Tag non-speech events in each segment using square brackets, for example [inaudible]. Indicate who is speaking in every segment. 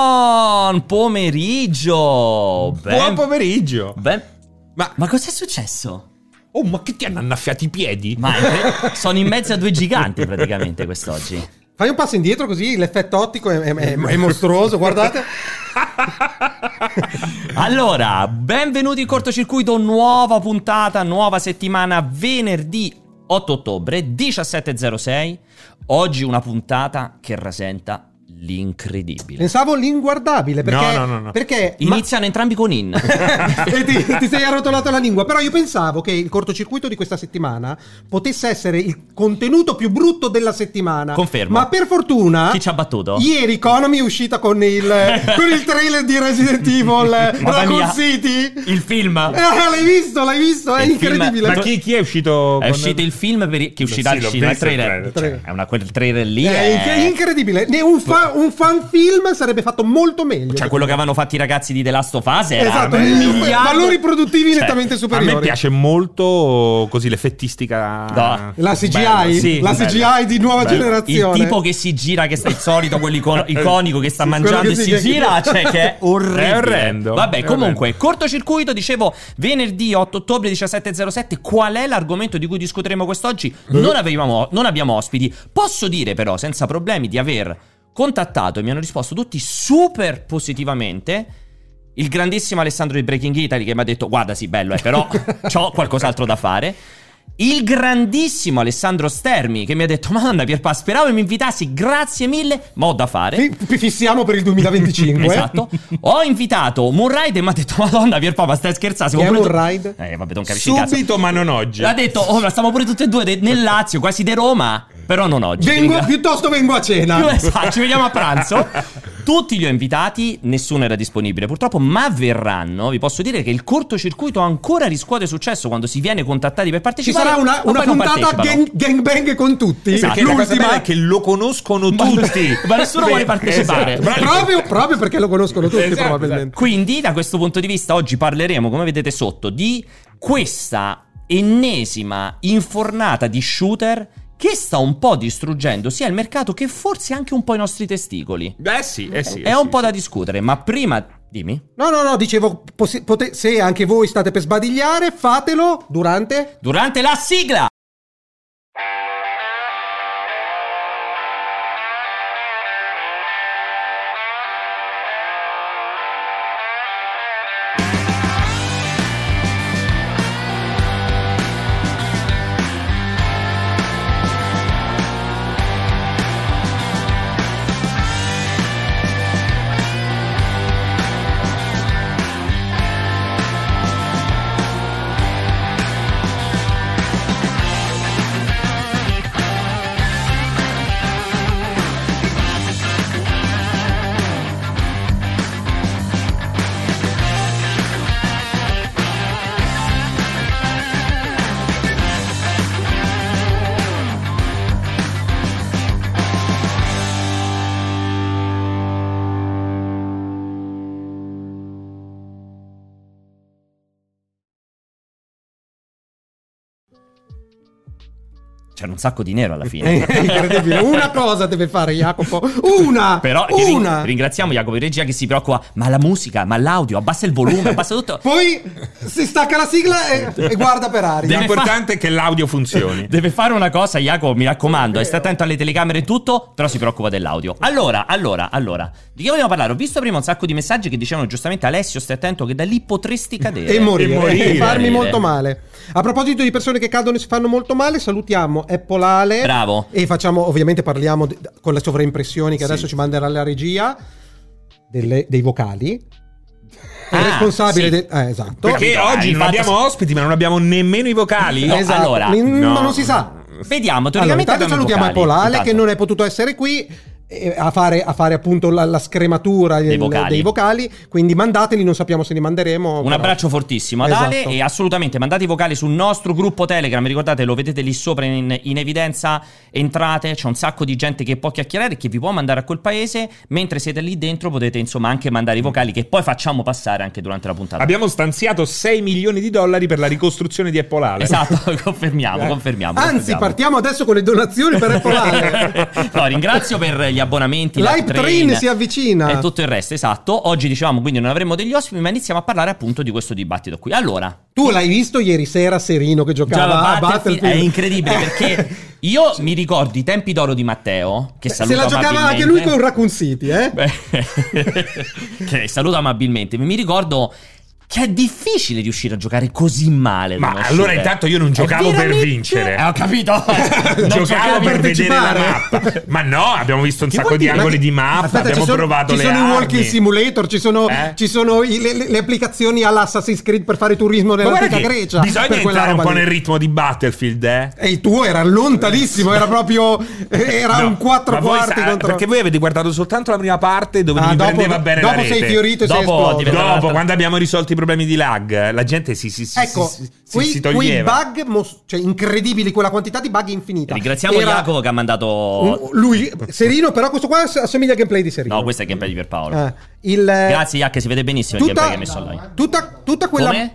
Speaker 1: Buon pomeriggio!
Speaker 2: Buon pomeriggio!
Speaker 1: ben-
Speaker 2: Ma,
Speaker 1: Ma cos'è successo?
Speaker 2: oh, ma che ti hanno annaffiato i piedi?
Speaker 1: Ma è- sono in mezzo a due giganti praticamente quest'oggi.
Speaker 3: Fai un passo indietro così l'effetto ottico è, è- è- è mostruoso, guardate.
Speaker 1: Allora, benvenuti in cortocircuito, nuova puntata, nuova settimana, venerdì 8 ottobre 17.06. Oggi una puntata che rasenta l'incredibile.
Speaker 3: Pensavo l'inguardabile perché...
Speaker 2: No, no, no, no.
Speaker 3: perché ma-
Speaker 1: Iniziano entrambi con in.
Speaker 3: [laughs]
Speaker 2: Eh?
Speaker 3: e ti, ti sei arrotolato la lingua, però io pensavo che il cortocircuito di questa settimana potesse essere il contenuto più brutto della settimana.
Speaker 1: Confermo.
Speaker 3: Ma per fortuna...
Speaker 1: Chi ci ha battuto?
Speaker 3: Ieri Economy è uscita
Speaker 1: [laughs]
Speaker 3: con il, con il trailer di Resident Evil eh,
Speaker 1: Mamma
Speaker 3: Raccoon
Speaker 1: mia.
Speaker 3: City.
Speaker 1: Il film.
Speaker 2: Eh,
Speaker 3: Ah, l'hai visto, l'hai visto, è
Speaker 1: Il film è-
Speaker 3: incredibile.
Speaker 2: Ma chi, chi è uscito?
Speaker 1: È
Speaker 2: con-
Speaker 1: uscito il film per i- che uscirà
Speaker 2: Sì, l'ho
Speaker 1: uscirà il
Speaker 2: visto il
Speaker 1: trailer.
Speaker 3: trailer.
Speaker 1: Cioè, è una quel trailer lì.
Speaker 3: È Eh, inc-
Speaker 1: È...
Speaker 3: incredibile. Ne- Un, fa- un fan film sarebbe fatto molto meglio.
Speaker 1: Cioè, quello che avevano fatto i ragazzi di The Last of Us era
Speaker 3: Esatto,
Speaker 1: un
Speaker 3: mil-
Speaker 1: miliardo-
Speaker 3: valori produttivi
Speaker 1: Cioè,
Speaker 3: nettamente
Speaker 2: A
Speaker 3: superiori.
Speaker 2: me piace molto così l'effettistica.
Speaker 1: No.
Speaker 3: La CGI,
Speaker 2: Bello, sì,
Speaker 3: la
Speaker 2: bello.
Speaker 3: CGI di nuova
Speaker 2: Bello.
Speaker 1: Il
Speaker 3: generazione.
Speaker 1: tipo che si gira, che sta il solito, quello
Speaker 3: [laughs]
Speaker 1: icon- iconico che sta
Speaker 3: Sì,
Speaker 1: mangiando
Speaker 3: quello
Speaker 1: e
Speaker 3: che
Speaker 1: si,
Speaker 3: si-
Speaker 1: gira, cioè che
Speaker 3: [laughs]
Speaker 1: è orribile.
Speaker 2: È orrendo.
Speaker 1: Vabbè,
Speaker 2: È
Speaker 1: comunque, cortocircuito, dicevo, venerdì 8 ottobre 17.07, qual è l'argomento di cui discuteremo quest'oggi? Non, avevamo- non abbiamo ospiti. Posso dire però, senza problemi, di aver contattato e mi hanno risposto tutti super positivamente... Il grandissimo Alessandro di Breaking Italy che mi ha detto guarda sì bello è però ho qualcos'altro da fare. Il grandissimo Alessandro Stermi che mi ha detto Madonna Pierpa speravo mi invitassi grazie mille ma ho da fare.
Speaker 3: Fi- fi- fissiamo per il
Speaker 1: [laughs]
Speaker 3: 2025.
Speaker 1: Esatto. Ho invitato Murride e mi ha detto Madonna Pierpa ma stai scherzando. siamo
Speaker 3: Chi è
Speaker 1: pure tu-"
Speaker 3: Murride?
Speaker 1: Eh vabbè non capisci il cazzo.
Speaker 2: Subito, ma non oggi.
Speaker 1: L'ha detto oh ma stiamo pure tutti e due de- nel Lazio quasi di Roma però non oggi.
Speaker 3: Vengo,
Speaker 1: Ringra-
Speaker 3: piuttosto vengo a
Speaker 1: più [laughs]
Speaker 3: cena.
Speaker 1: esatto, ci vediamo a pranzo. Tutti li ho invitati, nessuno era disponibile purtroppo, ma verranno. Vi posso dire che il cortocircuito ancora riscuote successo quando si viene contattati per
Speaker 3: Ci
Speaker 1: partecipare.
Speaker 3: sarà una,
Speaker 1: ma
Speaker 3: una
Speaker 1: poi non
Speaker 3: puntata
Speaker 1: partecipano.
Speaker 3: gang, gangbang con tutti.
Speaker 1: Esatto.
Speaker 2: Perché la cosa bella
Speaker 3: L'ultima.
Speaker 2: è che lo conoscono
Speaker 1: Ma-
Speaker 2: tutti. Esatto.
Speaker 1: ma nessuno vuole partecipare.
Speaker 2: Bravi.
Speaker 3: [laughs] Proprio, proprio perché lo conoscono tutti,
Speaker 2: Esatto,
Speaker 3: probabilmente.
Speaker 1: Quindi, da questo punto di vista, oggi parleremo, come vedete sotto, di questa ennesima infornata di shooter che sta un po' distruggendo sia il mercato che forse anche un po' i nostri testicoli.
Speaker 2: Eh sì, eh sì.
Speaker 1: È
Speaker 2: eh
Speaker 1: un
Speaker 2: sì,
Speaker 1: po'
Speaker 2: sì.
Speaker 1: da discutere, ma prima dimmi.
Speaker 3: No, no, no, dicevo, possi- pote- se anche voi state per sbadigliare, fatelo durante. [laughs]
Speaker 1: Durante la sigla! C'era un sacco di nero alla
Speaker 3: È
Speaker 1: fine.
Speaker 2: Eh.
Speaker 3: incredibile. Una cosa deve fare Jacopo. Una.
Speaker 1: Però che ring-
Speaker 3: una.
Speaker 1: ringraziamo Jacopo in regia che si preoccupa. Ma la musica, ma l'audio, abbassa il volume, abbassa
Speaker 2: [laughs]
Speaker 1: tutto.
Speaker 3: Poi si stacca la sigla e, e guarda per aria.
Speaker 1: Deve
Speaker 2: L'importante è che l'audio
Speaker 3: [laughs]
Speaker 2: funzioni.
Speaker 1: Deve fare una cosa, Jacopo, mi raccomando, è sta attento alle telecamere e tutto, però si preoccupa dell'audio. Allora, allora, allora, di che vogliamo parlare? Ho visto prima un sacco di messaggi che dicevano giustamente Alessio, stai attento che da lì potresti cadere.
Speaker 3: e morire,
Speaker 2: e
Speaker 3: e
Speaker 2: morire.
Speaker 3: farmi
Speaker 1: Morire.
Speaker 3: molto male. A proposito di persone che cadono e si fanno molto male, salutiamo Apple Ale
Speaker 1: Bravo.
Speaker 3: e facciamo ovviamente parliamo de- con le sovraimpressioni che adesso ci manderà la regia delle- dei vocali. È
Speaker 1: Ah,
Speaker 3: responsabile
Speaker 1: sì.
Speaker 3: de- eh, esatto.
Speaker 2: Perché
Speaker 1: Capito,
Speaker 2: oggi
Speaker 1: hai
Speaker 2: non
Speaker 1: fatto-
Speaker 2: abbiamo ospiti, ma non abbiamo nemmeno i vocali.
Speaker 1: No.
Speaker 3: Esatto.
Speaker 1: allora,
Speaker 3: N-
Speaker 2: no.
Speaker 3: non si sa.
Speaker 1: Vediamo,
Speaker 3: Allora,
Speaker 1: teoricamente
Speaker 3: intanto salutiamo
Speaker 1: abbiamo i
Speaker 3: Apple Ale
Speaker 1: vocali.
Speaker 3: che non è potuto essere qui eh, a fare, a fare appunto la, la scrematura del-
Speaker 1: vocali.
Speaker 3: dei vocali quindi mandateli non sappiamo se li manderemo
Speaker 1: Un
Speaker 3: però-
Speaker 1: abbraccio fortissimo ad Ale
Speaker 3: Esatto.
Speaker 1: e assolutamente mandate i vocali sul nostro gruppo Telegram, ricordate lo vedete lì sopra in, in evidenza, entrate, c'è un sacco di gente che può chiacchierare e che vi può mandare a quel paese, mentre siete lì dentro potete insomma anche mandare i vocali che poi facciamo passare anche durante la puntata.
Speaker 2: Abbiamo stanziato 6 milioni di dollari per la ricostruzione di Apple Ale.
Speaker 1: Esatto, [laughs] confermiamo, confermiamo.
Speaker 3: Eh. Anzi,
Speaker 1: confermiamo.
Speaker 2: [laughs]
Speaker 3: partiamo adesso con le donazioni per Apple Ale.
Speaker 1: [laughs] no, ringrazio per gli abbonamenti.
Speaker 3: Live train si avvicina.
Speaker 1: E tutto il resto, esatto. Oggi dicevamo quindi non avremo degli ospiti, ma iniziamo a parlare appunto di questo dibattito qui. Allora,
Speaker 3: Tu l'hai visto ieri sera Serino che
Speaker 1: Già,
Speaker 3: giocava a
Speaker 1: Battlefield
Speaker 3: Battlefield?
Speaker 1: È incredibile
Speaker 3: [laughs]
Speaker 1: perché io mi ricordo i tempi d'oro di Matteo, che
Speaker 3: Eh, Se
Speaker 1: saluto
Speaker 3: la giocava anche
Speaker 1: amabilmente.
Speaker 3: lui con Raccoon City, eh?
Speaker 1: Beh, [laughs] che saluto amabilmente. Mi ricordo che è difficile riuscire a giocare così male.
Speaker 2: Ma
Speaker 1: da una
Speaker 2: allora
Speaker 1: uscita.
Speaker 2: intanto io non
Speaker 1: È
Speaker 2: giocavo per
Speaker 1: veramente-
Speaker 2: vincere.
Speaker 1: Eh, ho
Speaker 2: [laughs]
Speaker 1: capito. Non
Speaker 2: [laughs] Giocavo
Speaker 1: giocavi
Speaker 2: per
Speaker 3: a
Speaker 2: vedere la
Speaker 3: partecipare.
Speaker 2: mappa. Ma no, abbiamo visto un
Speaker 1: Che
Speaker 2: sacco
Speaker 1: vuol
Speaker 2: di
Speaker 1: dire?
Speaker 2: angoli di mappa.
Speaker 3: Aspetta,
Speaker 2: abbiamo
Speaker 3: ci sono,
Speaker 2: provato
Speaker 3: ci
Speaker 2: le
Speaker 3: sono i
Speaker 2: armi.
Speaker 3: walking simulator, ci sono,
Speaker 2: Eh?
Speaker 3: ci sono i- le, le- le applicazioni all'Assassin's Creed per fare turismo
Speaker 2: Ma guarda
Speaker 3: nell'antica
Speaker 2: che
Speaker 3: Grecia.
Speaker 2: bisogna
Speaker 3: per quella
Speaker 2: entrare un
Speaker 3: roba
Speaker 2: po'
Speaker 3: lì.
Speaker 2: nel ritmo di Battlefield, eh.
Speaker 3: E il tuo era lontanissimo,
Speaker 2: [laughs]
Speaker 3: era proprio era
Speaker 2: No,
Speaker 3: un 4
Speaker 2: ma voi
Speaker 3: quarti
Speaker 2: sa-
Speaker 3: contro
Speaker 2: Perché voi avete guardato soltanto la prima parte dove
Speaker 3: Ah,
Speaker 2: mi
Speaker 3: dopo-
Speaker 2: prendeva bene
Speaker 3: dopo
Speaker 2: la
Speaker 3: sei
Speaker 2: rete.
Speaker 3: fiorito e sei
Speaker 1: Dopo
Speaker 3: esploso.
Speaker 1: diventa-
Speaker 2: Dopo, quando abbiamo risolto i problemi di lag, eh, la gente si, si, si,
Speaker 3: Ecco,
Speaker 2: si, si-
Speaker 3: quei,
Speaker 2: si
Speaker 3: quei
Speaker 2: toglieva.
Speaker 3: bug, mos- cioè incredibili, quella quantità di bug infinita.
Speaker 1: Ringraziamo
Speaker 3: Era-
Speaker 1: Jacopo che ha mandato.
Speaker 3: un- Lui, Serino, però questo qua ass- assomiglia al gameplay di Serino.
Speaker 1: No, questo è il gameplay di Pierpaolo.
Speaker 3: Eh, il,
Speaker 1: Grazie, Jac, si vede benissimo il
Speaker 3: tutta,
Speaker 1: gameplay che hai messo online.
Speaker 3: tutta, tutta quella...
Speaker 1: Come?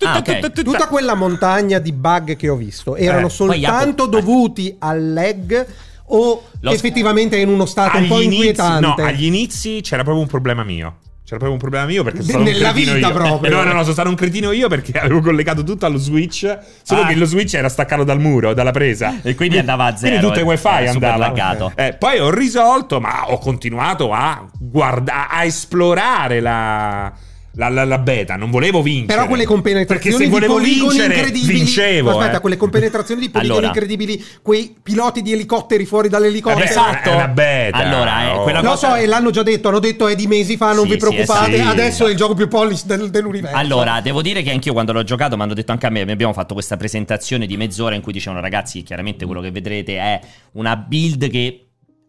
Speaker 1: Ah, ok.
Speaker 3: Tutta quella montagna di bug che ho visto erano
Speaker 2: Eh,
Speaker 3: soltanto
Speaker 1: poi Jacopo-
Speaker 3: dovuti al lag o
Speaker 1: Lo-
Speaker 3: effettivamente in uno stato un po'
Speaker 2: Agli inizi-
Speaker 3: inquietante.
Speaker 2: No, agli inizi c'era proprio un problema mio. C'era proprio un problema mio perché sono stato
Speaker 3: Nella
Speaker 2: un cretino
Speaker 3: vita
Speaker 2: io.
Speaker 3: proprio.
Speaker 2: No, no, no, sono stato un cretino io perché avevo collegato tutto allo switch, solo
Speaker 1: Ah.
Speaker 2: che lo switch era staccato dal muro, dalla presa.
Speaker 1: E quindi andava a zero,
Speaker 2: Quindi tutto il
Speaker 1: eh,
Speaker 2: wifi
Speaker 1: era super
Speaker 2: andava.
Speaker 1: laggato.
Speaker 2: Eh, poi ho risolto, ma ho continuato a guardare, a esplorare la... la- la- la beta, non volevo vincere.
Speaker 3: Però quelle
Speaker 2: Perché
Speaker 3: compenetrazioni
Speaker 2: se
Speaker 3: di
Speaker 2: volevo
Speaker 3: poligoni
Speaker 2: vincere,
Speaker 3: incredibili.
Speaker 2: vincevo.
Speaker 3: aspetta,
Speaker 2: eh.
Speaker 3: quelle compenetrazioni di poligoni
Speaker 1: Allora.
Speaker 3: incredibili, quei piloti di elicotteri fuori dall'elicottero.
Speaker 2: Vabbè,
Speaker 1: Esatto.
Speaker 2: è una beta.
Speaker 1: Allora, eh,
Speaker 2: Oh.
Speaker 1: quella
Speaker 2: Lo
Speaker 3: Lo
Speaker 1: cosa.
Speaker 3: so, e l'hanno già detto, hanno detto è di mesi fa, non
Speaker 1: Sì,
Speaker 3: vi
Speaker 1: sì,
Speaker 3: preoccupate,
Speaker 1: sì.
Speaker 3: adesso è il gioco più polish del- dell'universo.
Speaker 1: Allora, devo dire che anch'io quando l'ho giocato mi hanno detto anche a me, abbiamo fatto questa presentazione di mezz'ora in cui dicevano ragazzi, chiaramente quello che vedrete è una build che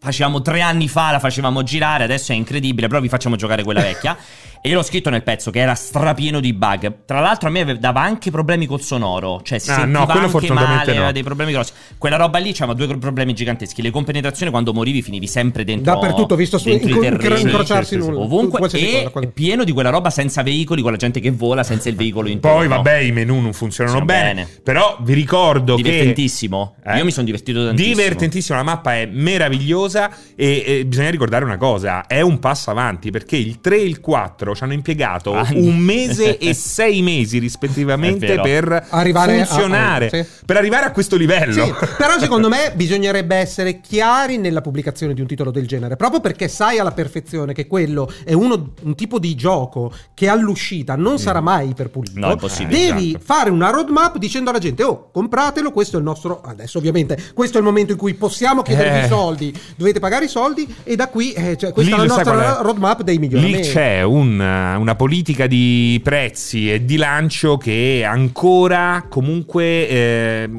Speaker 1: facevamo tre anni fa, la facevamo girare, adesso è incredibile, però vi facciamo giocare quella
Speaker 2: [laughs]
Speaker 1: vecchia. e io l'ho scritto nel pezzo che era strapieno di bug. Tra l'altro a me ave- dava anche problemi col sonoro, cioè si
Speaker 2: Ah, no,
Speaker 1: sentiva
Speaker 2: quello
Speaker 1: anche
Speaker 2: fortunatamente
Speaker 1: male,
Speaker 2: no.
Speaker 1: aveva dei problemi grossi. Quella roba lì c'aveva due problemi giganteschi, le compenetrazioni quando morivi finivi sempre dentro
Speaker 3: Dappertutto, ho visto su-
Speaker 1: dentro i
Speaker 3: incro-
Speaker 1: terreni.
Speaker 3: incrociarsi
Speaker 2: Sì, sì, sì,
Speaker 3: nulla.
Speaker 1: ovunque
Speaker 3: Qualsiasi
Speaker 1: e
Speaker 3: cosa, qualsiasi-
Speaker 1: pieno di quella roba senza veicoli, con la gente che vola senza il veicolo intorno.
Speaker 2: Poi, vabbè, i menu non funzionano
Speaker 1: Sì,
Speaker 2: bene,
Speaker 1: bene.
Speaker 2: Però vi ricordo che.
Speaker 1: divertentissimo.
Speaker 2: Eh?
Speaker 1: Io mi sono divertito tantissimo.
Speaker 2: Divertentissimo, la mappa è meravigliosa e, e bisogna ricordare una cosa, è un passo avanti perché il 3 e il 4 ci hanno impiegato
Speaker 1: Anni.
Speaker 2: un mese
Speaker 1: [laughs]
Speaker 2: e sei mesi rispettivamente
Speaker 1: Ah, È vero.
Speaker 2: per
Speaker 3: Arrivare a-
Speaker 2: funzionare,
Speaker 3: sì.
Speaker 2: per arrivare a questo livello.
Speaker 3: Sì, però secondo me bisognerebbe essere chiari nella pubblicazione di un titolo del genere, proprio perché sai alla perfezione che quello è uno- un tipo di gioco che all'uscita non sarà mai iperpulito.
Speaker 1: No, è impossibile,
Speaker 3: Devi
Speaker 2: esatto.
Speaker 3: fare una roadmap dicendo alla gente, oh, compratelo, questo è il nostro... Adesso ovviamente, questo è il momento in cui possiamo chiedervi
Speaker 2: Eh.
Speaker 3: i soldi, dovete pagare i soldi e da qui eh, cioè, questa
Speaker 2: Lì
Speaker 3: è
Speaker 2: lo
Speaker 3: la
Speaker 2: sai qual
Speaker 3: nostra
Speaker 2: è?
Speaker 3: roadmap dei
Speaker 2: Lì
Speaker 3: miglioramenti.
Speaker 2: c'è un, eh, una politica di prezzi e di lancio che ancora comunque eh,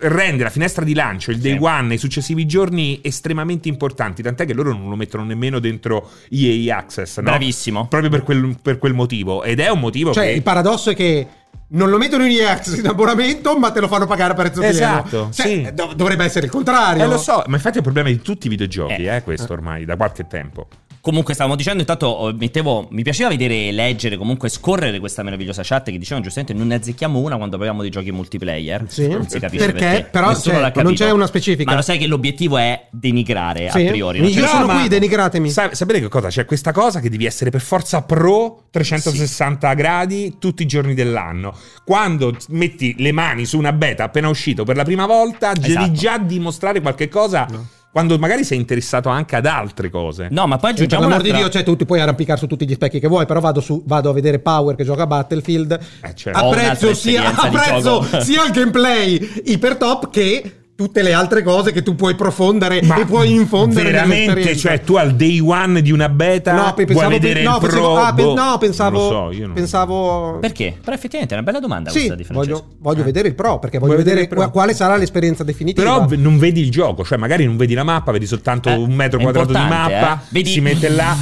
Speaker 2: rende la finestra di lancio, il day
Speaker 1: Sì.
Speaker 2: one, i successivi giorni estremamente importanti, tant'è che loro non lo mettono nemmeno dentro EA Access, no?
Speaker 1: Bravissimo.
Speaker 2: Proprio per quel, per quel motivo. Ed è un motivo
Speaker 3: Cioè,
Speaker 2: che...
Speaker 3: il paradosso è che non lo mettono in EX in abbonamento, ma te lo fanno pagare a prezzo pieno.
Speaker 2: Esatto,
Speaker 3: Cioè,
Speaker 2: sì.
Speaker 3: dov- dovrebbe essere il contrario.
Speaker 2: Eh, lo so, ma infatti è un problema di tutti i videogiochi,
Speaker 1: Eh.
Speaker 2: eh, questo ormai, da qualche tempo.
Speaker 1: Comunque stavamo dicendo intanto oh, mettevo mi piaceva vedere leggere comunque scorrere questa meravigliosa chat che dicevano giustamente non ne azzecchiamo una quando parliamo dei giochi multiplayer.
Speaker 3: Sì.
Speaker 1: Non si capisce
Speaker 3: Perché,
Speaker 1: perché.
Speaker 3: però,
Speaker 1: Nessuno
Speaker 3: certo,
Speaker 1: l'ha capito.
Speaker 3: non c'è una specifica.
Speaker 1: Ma lo sai che l'obiettivo è denigrare
Speaker 3: Sì.
Speaker 1: a priori, non
Speaker 3: Io
Speaker 1: c'è
Speaker 3: Cioè, sono
Speaker 2: ma-
Speaker 3: qui, denigratemi.
Speaker 2: Sa- sapete che cosa? C'è questa cosa che devi essere per forza pro 360 gradi tutti i giorni dell'anno. Quando metti le mani su una beta appena uscito per la prima volta, devi
Speaker 1: Esatto.
Speaker 2: già dimostrare qualche cosa.
Speaker 3: No.
Speaker 2: Quando magari sei interessato anche ad altre cose.
Speaker 1: No, ma poi
Speaker 3: Sì, per
Speaker 1: aggiungiamo
Speaker 3: l'amor di
Speaker 1: un'altra-
Speaker 3: Dio, cioè, tu ti puoi arrampicare su tutti gli specchi che vuoi, però vado, su- vado a vedere Power che gioca a Battlefield.
Speaker 2: Eh, certo.
Speaker 1: Ho un'altra
Speaker 3: Apprezzo, sia,
Speaker 1: esperienza di
Speaker 3: apprezzo
Speaker 2: [laughs]
Speaker 1: gioco.
Speaker 3: sia il gameplay iper top che tutte le altre cose che tu puoi profondere e puoi infondere.
Speaker 2: veramente,
Speaker 3: nell'esperienza.
Speaker 2: cioè tu al day one di una beta
Speaker 3: No, pe- pensavo,
Speaker 2: puoi vedere
Speaker 3: no,
Speaker 2: il pro,
Speaker 3: pensavo- ah, pe-
Speaker 2: boh,
Speaker 3: no, pensavo,
Speaker 2: non lo so, io non-
Speaker 3: pensavo
Speaker 1: Perché? Però effettivamente è una bella domanda
Speaker 3: cioè- Sì,
Speaker 1: questa di Francesco.
Speaker 3: voglio, voglio vedere il pro, perché voglio
Speaker 2: Vuoi
Speaker 3: vedere,
Speaker 2: Eh. vedere il pro?
Speaker 3: qua- quale sarà l'esperienza definitiva.
Speaker 2: Però v- non vedi il gioco, cioè magari non vedi la mappa, vedi soltanto
Speaker 1: Eh,
Speaker 2: un metro
Speaker 1: è
Speaker 2: quadrato di
Speaker 1: importante,
Speaker 2: mappa,
Speaker 1: eh. Vedi-
Speaker 2: si mette là,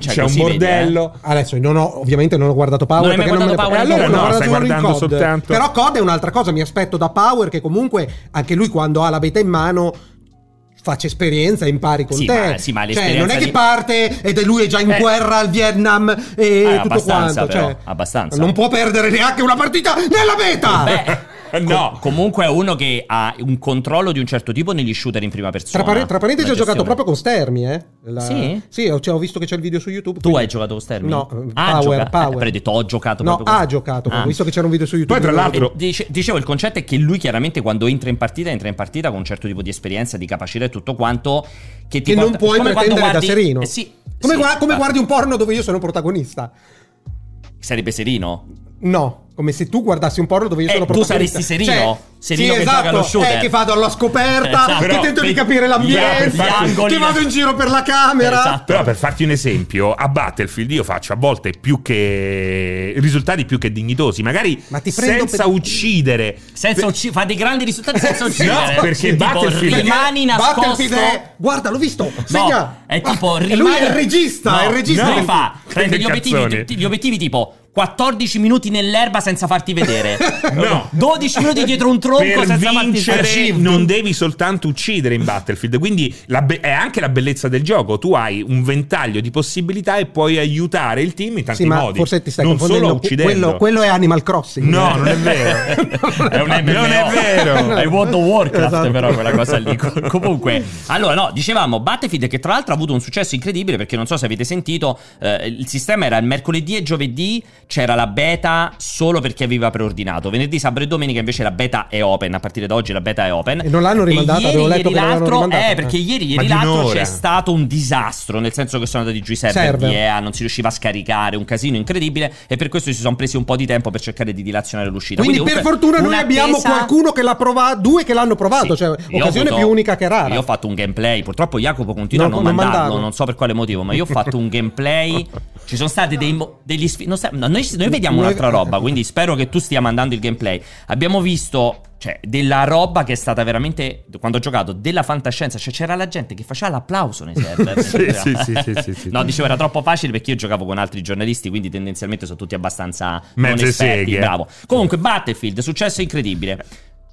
Speaker 1: Cioè,
Speaker 2: c'è un
Speaker 1: così vedi,
Speaker 2: bordello.
Speaker 3: Adesso non ho, ovviamente non ho guardato Power
Speaker 1: Non hai
Speaker 3: perché
Speaker 1: mai
Speaker 3: non me
Speaker 1: guardato
Speaker 3: ne-
Speaker 1: Power?
Speaker 3: Eh,
Speaker 1: Allora
Speaker 3: allora
Speaker 2: no,
Speaker 3: ho
Speaker 2: stai
Speaker 3: guardato solo
Speaker 2: guardando
Speaker 3: in COD.
Speaker 2: soltanto-
Speaker 3: Però COD è un'altra cosa, mi aspetto da Power che comunque anche lui quando ha la beta in mano faccia esperienza e impari con
Speaker 1: Sì,
Speaker 3: te.
Speaker 1: ma- sì, ma
Speaker 3: cioè,
Speaker 1: l'esperienza
Speaker 3: non è che
Speaker 1: lì-
Speaker 3: parte ed è lui è già in
Speaker 1: Eh.
Speaker 3: guerra al Vietnam e
Speaker 1: Eh,
Speaker 3: tutto
Speaker 1: abbastanza,
Speaker 3: quanto,
Speaker 1: però,
Speaker 3: cioè,
Speaker 1: abbastanza.
Speaker 3: [laughs] Non può perdere neanche una partita nella beta.
Speaker 1: Beh,
Speaker 2: No.
Speaker 1: Com- comunque è uno che ha un controllo di un certo tipo negli shooter in prima persona.
Speaker 3: Tra, pare- tra parentesi, ho
Speaker 1: La
Speaker 3: giocato
Speaker 1: gestione.
Speaker 3: proprio con Stermi, eh? La-
Speaker 1: Sì?
Speaker 3: ho, cioè, ho visto che c'è il video su YouTube.
Speaker 1: Tu
Speaker 3: quindi-
Speaker 1: hai giocato con Stermi?
Speaker 3: No,
Speaker 1: Ah,
Speaker 3: Power,
Speaker 1: gioca-
Speaker 3: Power.
Speaker 1: eh, avrei detto ho giocato
Speaker 3: No,
Speaker 1: proprio con-
Speaker 3: ha giocato,
Speaker 1: Ah.
Speaker 3: ho visto che c'era un video su YouTube.
Speaker 2: Poi, tra l'altro,
Speaker 1: E dice- dicevo, il concetto è che lui chiaramente quando entra in partita, entra in partita con un certo tipo di esperienza, di capacità e tutto quanto. Che, ti
Speaker 3: che non
Speaker 1: porta-
Speaker 3: puoi
Speaker 1: come quando
Speaker 3: pretendere da
Speaker 1: guardi-
Speaker 3: sereno.
Speaker 1: eh, sì,
Speaker 3: come,
Speaker 1: sì,
Speaker 3: gua- come
Speaker 1: infatti.
Speaker 3: guardi un porno dove io sono protagonista?
Speaker 1: Sarebbe serino?
Speaker 3: No, come se tu guardassi un porno dove io
Speaker 1: Eh,
Speaker 3: sono
Speaker 1: tu
Speaker 3: protagonista.
Speaker 1: saresti Serino? Serino
Speaker 3: sì,
Speaker 1: che
Speaker 3: esatto,
Speaker 1: gioca allo shooter.
Speaker 3: eh, che vado alla scoperta,
Speaker 1: Esatto.
Speaker 3: che
Speaker 2: Però-
Speaker 3: tento di
Speaker 2: per-
Speaker 3: capire
Speaker 2: Bravo,
Speaker 3: l'ambiente,
Speaker 2: per fare
Speaker 1: gli angoli
Speaker 3: che
Speaker 1: da-
Speaker 3: vado in giro per la camera.
Speaker 1: Esatto.
Speaker 2: Però per farti un esempio, a Battlefield io faccio a volte più che risultati più che dignitosi, magari
Speaker 3: Ma ti prendo
Speaker 2: senza
Speaker 3: per-
Speaker 2: uccidere.
Speaker 1: Senza
Speaker 2: Per-
Speaker 1: uccidere, fa dei grandi risultati
Speaker 3: [laughs]
Speaker 1: senza
Speaker 2: No,
Speaker 1: uccidere.
Speaker 2: perché
Speaker 1: Tipo,
Speaker 2: Battlefield-
Speaker 3: Perché
Speaker 1: rimani
Speaker 3: Battlefield
Speaker 1: nascosto.
Speaker 3: è- guarda, l'ho visto. Segna.
Speaker 1: è tipo
Speaker 3: Ah, e
Speaker 1: rimane...
Speaker 3: lui è il regista,
Speaker 1: No,
Speaker 3: è il regista.
Speaker 2: no.
Speaker 1: lui
Speaker 3: del-
Speaker 1: fa prende
Speaker 2: Che
Speaker 1: gli obiettivi,
Speaker 2: cazzoni.
Speaker 1: ti- gli obiettivi tipo 14 minuti nell'erba senza farti vedere.
Speaker 3: [laughs]
Speaker 2: No.
Speaker 1: 12 minuti dietro un tronco
Speaker 2: per
Speaker 1: senza farti
Speaker 2: vincere
Speaker 1: vedere.
Speaker 2: non devi soltanto uccidere in Battlefield, quindi la be- è anche la bellezza del gioco. Tu hai un ventaglio di possibilità e puoi aiutare il team in tanti
Speaker 3: Sì, ma
Speaker 2: modi.
Speaker 3: forse ti stai
Speaker 2: non
Speaker 3: confondendo.
Speaker 2: solo uccidendo.
Speaker 3: Quello, quello è Animal Crossing.
Speaker 2: No, non è vero.
Speaker 3: [laughs]
Speaker 1: è un MMO.
Speaker 2: Non è
Speaker 1: [laughs]
Speaker 2: vero.
Speaker 1: È World of Warcraft,
Speaker 3: Esatto.
Speaker 1: però quella cosa lì. Com- Comunque, allora no, dicevamo Battlefield che tra l'altro ha avuto un successo incredibile perché non so se avete sentito, eh, il sistema era il mercoledì e giovedì c'era la beta solo per chi aveva preordinato. Venerdì, sabato e domenica invece la beta è open, a partire da oggi la beta è open.
Speaker 3: E non l'hanno rimandata,
Speaker 1: ieri,
Speaker 3: avevo
Speaker 1: ieri
Speaker 3: letto che l'avevano
Speaker 1: l'altro,
Speaker 3: rimandata.
Speaker 1: eh, perché ieri
Speaker 2: Ma
Speaker 1: ieri
Speaker 2: di
Speaker 1: l'altro
Speaker 2: un'ora.
Speaker 1: c'è stato un disastro, nel senso che sono andati giù i server,
Speaker 3: Server.
Speaker 1: di EA, non si riusciva a scaricare, un casino incredibile e per questo si sono presi un po' di tempo per cercare di dilazionare l'uscita.
Speaker 3: Quindi, per
Speaker 1: comunque,
Speaker 3: fortuna noi abbiamo
Speaker 1: un'attesa-
Speaker 3: qualcuno che l'ha provato, due che l'hanno provato,
Speaker 1: Sì.
Speaker 3: cioè
Speaker 1: Io ho
Speaker 3: occasione
Speaker 1: avuto-
Speaker 3: più unica che rara.
Speaker 1: Io ho fatto un gameplay, purtroppo Jacopo continua
Speaker 3: No,
Speaker 1: a non,
Speaker 3: non
Speaker 1: mandarlo,
Speaker 3: mandarlo.
Speaker 1: non so per quale motivo, ma io ho fatto un
Speaker 3: [laughs]
Speaker 1: gameplay. Ci sono stati dei mo- degli sfi- non sa- no, noi, noi vediamo
Speaker 3: Noi- [laughs]
Speaker 1: un'altra roba, quindi spero che tu stia mandando il gameplay. Abbiamo visto cioè, della roba che è stata veramente, quando ho giocato, della fantascienza. Cioè, c'era la gente che faceva l'applauso nei
Speaker 3: [laughs]
Speaker 1: server.
Speaker 2: Sì, sì, sì, sì, sì, sì.
Speaker 1: No, dicevo, era troppo facile perché io giocavo con altri giornalisti, quindi tendenzialmente sono tutti abbastanza non
Speaker 2: Mezze
Speaker 1: esperti,
Speaker 2: seghe.
Speaker 1: Bravo. Comunque, Battlefield, successo incredibile.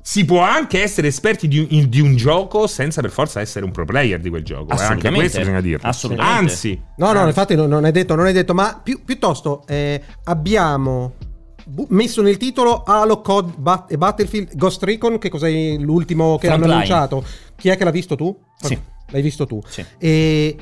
Speaker 2: Si può anche essere esperti di un, di un gioco senza per forza essere un pro player di quel gioco. eh. Anche
Speaker 1: Assolutamente.
Speaker 2: questo bisogna dirlo.
Speaker 1: Assolutamente.
Speaker 2: Anzi,
Speaker 3: No,
Speaker 1: Ah.
Speaker 3: no, infatti non, non è detto, non è detto, ma più- piuttosto eh, abbiamo bu- messo nel titolo Halo, COD Bat- e Battlefield, Ghost Recon, che cos'è l'ultimo che hanno
Speaker 1: Frontline.
Speaker 3: annunciato? Chi è che l'ha visto tu?
Speaker 1: Sì.
Speaker 3: L'hai visto tu.
Speaker 1: Sì.
Speaker 3: E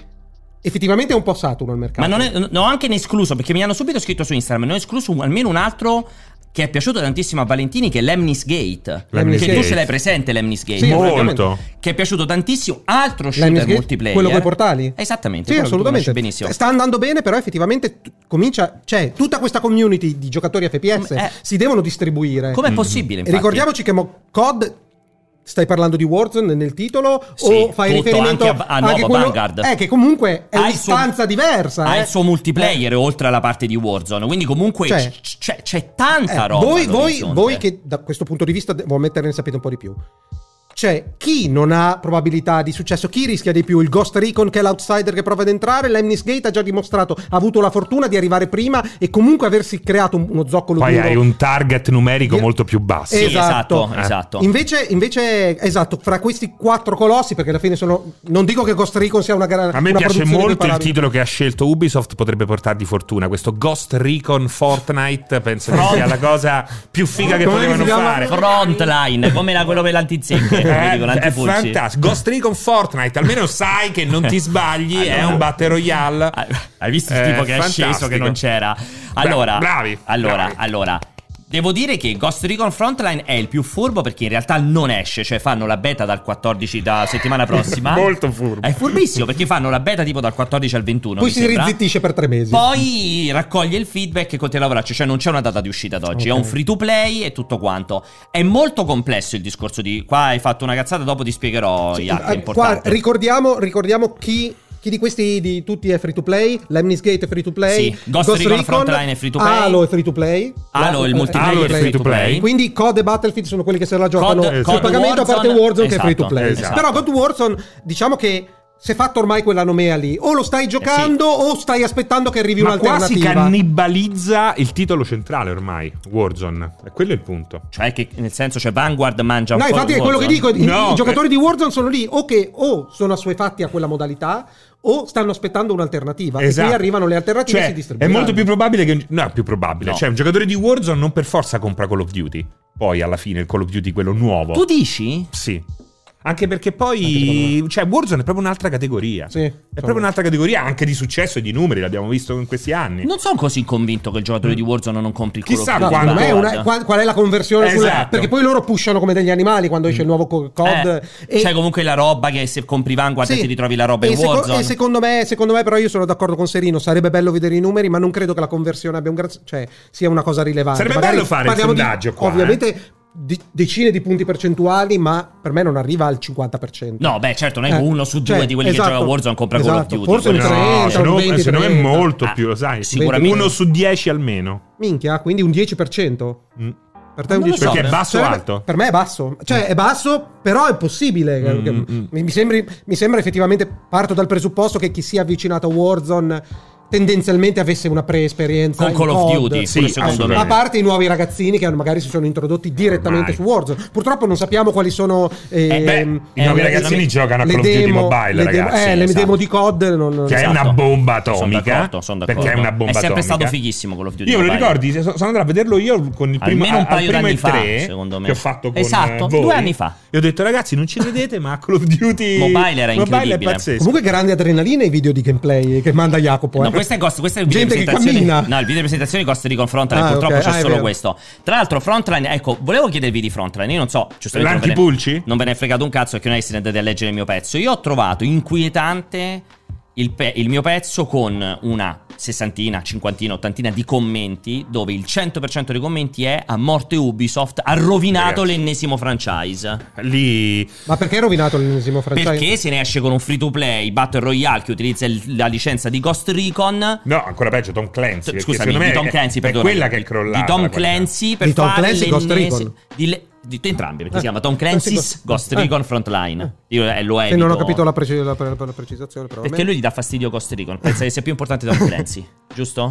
Speaker 3: effettivamente è un po' saturo il mercato.
Speaker 1: Ma non è, no, anche ne escluso, perché mi hanno subito scritto su Instagram, ne ho escluso un- almeno un altro che è piaciuto tantissimo a Valentini, che è l'Emnis Gate.
Speaker 2: Lemnis
Speaker 1: che tu
Speaker 2: Gate.
Speaker 1: ce l'hai presente, l'Emnis Gate.
Speaker 3: Sì,
Speaker 2: molto.
Speaker 3: ovviamente.
Speaker 1: Che è piaciuto tantissimo, altro
Speaker 3: Lemnis
Speaker 1: shooter
Speaker 3: Gate,
Speaker 1: multiplayer.
Speaker 3: quello coi portali?
Speaker 1: Esattamente.
Speaker 3: Sì,
Speaker 1: quello che tu
Speaker 3: assolutamente. Eh,
Speaker 1: conosci Benissimo.
Speaker 3: Sta andando bene, però effettivamente t- comincia. C'è tutta questa community di giocatori FPS
Speaker 1: Come- eh.
Speaker 3: si devono distribuire.
Speaker 1: Com'è possibile,
Speaker 3: E
Speaker 1: infatti?
Speaker 3: Ricordiamoci che mo- COD. Stai parlando di Warzone nel titolo?
Speaker 1: Sì,
Speaker 3: o fai
Speaker 1: tutto,
Speaker 3: riferimento
Speaker 1: anche a- a nuovo Vanguard.
Speaker 3: Eh, che comunque è
Speaker 1: Ha il suo-
Speaker 3: un'istanza diversa.
Speaker 1: Ha
Speaker 3: eh.
Speaker 1: il suo multiplayer oltre alla parte di Warzone, quindi comunque
Speaker 3: Cioè-
Speaker 1: c- c'è, c'è tanta
Speaker 3: Eh,
Speaker 1: roba. eh.
Speaker 3: Voi, voi,
Speaker 1: all'orizzonte.
Speaker 3: voi che da questo punto di vista devo ammettere ne sapete un po' di più. Cioè, chi non ha probabilità di successo? Chi rischia di più? Il Ghost Recon che è l'outsider che prova ad entrare? L'Emnis Gate ha già dimostrato, ha avuto la fortuna di arrivare prima e comunque aversi creato un- uno zoccolo
Speaker 2: Poi
Speaker 3: duro.
Speaker 2: hai un target numerico
Speaker 3: Io-
Speaker 2: molto più basso.
Speaker 1: Sì, esatto,
Speaker 3: esatto.
Speaker 1: esatto.
Speaker 3: Invece, invece, esatto, fra questi quattro colossi, perché alla fine sono... Non dico che Ghost Recon sia una gara...
Speaker 2: A me
Speaker 3: una
Speaker 2: piace
Speaker 3: produzione
Speaker 2: molto il
Speaker 3: equiparabile.
Speaker 2: titolo che ha scelto Ubisoft, potrebbe portargli fortuna. Questo Ghost Recon Fortnite penso che
Speaker 1: Front-
Speaker 2: sia la cosa più figa che
Speaker 3: Com'è che
Speaker 2: potevano
Speaker 3: si chiama?
Speaker 2: fare.
Speaker 1: Frontline, come la, quello per l'antizecche,
Speaker 3: [laughs]
Speaker 1: come
Speaker 2: Eh,
Speaker 1: dicono,
Speaker 2: è
Speaker 1: l'antipulci.
Speaker 2: fantastico. Ghost Recon Fortnite, almeno sai che non ti sbagli, è
Speaker 1: Allora.
Speaker 2: un battle royale.
Speaker 1: Ah, Hai visto il
Speaker 2: Eh,
Speaker 1: tipo che
Speaker 2: fantastico.
Speaker 1: è sceso che non c'era? Allora,
Speaker 2: bravi,
Speaker 1: allora,
Speaker 2: bravi.
Speaker 1: allora. Devo dire che Ghost Recon Frontline è il più furbo perché in realtà non esce, cioè fanno la beta dal 14 da
Speaker 2: [laughs]
Speaker 1: settimana prossima.
Speaker 2: Molto furbo.
Speaker 1: È furbissimo perché fanno la beta tipo dal 14 al 21.
Speaker 3: Poi
Speaker 1: mi
Speaker 3: si
Speaker 1: sembra.
Speaker 3: rizzittisce per tre mesi.
Speaker 1: Poi raccoglie il feedback e continua a lavorarci, cioè non c'è una data di uscita ad oggi,
Speaker 3: Ok.
Speaker 1: è un free to play e tutto quanto. È molto complesso il discorso di qua hai fatto una cazzata, dopo ti spiegherò gli altri
Speaker 3: Ah,
Speaker 1: importanti.
Speaker 3: qua ricordiamo, ricordiamo chi, chi di questi di tutti è free to play. Lemnis Gate è free to play.
Speaker 1: Sì, Ghost Recon Frontline è free to play.
Speaker 3: Halo è free to play.
Speaker 1: Halo, il
Speaker 3: Eh,
Speaker 1: multiplayer
Speaker 2: Halo è free to play.
Speaker 3: Quindi COD e Battlefield sono quelli che se la giocano
Speaker 1: COD-
Speaker 3: sul
Speaker 2: COD
Speaker 3: pagamento, a parte
Speaker 1: Warzone,
Speaker 3: Warzone che è free to
Speaker 1: esatto,
Speaker 3: play.
Speaker 2: esatto.
Speaker 3: Però God Warzone, diciamo che si è fatto ormai quella nomea lì. O lo
Speaker 1: Eh
Speaker 3: stai giocando o stai aspettando che arrivi
Speaker 2: Ma qua si
Speaker 3: un'alternativa.
Speaker 2: cannibalizza il titolo centrale ormai, Warzone. E quello è il punto.
Speaker 1: Cioè, che nel senso, cioè, Vanguard mangia un
Speaker 3: No,
Speaker 1: po'
Speaker 3: infatti
Speaker 1: il
Speaker 3: è quello che
Speaker 1: Warzone.
Speaker 3: dico. i-
Speaker 2: No,
Speaker 3: I giocatori
Speaker 2: eh.
Speaker 3: di Warzone sono lì o che o sono assuefatti a quella modalità o stanno aspettando un'alternativa. E qui arrivano le alternative
Speaker 2: Esatto. Cioè,
Speaker 3: e si distribuiscono.
Speaker 2: È molto più probabile che. un- No, è più probabile.
Speaker 1: No.
Speaker 2: Cioè, un giocatore di Warzone non per forza compra Call of Duty. poi alla fine il Call of Duty quello nuovo.
Speaker 1: Tu dici?
Speaker 2: Sì. Anche perché
Speaker 3: Anche secondo
Speaker 2: poi, cioè, Warzone è proprio un'altra categoria.
Speaker 3: Sì,
Speaker 2: è proprio un'altra categoria anche di successo e di numeri, l'abbiamo visto in questi anni.
Speaker 1: Non sono così convinto che il giocatore di Warzone non compri il Call
Speaker 2: Chissà
Speaker 1: of
Speaker 3: No,
Speaker 1: Duty
Speaker 2: quando-
Speaker 3: secondo me è
Speaker 1: Vanguard.
Speaker 3: una- qual, qual è la conversione? sulla-
Speaker 2: Esatto.
Speaker 3: perché poi loro pushano come degli animali quando esce il nuovo co- COD.
Speaker 1: Eh, c'è comunque la roba che se compri Vanguard
Speaker 3: Sì.
Speaker 1: e ti ritrovi la roba
Speaker 3: E
Speaker 1: in
Speaker 3: seco-
Speaker 1: Warzone.
Speaker 3: e secondo me, secondo me, però, io sono d'accordo con Serino. Sarebbe bello vedere i numeri, ma non credo che la conversione abbia un gra- cioè, sia una cosa rilevante.
Speaker 2: Sarebbe
Speaker 3: Magari
Speaker 2: bello fare il
Speaker 3: parliamo di-
Speaker 2: sondaggio qua, eh.
Speaker 3: ovviamente di- decine di punti percentuali, ma per me non arriva al 50%.
Speaker 1: No, beh, certo, non è che
Speaker 3: Eh,
Speaker 1: uno su due
Speaker 3: cioè,
Speaker 1: di quelli
Speaker 3: esatto.
Speaker 1: che gioca a Warzone compra Call of
Speaker 3: Esatto,
Speaker 1: Duty.
Speaker 3: forse
Speaker 2: No,
Speaker 3: un
Speaker 1: Quello-
Speaker 3: 30,
Speaker 2: se no-
Speaker 3: un 20,
Speaker 2: se no è
Speaker 3: 30.
Speaker 2: molto
Speaker 1: Ah,
Speaker 2: più, lo sai.
Speaker 1: sicuramente.
Speaker 2: Uno su dieci almeno.
Speaker 3: Minchia, quindi un 10%.
Speaker 2: Mm.
Speaker 3: Per te è un
Speaker 1: Non lo
Speaker 3: 10%.
Speaker 1: so, Perché è
Speaker 2: basso o
Speaker 3: eh. Sarebbe-
Speaker 2: alto?
Speaker 3: Per me è basso. Cioè, è basso, però è possibile.
Speaker 2: Mm,
Speaker 3: Che-
Speaker 2: mm,
Speaker 3: che- Mi, mi sembri- mi sembra effettivamente. Parto dal presupposto che chi si è avvicinato a Warzone tendenzialmente avesse una preesperienza
Speaker 1: Con
Speaker 3: in
Speaker 1: Call of
Speaker 3: COD.
Speaker 1: Duty,
Speaker 2: Sì,
Speaker 1: pure secondo
Speaker 2: assolutamente.
Speaker 1: me.
Speaker 3: A parte i nuovi ragazzini che magari si sono introdotti direttamente
Speaker 2: Ormai.
Speaker 3: su Warzone. Purtroppo non sappiamo quali sono.
Speaker 1: Eh,
Speaker 2: beh,
Speaker 3: ehm,
Speaker 2: i nuovi
Speaker 3: eh,
Speaker 2: ragazzini
Speaker 3: le-
Speaker 2: giocano a
Speaker 3: le
Speaker 2: Call of Duty
Speaker 3: demo-
Speaker 2: Mobile,
Speaker 3: le demo-
Speaker 2: ragazzi,
Speaker 3: Eh, le
Speaker 1: esatto.
Speaker 3: demo di COD non. non
Speaker 2: Che è
Speaker 1: Esatto.
Speaker 2: una bomba atomica.
Speaker 1: Sono d'accordo, sono d'accordo.
Speaker 2: Perché è una bomba
Speaker 1: È sempre
Speaker 2: atomica.
Speaker 1: stato fighissimo Call of Duty
Speaker 2: Io me lo
Speaker 1: Mobile.
Speaker 2: ricordi, se- sono andato a vederlo io con il primo,
Speaker 1: Almeno un
Speaker 2: al- al
Speaker 1: paio
Speaker 2: primo
Speaker 1: d'anni
Speaker 2: e tre,
Speaker 1: fa, secondo me.
Speaker 2: che ho fatto con
Speaker 1: Esatto,
Speaker 2: eh, voi.
Speaker 1: due anni fa.
Speaker 2: E ho detto ragazzi, non ci vedete, ma Call of
Speaker 1: [laughs]
Speaker 2: Duty
Speaker 1: Mobile era
Speaker 2: Mobile è
Speaker 1: incredibile.
Speaker 2: pazzesco.
Speaker 3: Comunque, grande adrenalina i video di gameplay che manda Jacopo. eh.
Speaker 1: No, questa è cost- questa è il
Speaker 3: Gente
Speaker 1: video di
Speaker 3: che
Speaker 1: presentazione-
Speaker 3: cammina.
Speaker 1: No, il video di presentazione costa di confrontare.
Speaker 3: Ah,
Speaker 1: purtroppo
Speaker 3: ok.
Speaker 1: c'è
Speaker 3: Ah, è
Speaker 1: solo
Speaker 3: vero.
Speaker 1: questo. Tra l'altro, Frontline, ecco, volevo chiedervi di Frontline. Io non so, giustamente. non ve ne-
Speaker 2: L'antipulci?
Speaker 1: Non ve ne è fregato un cazzo perché non è che siete andati a leggere il mio pezzo. Io ho trovato inquietante il, pe- il mio pezzo con una sessantina, cinquantina, ottantina di commenti dove il 100% dei commenti è a morte Ubisoft ha rovinato
Speaker 2: Ragazzi.
Speaker 1: l'ennesimo franchise.
Speaker 2: Lì
Speaker 3: Ma perché hai rovinato l'ennesimo franchise?
Speaker 1: Perché se ne esce con un free to play Battle Royale che utilizza il- la licenza di Ghost Recon
Speaker 2: No, ancora peggio Tom Clancy, perché
Speaker 1: Cioè, Scusami,
Speaker 2: secondo me
Speaker 1: di Tom
Speaker 2: è-
Speaker 1: Clancy,
Speaker 2: è,
Speaker 1: perdonami.
Speaker 2: quella che è crollata.
Speaker 1: Di Tom
Speaker 2: la qualità.
Speaker 1: Clancy per
Speaker 3: Di Tom
Speaker 1: fare
Speaker 3: Clancy, Ghost
Speaker 1: l'ennesimo-
Speaker 3: Recon.
Speaker 1: Di, le- di entrambi, perché
Speaker 3: Eh.
Speaker 1: si chiama Tom Clancy's
Speaker 3: Eh.
Speaker 1: Ghost Recon Frontline. Io eh, lo
Speaker 3: Se non ho
Speaker 1: evito.
Speaker 3: capito la, preci- la- la- la precisazione, però.
Speaker 1: Perché lui gli dà fastidio Ghost Recon. Pensa che sia più importante Tom Clancy, giusto?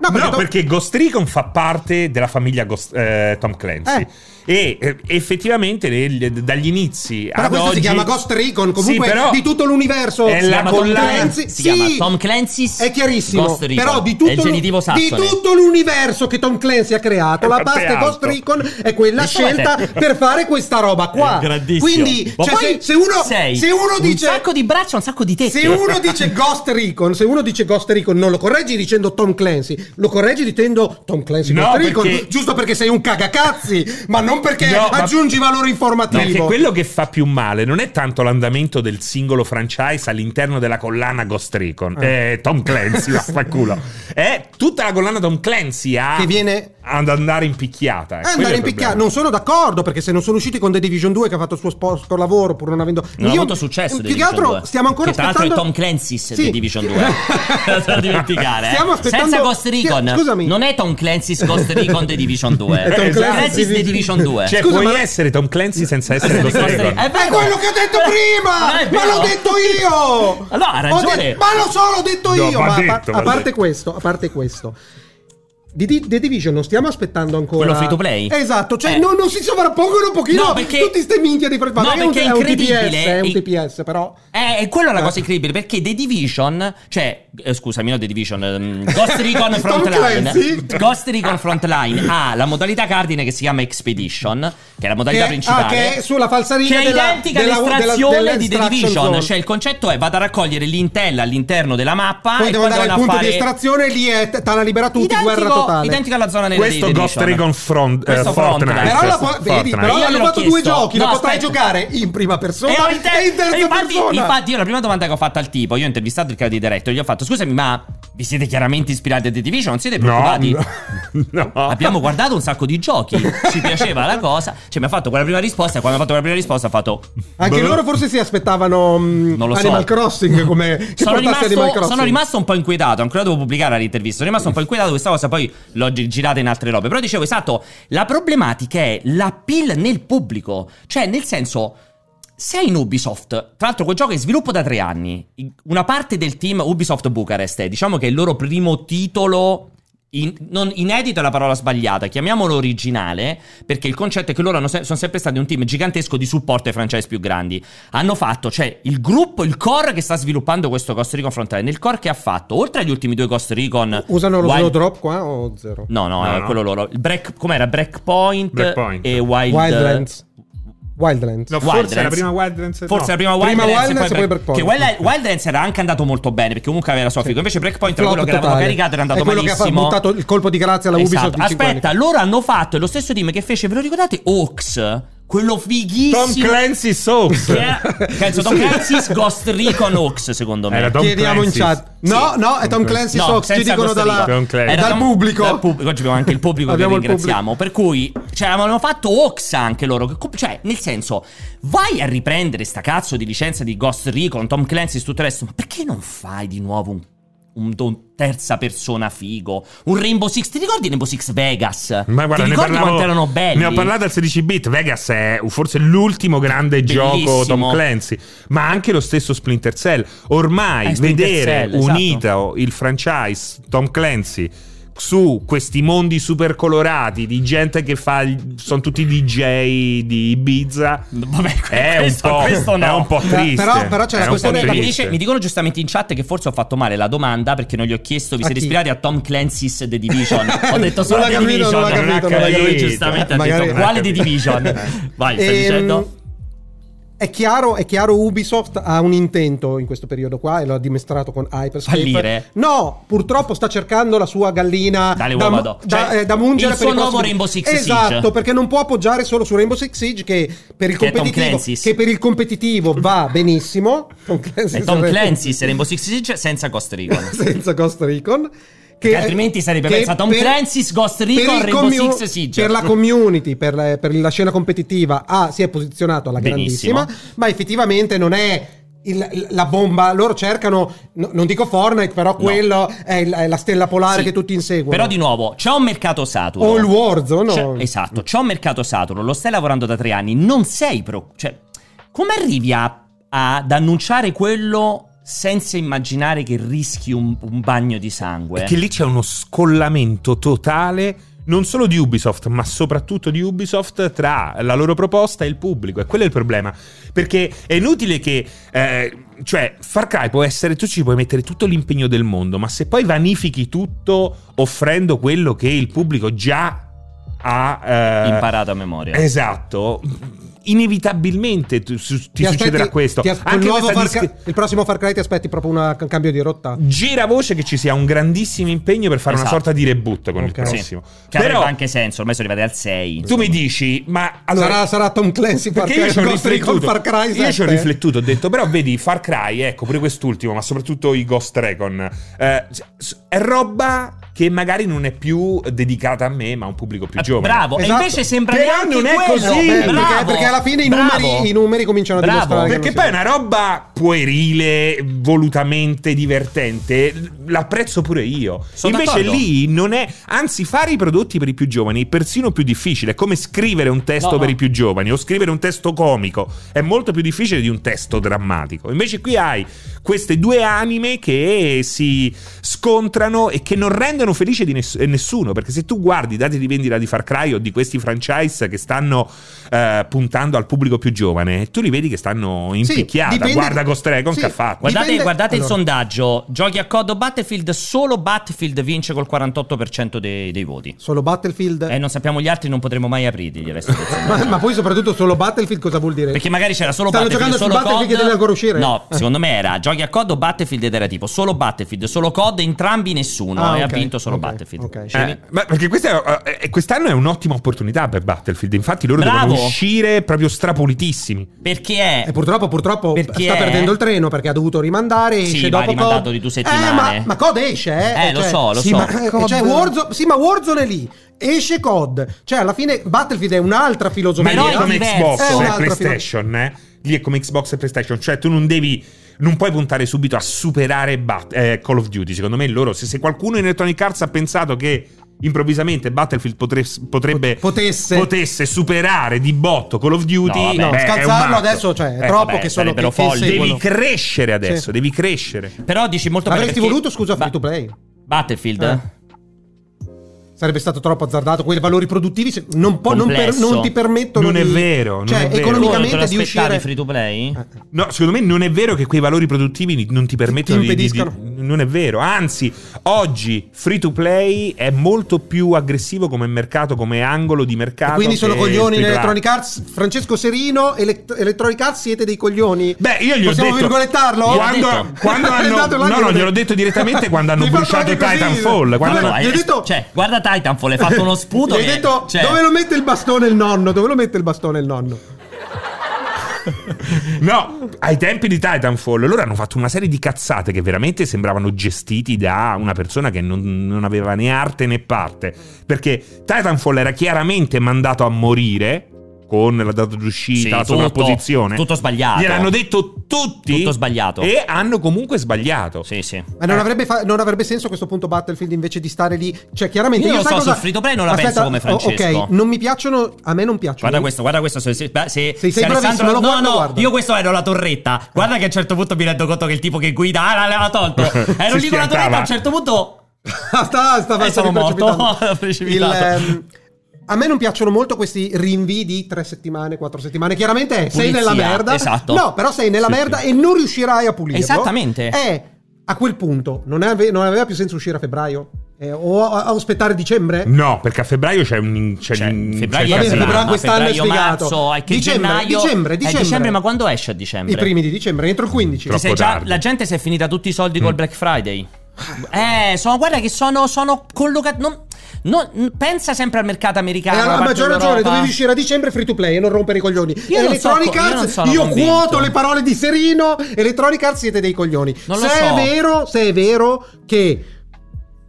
Speaker 3: No, perché,
Speaker 2: No, perché Ghost Recon fa parte della famiglia Ghost- eh, Tom Clancy. E eh, effettivamente nel- dagli inizi
Speaker 3: Però
Speaker 2: ad
Speaker 3: questo si
Speaker 2: oggi-
Speaker 3: chiama Ghost Recon, comunque
Speaker 2: Sì, però
Speaker 3: di tutto l'universo.
Speaker 2: è
Speaker 1: Si
Speaker 2: la
Speaker 1: chiama
Speaker 3: Tom
Speaker 1: Tom
Speaker 2: collana-
Speaker 1: Clancy. Si
Speaker 3: Sì,
Speaker 1: chiama Tom Clancy's
Speaker 3: È chiarissimo,
Speaker 1: Ghost Recon.
Speaker 3: però di
Speaker 1: È il
Speaker 3: tutto, l'u-
Speaker 1: genitivo
Speaker 3: di
Speaker 1: sassone.
Speaker 3: tutto l'universo che Tom Clancy ha creato,
Speaker 2: È
Speaker 3: la
Speaker 2: parte
Speaker 3: pasta
Speaker 2: alto.
Speaker 3: Ghost Recon è quella
Speaker 1: Questo l'ha
Speaker 3: scelta
Speaker 1: detto.
Speaker 3: per fare questa roba qua.
Speaker 1: È grandissimo.
Speaker 3: Quindi,
Speaker 1: Ma
Speaker 3: cioè,
Speaker 1: poi
Speaker 3: se, se uno,
Speaker 1: sei
Speaker 3: se uno dice
Speaker 1: un sacco di braccia, un sacco di tette.
Speaker 3: Se uno dice Ghost Recon, se uno dice Ghost Recon, non lo correggi dicendo Tom Clancy, lo correggi dicendo Tom Clancy
Speaker 2: No,
Speaker 3: Ghost Recon,
Speaker 2: perché-
Speaker 3: giusto perché sei un cagacazzi, ma non perché
Speaker 2: No, ma-
Speaker 3: aggiungi valore
Speaker 2: No, perché
Speaker 3: informativo.
Speaker 2: quello che fa più male non è tanto l'andamento del singolo franchise all'interno della collana Ghost Recon. Eh, Tom
Speaker 3: [laughs]
Speaker 2: Clancy, vaffanculo. È tutta la collana Tom Clancy a,
Speaker 3: Che viene-
Speaker 2: ad andare impicchiata. eh.
Speaker 3: Eh,
Speaker 2: Quello è
Speaker 3: andare
Speaker 2: il
Speaker 3: in picchia,
Speaker 2: problema.
Speaker 3: non sono d'accordo perché se non sono usciti con The Division 2 che ha fatto il suo sporco lavoro pur non avendo
Speaker 1: Non ha
Speaker 3: Io-
Speaker 1: avuto successo The
Speaker 3: più che
Speaker 1: Division
Speaker 3: altro
Speaker 1: 2.
Speaker 3: stiamo ancora
Speaker 1: Che tra l'altro
Speaker 3: aspettando
Speaker 1: è Tom Clancy's
Speaker 3: Sì.
Speaker 1: The Division [laughs]
Speaker 3: [laughs]
Speaker 1: 2 da dimenticare eh.
Speaker 3: Stiamo aspettando-
Speaker 1: senza Ghost Recon
Speaker 3: Stia- scusami.
Speaker 1: non è Tom Clancy's Ghost Recon The Division 2
Speaker 3: È Tom
Speaker 1: Tom
Speaker 2: Clancy's
Speaker 1: Clancy's The Division 2
Speaker 2: Cioè,
Speaker 3: Scusa,
Speaker 2: puoi
Speaker 3: ma-
Speaker 2: essere Tom Clancy senza essere Ghost
Speaker 1: Ghost
Speaker 2: Recon.
Speaker 1: Recon. Eh,
Speaker 3: è
Speaker 1: vero.
Speaker 3: quello che ho detto
Speaker 1: Non è
Speaker 3: prima! ma
Speaker 1: vero.
Speaker 3: l'ho detto
Speaker 1: [laughs]
Speaker 3: io!
Speaker 1: Allora, ha
Speaker 3: Ho
Speaker 1: ragione.
Speaker 3: ma lo so, l'ho detto
Speaker 2: No,
Speaker 3: io!
Speaker 2: va
Speaker 3: Ma a,
Speaker 2: detto,
Speaker 3: par-
Speaker 2: va
Speaker 3: a parte
Speaker 2: detto.
Speaker 3: questo, a parte questo. Di, di- The Division non stiamo aspettando ancora
Speaker 1: Quello free to play?
Speaker 3: Esatto, cioè
Speaker 1: Eh.
Speaker 3: non, non si sovrappongono un pochino
Speaker 1: No, perché-
Speaker 3: tutti ste minchia di free
Speaker 1: No,
Speaker 3: Vabbè, è un-
Speaker 1: perché è
Speaker 3: è un
Speaker 1: incredibile.
Speaker 3: TPS, è un
Speaker 1: Il-
Speaker 3: TPS, però
Speaker 1: Eh, e quella è la cosa incredibile perché The Division, cioè, eh, scusami, no The Division, ehm, Ghost Recon
Speaker 3: [laughs] Tom
Speaker 1: Frontline.
Speaker 3: Clancy.
Speaker 1: Ghost Recon Frontline ha la modalità cardine che si chiama Expedition, che è la modalità
Speaker 3: Che-
Speaker 1: principale.
Speaker 3: ah, che è sulla falsariga
Speaker 1: Che è
Speaker 3: della-
Speaker 1: identica
Speaker 3: della-
Speaker 1: all'estrazione
Speaker 3: della-
Speaker 1: di The
Speaker 3: dell'extraction
Speaker 1: Division.
Speaker 3: zone.
Speaker 1: Cioè, il concetto è vado a raccogliere l'intel all'interno della mappa
Speaker 3: poi
Speaker 1: Ah, e
Speaker 3: devo
Speaker 1: poi
Speaker 3: andare
Speaker 1: vado
Speaker 3: al
Speaker 1: a
Speaker 3: punto
Speaker 1: fare
Speaker 3: di estrazione, lì è t- tana libera tutti,
Speaker 1: identico,
Speaker 3: guerra totale.
Speaker 1: identico alla zona nella
Speaker 2: Questo
Speaker 1: The
Speaker 2: Ghost
Speaker 1: Division.
Speaker 2: Recon Front, eh,
Speaker 1: diciamo. Questo
Speaker 2: Fortnite.
Speaker 1: Frontline.
Speaker 3: Però, la può-
Speaker 2: Fortnite.
Speaker 3: vedi, però
Speaker 1: Io
Speaker 3: hanno
Speaker 1: gliel'ho
Speaker 3: fatto due
Speaker 1: chiesto.
Speaker 3: giochi,
Speaker 1: No,
Speaker 3: la potrai
Speaker 1: aspetta.
Speaker 3: giocare in prima persona
Speaker 1: E
Speaker 3: e,
Speaker 1: ho in ter-
Speaker 3: in terza
Speaker 1: e infatti,
Speaker 3: persona.
Speaker 1: infatti io la prima domanda che ho fatto al tipo, io ho intervistato il creato di diretto, gli ho fatto "Scusami, ma vi siete chiaramente ispirati a The Division? Non siete preoccupati?"
Speaker 3: [laughs]
Speaker 2: No, no.
Speaker 1: [laughs] Abbiamo guardato un sacco di giochi, ci piaceva la cosa, cioè mi ha fatto quella prima risposta e quando mi ha fatto quella prima risposta ha fatto
Speaker 3: Anche
Speaker 2: Beh.
Speaker 3: loro forse si aspettavano mh,
Speaker 1: Non lo so. [laughs]
Speaker 3: Animal Crossing come che
Speaker 1: sono
Speaker 3: portasse Animal
Speaker 1: rimasto,
Speaker 3: Crossing.
Speaker 1: sono rimasto un po' inquietato, ancora devo pubblicare l'intervista, sono rimasto un po' inquietato, questa cosa poi l'ho gi- girata in altre robe, però dicevo esatto, la problematica è l'appeal nel pubblico, cioè nel senso... Sei in Ubisoft, tra l'altro quel gioco è in sviluppo da tre anni, I- una parte del team Ubisoft Bucharest è diciamo che è il loro primo titolo in- non, inedito è la parola sbagliata, chiamiamolo originale, perché il concetto è che loro hanno se- sono sempre stati un team gigantesco di supporto ai franchise più grandi. Hanno fatto, cioè, il gruppo, il core che sta sviluppando questo Ghost Recon Frontline, il core che ha fatto, oltre agli ultimi due Ghost Recon...
Speaker 3: Usano lo
Speaker 1: Wild-
Speaker 3: slow drop qua o zero?
Speaker 1: No, no,
Speaker 2: No,
Speaker 1: è
Speaker 2: no.
Speaker 1: quello loro. Il break, com'era? Breakpoint,
Speaker 2: Breakpoint.
Speaker 1: e Wild...
Speaker 3: Wildlands. Wildlands.
Speaker 2: No,
Speaker 1: Wildlands.
Speaker 2: forse la prima Wildlands.
Speaker 1: Forse
Speaker 2: no.
Speaker 1: la prima
Speaker 3: Prima
Speaker 1: Wildlands,
Speaker 3: Wildlands e poi
Speaker 1: Che
Speaker 3: Breakpoint.
Speaker 1: Wild- Wildlands era anche andato molto bene perché comunque aveva la sua figa. Invece Breakpoint era
Speaker 3: Flop
Speaker 1: quello che avevano
Speaker 3: totale.
Speaker 1: caricato era andato
Speaker 3: È quello
Speaker 1: benissimo.
Speaker 3: che ha fa- buttato il colpo di grazia alla Ubisoft
Speaker 1: Esatto.
Speaker 3: di cinque
Speaker 1: Aspetta,
Speaker 3: anni.
Speaker 1: loro hanno fatto è lo stesso team che fece, ve lo ricordate? Ox, quello fighissimo.
Speaker 2: Tom Clancy Soaps.
Speaker 1: che era- penso Tom Clancy's Ghost Recon Ox, secondo me.
Speaker 2: Era Tom
Speaker 3: Chiediamo in
Speaker 2: Clancy's.
Speaker 3: chat. No,
Speaker 1: Sì.
Speaker 3: no, è Tom Clancy
Speaker 1: No,
Speaker 3: Sox, ci
Speaker 1: senza
Speaker 3: dicono
Speaker 1: Costa
Speaker 3: dalla-
Speaker 1: Rica.
Speaker 2: Tom Clancy.
Speaker 1: Era
Speaker 3: dal
Speaker 1: Tom-
Speaker 3: pubblico.
Speaker 1: dal pubblico. Oggi abbiamo anche il pubblico che
Speaker 3: Abbiamo il
Speaker 1: ringraziamo. Per cui, cioè, avevano fatto Ox anche loro. che com- Cioè, nel senso, vai a riprendere sta cazzo di licenza di Ghost Recon, Tom Clancy e tutto il resto. Ma perché non fai di nuovo un. un- un terza persona figo, un Rainbow Six, ti ricordi Rainbow Six Vegas?
Speaker 2: Ma guarda,
Speaker 1: ti
Speaker 2: ne
Speaker 1: ricordi
Speaker 2: parlavo-
Speaker 1: quanto erano belli?
Speaker 2: Ne ho parlato al 16 bit. Vegas è forse l'ultimo grande
Speaker 1: Bellissimo.
Speaker 2: gioco Tom Clancy, ma anche lo stesso Splinter Cell. Ormai
Speaker 1: Eh, Splinter
Speaker 2: vedere
Speaker 1: Cell, esatto.
Speaker 2: unito il franchise Tom Clancy su questi mondi super colorati di gente che fa sono tutti DJ di Ibiza.
Speaker 1: Vabbè,
Speaker 2: È
Speaker 1: [laughs] questo-
Speaker 2: Eh, un po',
Speaker 1: questo no.
Speaker 2: è un po'
Speaker 1: Ma-
Speaker 2: triste.
Speaker 3: però- però c'è
Speaker 2: È
Speaker 3: la
Speaker 2: un
Speaker 1: Questo
Speaker 2: po'
Speaker 1: Cioè, mi- mi,
Speaker 2: triste.
Speaker 1: dice- mi dicono giustamente in chat che forse ho fatto male la domanda perché non gli ho chiesto vi
Speaker 3: A
Speaker 1: siete
Speaker 3: chi?
Speaker 1: ispirati a Tom Clancy's The
Speaker 3: [laughs]
Speaker 1: Division ho detto
Speaker 3: Non
Speaker 1: solo
Speaker 3: l'ha
Speaker 1: The
Speaker 3: capito,
Speaker 1: Division
Speaker 3: non l'ha
Speaker 1: ha
Speaker 3: capito, non l'ha
Speaker 1: capito. lui
Speaker 2: capito.
Speaker 1: giustamente ha
Speaker 3: Magari-
Speaker 1: detto quale The
Speaker 2: Eh.
Speaker 1: Division vai stai
Speaker 3: Ehm,
Speaker 1: dicendo
Speaker 3: È chiaro, è chiaro, Ubisoft ha un intento in questo periodo qua e lo ha dimostrato con Hyperscape.
Speaker 1: Fallire?
Speaker 3: No, purtroppo sta cercando la sua gallina
Speaker 1: Dalle
Speaker 3: da,
Speaker 1: uova
Speaker 3: mu-
Speaker 1: d'oro.
Speaker 3: da-
Speaker 1: Cioè,
Speaker 3: eh, da mungere
Speaker 1: il
Speaker 3: per
Speaker 1: suo
Speaker 3: i prossimi-
Speaker 1: nuovo Rainbow Six Siege.
Speaker 3: Esatto, perché non può appoggiare solo su Rainbow Six Siege che per il
Speaker 1: Che è Tom
Speaker 3: competitivo
Speaker 1: Clancy's.
Speaker 3: che per il competitivo va benissimo. Tom Clancy
Speaker 1: è Tom
Speaker 3: sarebbe-
Speaker 1: Clancy's Rainbow Six Siege senza Ghost
Speaker 3: [laughs]
Speaker 1: Recon
Speaker 3: senza Ghost Recon.
Speaker 1: Che altrimenti sarebbe pensa Tom Clancy's, Ghost Recon,
Speaker 3: il
Speaker 1: Rainbow Six Siege.
Speaker 3: Per la community, per, la- per la scena competitiva, ah, si è posizionato alla
Speaker 1: Benissimo.
Speaker 3: grandissima, ma effettivamente non è il- la bomba. Loro cercano, no- non dico Fortnite, però quello è, il- è la stella polare
Speaker 1: Sì.
Speaker 3: che tutti inseguono.
Speaker 1: Però di nuovo, c'è un mercato saturo.
Speaker 3: O il Warzone,
Speaker 1: C'è-
Speaker 3: o-
Speaker 1: esatto, c'è un mercato saturo, lo stai lavorando da tre anni, non sei pro... Cioè, come arrivi a- ad annunciare quello senza immaginare che rischi un, un bagno di sangue?
Speaker 2: È che lì c'è uno scollamento totale non solo di Ubisoft, ma soprattutto di Ubisoft tra la loro proposta e il pubblico. E quello è il problema. Perché è inutile che. eh, cioè, Far Cry può essere. Tu ci puoi mettere tutto l'impegno del mondo, ma se poi vanifichi tutto offrendo quello che il pubblico già ha. eh,
Speaker 1: Imparato a memoria.
Speaker 2: Esatto. Inevitabilmente tu- su- ti,
Speaker 3: aspetti-
Speaker 2: succederà questo.
Speaker 3: ti as- col nuovo
Speaker 2: questa
Speaker 3: Far Cry-
Speaker 2: discri-
Speaker 3: il prossimo Far Cry ti aspetti proprio una- un cambio di rotta.
Speaker 2: gira voce che ci sia un grandissimo impegno per fare
Speaker 1: Esatto.
Speaker 2: una sorta di reboot con
Speaker 3: Ok.
Speaker 2: il
Speaker 1: Sì.
Speaker 2: prossimo.
Speaker 1: Che
Speaker 2: Però
Speaker 1: avrebbe anche senso, ormai sono arrivati al 6.
Speaker 2: tu mi dici, ma allora
Speaker 3: sarà, sarà Tom Clancy Far
Speaker 2: perché
Speaker 3: Cry,
Speaker 2: io ci ho
Speaker 3: Ghost Recon
Speaker 2: riflettuto,
Speaker 3: Far Cry
Speaker 2: io ci ho
Speaker 3: 7.
Speaker 2: riflettuto, ho detto però vedi Far Cry, ecco pure quest'ultimo, ma soprattutto i Ghost Recon, eh, s- s- è roba che magari non è più dedicata a me, ma a un pubblico più giovane.
Speaker 1: Eh, Bravo, e
Speaker 3: Esatto.
Speaker 1: invece sembra
Speaker 2: Però
Speaker 1: neanche
Speaker 2: non è
Speaker 1: quello.
Speaker 2: così.
Speaker 3: Eh,
Speaker 1: Bravo,
Speaker 3: perché, perché alla fine i
Speaker 1: bravo.
Speaker 3: numeri, i numeri cominciano a
Speaker 1: Bravo.
Speaker 3: dimostrare. che
Speaker 2: Perché
Speaker 3: non
Speaker 2: poi è
Speaker 3: c'è.
Speaker 2: una roba puerile, volutamente divertente, l'apprezzo pure io.
Speaker 1: Sono
Speaker 2: Invece
Speaker 1: d'accordo.
Speaker 2: lì non è. Anzi, fare i prodotti per i più giovani è persino più difficile. È come scrivere un testo
Speaker 1: No, no.
Speaker 2: per i più giovani o scrivere un testo comico. È molto più difficile di un testo drammatico. Invece qui hai queste due anime che si scontrano e che non rendono felice di ness- nessuno. Perché se tu guardi i dati di vendita di Far Cry o di questi franchise che stanno eh, puntando al pubblico più giovane, tu li vedi che stanno in
Speaker 3: Sì,
Speaker 2: picchiata.
Speaker 3: dipende-
Speaker 2: Guarda Ghost Recon
Speaker 3: Sì.
Speaker 2: che ha fatto.
Speaker 1: Guardate,
Speaker 3: Dipende-
Speaker 1: guardate il
Speaker 3: allora.
Speaker 1: sondaggio, giochi a COD o Battlefield, solo Battlefield vince col 48% dei, dei voti.
Speaker 3: Solo Battlefield.
Speaker 1: E non sappiamo gli altri, non potremo mai aprirli gli
Speaker 3: [laughs]
Speaker 1: resti del sondaggio.
Speaker 3: ma, ma poi soprattutto solo Battlefield cosa vuol dire?
Speaker 1: Perché magari c'era solo
Speaker 3: Stanno
Speaker 1: Battlefield, solo
Speaker 3: giocando su Battlefield
Speaker 1: COD.
Speaker 3: che deve ancora uscire?
Speaker 1: No,
Speaker 3: Eh.
Speaker 1: secondo me era giochi a COD o Battlefield ed era tipo solo Battlefield, solo COD, entrambi nessuno
Speaker 3: Ah,
Speaker 1: e ha
Speaker 3: ok,
Speaker 1: vinto solo
Speaker 3: ok,
Speaker 1: Battlefield.
Speaker 3: ok.
Speaker 1: Cioè,
Speaker 2: Eh, ma perché questa è- eh, quest'anno è un'ottima opportunità per Battlefield. Infatti, loro
Speaker 1: Bravo.
Speaker 2: devono uscire proprio strapolitissimi.
Speaker 1: Perché è
Speaker 3: E Eh, purtroppo, purtroppo
Speaker 1: Perché
Speaker 3: sta
Speaker 1: è-
Speaker 3: perdendo il treno perché ha dovuto rimandare.
Speaker 1: Sì,
Speaker 3: esce
Speaker 1: ma ha
Speaker 3: dopo
Speaker 1: rimandato
Speaker 3: COD.
Speaker 1: di due settimane.
Speaker 3: Eh, ma, ma COD esce, eh?
Speaker 1: Eh, lo so, lo
Speaker 3: sì,
Speaker 1: so.
Speaker 3: Ma,
Speaker 2: COD-
Speaker 3: cioè, Warzone, sì, ma Warzone è lì. Esce COD. Cioè, alla fine Battlefield è un'altra
Speaker 2: Ma
Speaker 3: filosofia.
Speaker 1: Però
Speaker 2: lì
Speaker 1: è
Speaker 2: è come
Speaker 1: diverso.
Speaker 2: Xbox
Speaker 3: È
Speaker 2: e
Speaker 3: un'altra
Speaker 2: PlayStation, eh? Lì è come Xbox e PlayStation, cioè tu non devi. Non puoi puntare subito a superare Bat- eh, Call of Duty. Secondo me loro. Se, se qualcuno in Electronic Arts ha pensato che improvvisamente Battlefield potre- potrebbe
Speaker 3: Potesse.
Speaker 2: potesse superare di botto Call of
Speaker 1: No,
Speaker 2: Duty,
Speaker 1: vabbè. No,
Speaker 2: beh, è un
Speaker 3: scalzarlo
Speaker 2: matto.
Speaker 3: adesso, cioè, è
Speaker 2: Eh,
Speaker 3: troppo
Speaker 1: vabbè,
Speaker 3: che sono
Speaker 1: sarebbero
Speaker 3: che, che
Speaker 1: folli.
Speaker 2: devi
Speaker 3: inseguono.
Speaker 2: crescere adesso,
Speaker 3: Sì.
Speaker 2: devi crescere.
Speaker 1: Però dici molto bene
Speaker 3: Avresti
Speaker 1: perché-
Speaker 3: voluto, scusa,
Speaker 1: Ba-
Speaker 3: free to play.
Speaker 1: Battlefield?
Speaker 3: Eh. sarebbe stato troppo azzardato. Quei valori produttivi se- non, po- non per-
Speaker 1: Complesso.
Speaker 3: non ti permettono
Speaker 2: Non è
Speaker 3: di-
Speaker 2: vero, non
Speaker 3: cioè,
Speaker 2: è vero.
Speaker 1: Economicamente
Speaker 3: economicamente di uscire.
Speaker 1: free to play?
Speaker 3: Eh.
Speaker 2: No, secondo me non è vero che quei valori produttivi non ti permettono di- di,
Speaker 3: impediscano.
Speaker 2: di- Non è vero. Anzi, oggi free to play è molto più aggressivo come mercato, come angolo di mercato.
Speaker 3: Quindi sono
Speaker 2: che
Speaker 3: coglioni in
Speaker 2: AAA.
Speaker 3: Electronic Arts. Francesco Serino, elect- Electronic Arts siete dei coglioni.
Speaker 2: Beh, io gli ho
Speaker 3: Possiamo
Speaker 2: detto.
Speaker 3: virgolettarlo?
Speaker 2: Quando,
Speaker 1: Gliel'ho
Speaker 3: [laughs]
Speaker 1: detto.
Speaker 2: quando hanno.
Speaker 3: Dato
Speaker 2: No,
Speaker 3: l'angolo
Speaker 2: no,
Speaker 3: del-
Speaker 2: gliel'ho detto
Speaker 3: [laughs]
Speaker 2: direttamente quando hanno
Speaker 3: Mi fatto
Speaker 2: bruciato
Speaker 3: anche così.
Speaker 2: Titanfall. Quando
Speaker 3: Vabbè,
Speaker 2: hanno-
Speaker 3: gli ho detto-
Speaker 1: Cioè, guarda Titanfall, hai fatto uno sputo.
Speaker 3: [laughs] Gli hai
Speaker 1: che-
Speaker 3: detto
Speaker 1: cioè,
Speaker 3: dove lo mette il bastone il nonno? Dove lo mette il bastone il nonno?
Speaker 2: No, ai tempi di Titanfall loro hanno fatto una serie di cazzate che veramente sembravano gestiti da una persona che non, non aveva né arte né parte. Perché Titanfall era chiaramente mandato a morire con la data d'uscita,
Speaker 1: sì,
Speaker 2: la
Speaker 1: tutto-
Speaker 2: sovrapposizione.
Speaker 1: Tutto sbagliato.
Speaker 2: Gliel'hanno detto tutti.
Speaker 1: Tutto sbagliato.
Speaker 2: E hanno comunque sbagliato.
Speaker 1: Sì, sì.
Speaker 3: Ma non avrebbe, fa- non avrebbe senso a questo punto Battlefield invece di stare lì. Cioè, chiaramente
Speaker 1: Io
Speaker 3: io,
Speaker 1: lo
Speaker 3: sai
Speaker 1: so,
Speaker 3: cosa...
Speaker 1: sul free to play non la penso come
Speaker 3: oh,
Speaker 1: Francesco.
Speaker 3: Ok, non mi piacciono, a me non piacciono.
Speaker 1: Guarda questo, guarda questo. Se, se, se,
Speaker 3: sei
Speaker 1: se
Speaker 3: bravissimo,
Speaker 1: no,
Speaker 3: lo guardo,
Speaker 1: no,
Speaker 3: guarda.
Speaker 1: io questo ero la torretta. Guarda che a un certo punto mi rendo conto che il tipo che guida ah, l'aveva
Speaker 2: [laughs]
Speaker 1: tolto. Ero
Speaker 2: Si
Speaker 1: lì con la torretta. A
Speaker 2: schiantava.
Speaker 1: un certo punto
Speaker 3: Ah, sta, sta
Speaker 1: Eh, sono
Speaker 3: sta
Speaker 1: [laughs]
Speaker 3: precipitando.
Speaker 1: morto. Precipitato.
Speaker 3: Il, ehm, a me non piacciono molto questi rinvii di tre settimane, quattro settimane. Chiaramente è, sei
Speaker 1: Pulizia,
Speaker 3: nella merda.
Speaker 1: esatto.
Speaker 3: No, però sei nella
Speaker 2: Sì,
Speaker 3: merda e non riuscirai a pulirlo.
Speaker 1: Esattamente.
Speaker 3: Eh, a quel punto non, ave- non aveva più senso uscire a febbraio? Eh, o a- a aspettare dicembre?
Speaker 2: No, perché a febbraio c'è un. C'è,
Speaker 1: Cioè,
Speaker 2: un-
Speaker 1: febbraio è
Speaker 2: c'è il
Speaker 3: Vabbè,
Speaker 2: casino.
Speaker 3: febbraio- quest'anno è
Speaker 1: febbraio,
Speaker 3: spiegato.
Speaker 1: marzo, è che
Speaker 3: Dicembre,
Speaker 1: gennaio-
Speaker 3: dicembre,
Speaker 1: è
Speaker 3: dicembre.
Speaker 1: ma quando esce a dicembre?
Speaker 3: I primi di dicembre, entro il 15.
Speaker 1: Ti sei già-
Speaker 2: tardi. Mm.
Speaker 1: la gente si è finita tutti i soldi col Black Friday. Eh, sono, guarda che sono, sono collocati. non- non- n- pensa sempre al mercato
Speaker 3: Eh,
Speaker 1: americano.
Speaker 3: allora,
Speaker 1: la
Speaker 3: a
Speaker 1: parte
Speaker 3: maggior ragione,
Speaker 1: d'Europa.
Speaker 3: dovevi uscire a dicembre free to play e non rompere i coglioni.
Speaker 1: Io non so
Speaker 3: Electronic
Speaker 1: co- io non
Speaker 3: Arts,
Speaker 1: sono
Speaker 3: io,
Speaker 1: convinto.
Speaker 3: quoto le parole di Serino. Electronic Arts siete dei coglioni.
Speaker 1: Non
Speaker 3: se
Speaker 1: lo
Speaker 3: è
Speaker 1: so.
Speaker 3: vero, se è vero che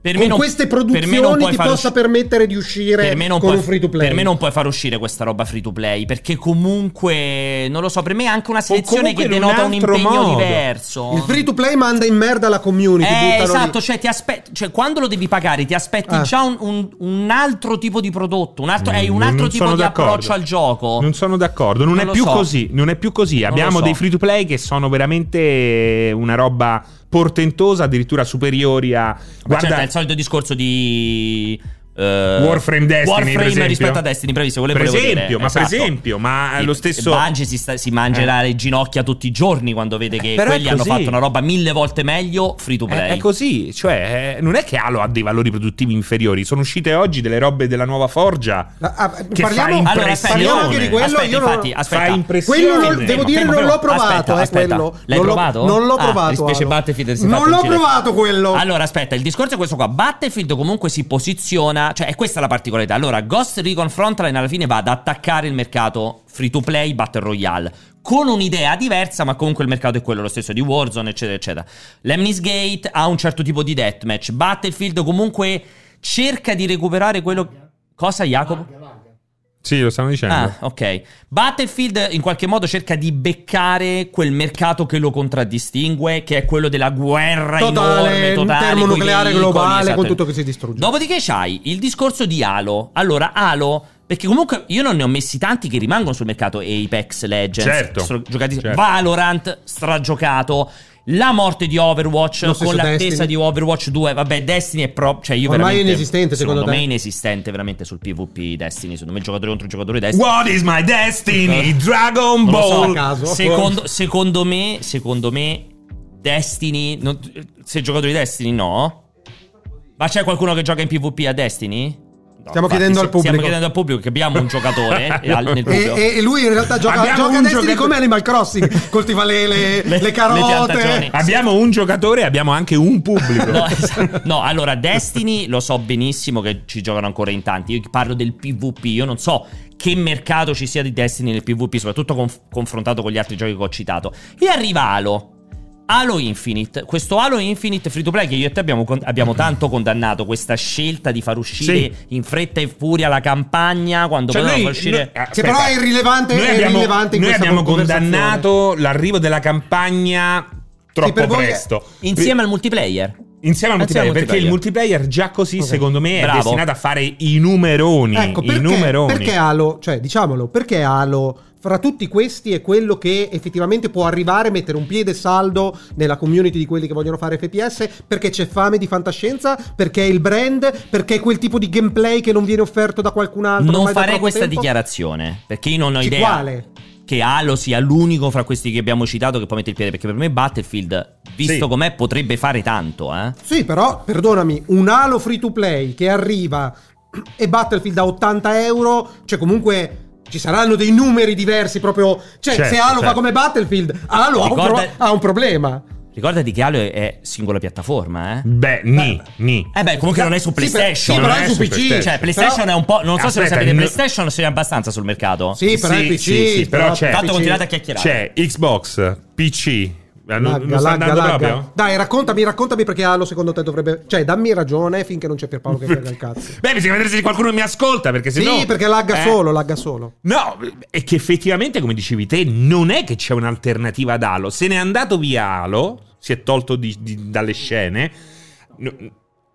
Speaker 1: Per
Speaker 3: con
Speaker 1: non-
Speaker 3: queste
Speaker 1: per me non
Speaker 3: produzioni
Speaker 1: puoi
Speaker 3: ti
Speaker 1: far
Speaker 3: possa
Speaker 1: usci-
Speaker 3: permettere di uscire
Speaker 1: per me non
Speaker 3: con
Speaker 1: puoi-
Speaker 3: un free to play.
Speaker 1: Per me non puoi far uscire questa roba free to play. Perché comunque, non lo so, per me è anche una selezione
Speaker 2: comunque
Speaker 1: che
Speaker 2: in un
Speaker 1: denota un
Speaker 2: altro
Speaker 1: impegno
Speaker 2: modo.
Speaker 1: diverso.
Speaker 3: Il free to play manda in merda la community.
Speaker 1: Eh,
Speaker 3: buttalo lì.
Speaker 1: esatto, cioè, ti aspe- cioè, quando lo devi pagare ti aspetti
Speaker 3: Ah.
Speaker 1: già un, un- un altro tipo di prodotto, un altro,
Speaker 2: Mm,
Speaker 1: hai Cioè, un
Speaker 2: non-
Speaker 1: altro
Speaker 2: non
Speaker 1: tipo
Speaker 2: sono
Speaker 1: di
Speaker 2: d'accordo.
Speaker 1: approccio al gioco.
Speaker 2: Non sono d'accordo, non,
Speaker 1: Non
Speaker 2: è
Speaker 1: lo
Speaker 2: più
Speaker 1: so.
Speaker 2: così, non è più così.
Speaker 1: Non lo
Speaker 2: Abbiamo
Speaker 1: so.
Speaker 2: dei free to play che sono veramente una roba portentosa, addirittura superiori a
Speaker 1: Beh,
Speaker 2: Guarda,
Speaker 1: certo, è il solito discorso di. eh,
Speaker 2: Warframe Destiny,
Speaker 1: Warframe
Speaker 2: per esempio.
Speaker 1: rispetto a Destiny, bravissimo. quello
Speaker 2: Per
Speaker 1: volevo dire. Esatto.
Speaker 2: esempio, ma per esempio, ma
Speaker 1: Il-
Speaker 2: lo stesso-
Speaker 1: Bungie si, sta- si mangerà le ginocchia tutti i giorni quando vede che
Speaker 2: Eh, però è
Speaker 1: quelli hanno
Speaker 2: così. Eh,
Speaker 1: fatto una roba mille volte meglio free to
Speaker 2: è,
Speaker 1: play.
Speaker 2: è così, cioè eh, non è che Halo ha dei valori produttivi inferiori, sono uscite oggi delle robe della nuova Forgia.
Speaker 3: Ah, ah,
Speaker 2: Che
Speaker 3: parliamo,
Speaker 2: fa impressione.
Speaker 1: Allora, aspetta,
Speaker 3: parliamo
Speaker 2: io-
Speaker 3: anche di quello.
Speaker 1: aspetta,
Speaker 3: io non-
Speaker 1: infatti, aspetta.
Speaker 2: Fa impressione.
Speaker 3: Quello non-
Speaker 2: Fermo,
Speaker 3: devo dire,
Speaker 1: fermo,
Speaker 3: non l'ho
Speaker 1: fermo.
Speaker 3: provato.
Speaker 1: Aspetta,
Speaker 3: eh,
Speaker 1: aspetta.
Speaker 3: quello.
Speaker 1: L'hai
Speaker 3: non l'ho-
Speaker 1: provato?
Speaker 3: Non l'ho
Speaker 1: Ah,
Speaker 3: provato.
Speaker 1: specie
Speaker 3: Alo.
Speaker 1: Battlefield si è
Speaker 3: Non
Speaker 1: fatto
Speaker 3: l'ho
Speaker 1: uccidere.
Speaker 3: provato quello.
Speaker 1: Allora, aspetta, il discorso è questo qua. Battlefield comunque si posiziona, cioè è questa la particolarità. Allora, Ghost Recon Frontline alla fine va ad attaccare il mercato free to play Battle Royale con un'idea diversa, ma comunque il mercato è quello lo stesso di Warzone, eccetera, eccetera. Lemnis Gate ha un certo tipo di deathmatch. Battlefield comunque cerca di recuperare quello Cosa Jacopo?
Speaker 2: Sì, lo stanno
Speaker 3: Cioè,
Speaker 2: dicendo.
Speaker 1: Ah, ok. Battlefield in qualche modo cerca di beccare quel mercato che lo contraddistingue, che è quello della guerra
Speaker 3: Totale,
Speaker 1: enorme, totale,
Speaker 3: termonucleare
Speaker 1: coi veicoli,
Speaker 3: globale, con
Speaker 1: esatto.
Speaker 3: tutto che si distrugge.
Speaker 1: Dopodiché c'hai il discorso di Halo. Allora, Halo, perché comunque io non ne ho messi tanti che rimangono sul mercato Apex Legends,
Speaker 2: Certo,
Speaker 1: stra- giocati-
Speaker 2: certo.
Speaker 1: Valorant stragiocato. La morte di Overwatch
Speaker 3: Lo stesso
Speaker 1: con l'attesa
Speaker 3: Destiny.
Speaker 1: di Overwatch 2. Vabbè, Destiny è proprio. Cioè, io
Speaker 3: Ormai è
Speaker 1: veramente-
Speaker 3: inesistente, secondo te?
Speaker 1: me è inesistente veramente sul PvP Destiny. Secondo me, giocatore contro giocatore Destiny.
Speaker 2: What is my destiny? Dragon
Speaker 1: Non lo so,
Speaker 2: Ball.
Speaker 3: a caso.
Speaker 1: Secondo, secondo me, secondo me, Destiny. non- sei giocatore di Destiny? No. Ma c'è qualcuno che gioca in PvP a Destiny? No,
Speaker 3: Stiamo chiedendo al
Speaker 1: st- Stiamo
Speaker 3: pubblico.
Speaker 1: chiedendo al pubblico che abbiamo un
Speaker 3: [laughs]
Speaker 1: giocatore eh, al- nel
Speaker 3: E,
Speaker 1: pubblico.
Speaker 3: e- e lui in realtà gioca,
Speaker 2: Abbiamo
Speaker 3: gioca a
Speaker 2: un
Speaker 3: Destiny
Speaker 2: giocatore-
Speaker 3: come Animal Crossing. Coltiva le, le-
Speaker 1: Le-
Speaker 3: le
Speaker 1: le
Speaker 3: carote.
Speaker 1: piantagioni.
Speaker 2: Abbiamo un giocatore e abbiamo anche un pubblico.
Speaker 1: [laughs] No, esatto. es- no, allora Destiny lo so benissimo che ci giocano ancora in tanti. Io parlo del PvP, io non so che mercato ci sia di Destiny nel PvP, soprattutto conf- confrontato con gli altri giochi che ho citato. E arriva Halo. Halo Infinite, questo Halo Infinite free to play che io e te abbiamo, con- abbiamo tanto condannato, questa scelta di far uscire
Speaker 2: Sì.
Speaker 1: in fretta e furia la campagna quando
Speaker 2: Cioè,
Speaker 1: potevano
Speaker 2: noi-
Speaker 1: far uscire...
Speaker 2: noi- ah,
Speaker 3: Che
Speaker 2: aspetta.
Speaker 3: però è irrilevante,
Speaker 2: Noi
Speaker 3: è
Speaker 2: abbiamo,
Speaker 3: irrilevante in
Speaker 2: noi
Speaker 3: questa
Speaker 2: abbiamo
Speaker 3: conversazione.
Speaker 2: condannato l'arrivo della campagna troppo
Speaker 3: per voi è-
Speaker 2: presto.
Speaker 1: Insieme al multiplayer.
Speaker 2: Insieme al
Speaker 1: Insieme
Speaker 2: multiplayer,
Speaker 1: al
Speaker 2: perché il multiplayer già così,
Speaker 3: Ok.
Speaker 2: secondo me,
Speaker 1: Bravo.
Speaker 2: è destinato a fare i numeroni.
Speaker 3: Ecco,
Speaker 2: I
Speaker 3: perché,
Speaker 2: numeroni.
Speaker 3: perché Halo, cioè diciamolo, perché Halo fra tutti questi è quello che effettivamente può arrivare, mettere un piede saldo nella community di quelli che vogliono fare FPS, perché c'è fame di fantascienza, perché è il brand, perché è quel tipo di gameplay che non viene offerto da qualcun altro.
Speaker 1: Non
Speaker 3: ormai da
Speaker 1: farei
Speaker 3: troppo
Speaker 1: questa
Speaker 3: tempo.
Speaker 1: dichiarazione, perché io non ho
Speaker 3: Ci
Speaker 1: idea
Speaker 3: quale?
Speaker 1: che Halo sia l'unico fra questi che abbiamo citato che può mettere il piede, perché per me Battlefield, visto
Speaker 2: Sì.
Speaker 1: com'è, potrebbe fare tanto, eh.
Speaker 3: Sì, però, perdonami, un Halo free to play che arriva e Battlefield a 80 euro, cioè comunque... Ci saranno dei numeri diversi proprio. Cioè,
Speaker 2: Certo,
Speaker 3: se Halo fa
Speaker 2: certo.
Speaker 3: come Battlefield, Halo ha un, pro-
Speaker 1: Ricorda-
Speaker 3: ha un problema.
Speaker 1: Ricordati che Halo è, è singola piattaforma, eh.
Speaker 2: Beh, ni, ni.
Speaker 1: Eh beh, comunque non è su
Speaker 3: Mm. Sì, però-
Speaker 1: PlayStation.
Speaker 3: sì, però
Speaker 2: non
Speaker 3: è
Speaker 2: è
Speaker 3: su
Speaker 2: su
Speaker 3: PC.
Speaker 2: PlayStation.
Speaker 1: Cioè, PlayStation è un po'. Non so se lo
Speaker 2: Aspetta,
Speaker 1: sapete,
Speaker 2: no-
Speaker 1: PlayStation c'è abbastanza sul mercato.
Speaker 3: Sì, eh, però
Speaker 2: Sì,
Speaker 3: è PC.
Speaker 2: sì, sì, però c'è.
Speaker 1: Tanto
Speaker 3: PC.
Speaker 1: continuate a chiacchierare.
Speaker 2: C'è Xbox, PC. Eh, non-
Speaker 3: Lagga,
Speaker 2: non sta
Speaker 3: lagga,
Speaker 2: andando
Speaker 3: lagga.
Speaker 2: proprio?
Speaker 3: Dai, raccontami, raccontami perché Halo secondo te dovrebbe. Cioè, dammi ragione finché non c'è Pierpaolo che prende il cazzo.
Speaker 2: Beh, bisogna vedere se qualcuno mi ascolta, perché [laughs] se
Speaker 3: Sì,
Speaker 2: no...
Speaker 3: perché lagga
Speaker 2: Eh.
Speaker 3: solo, lagga solo.
Speaker 2: No, è che effettivamente, come dicevi te, non è che c'è un'alternativa ad Halo. Se n'è andato via Halo, si è tolto di- di- dalle scene, n-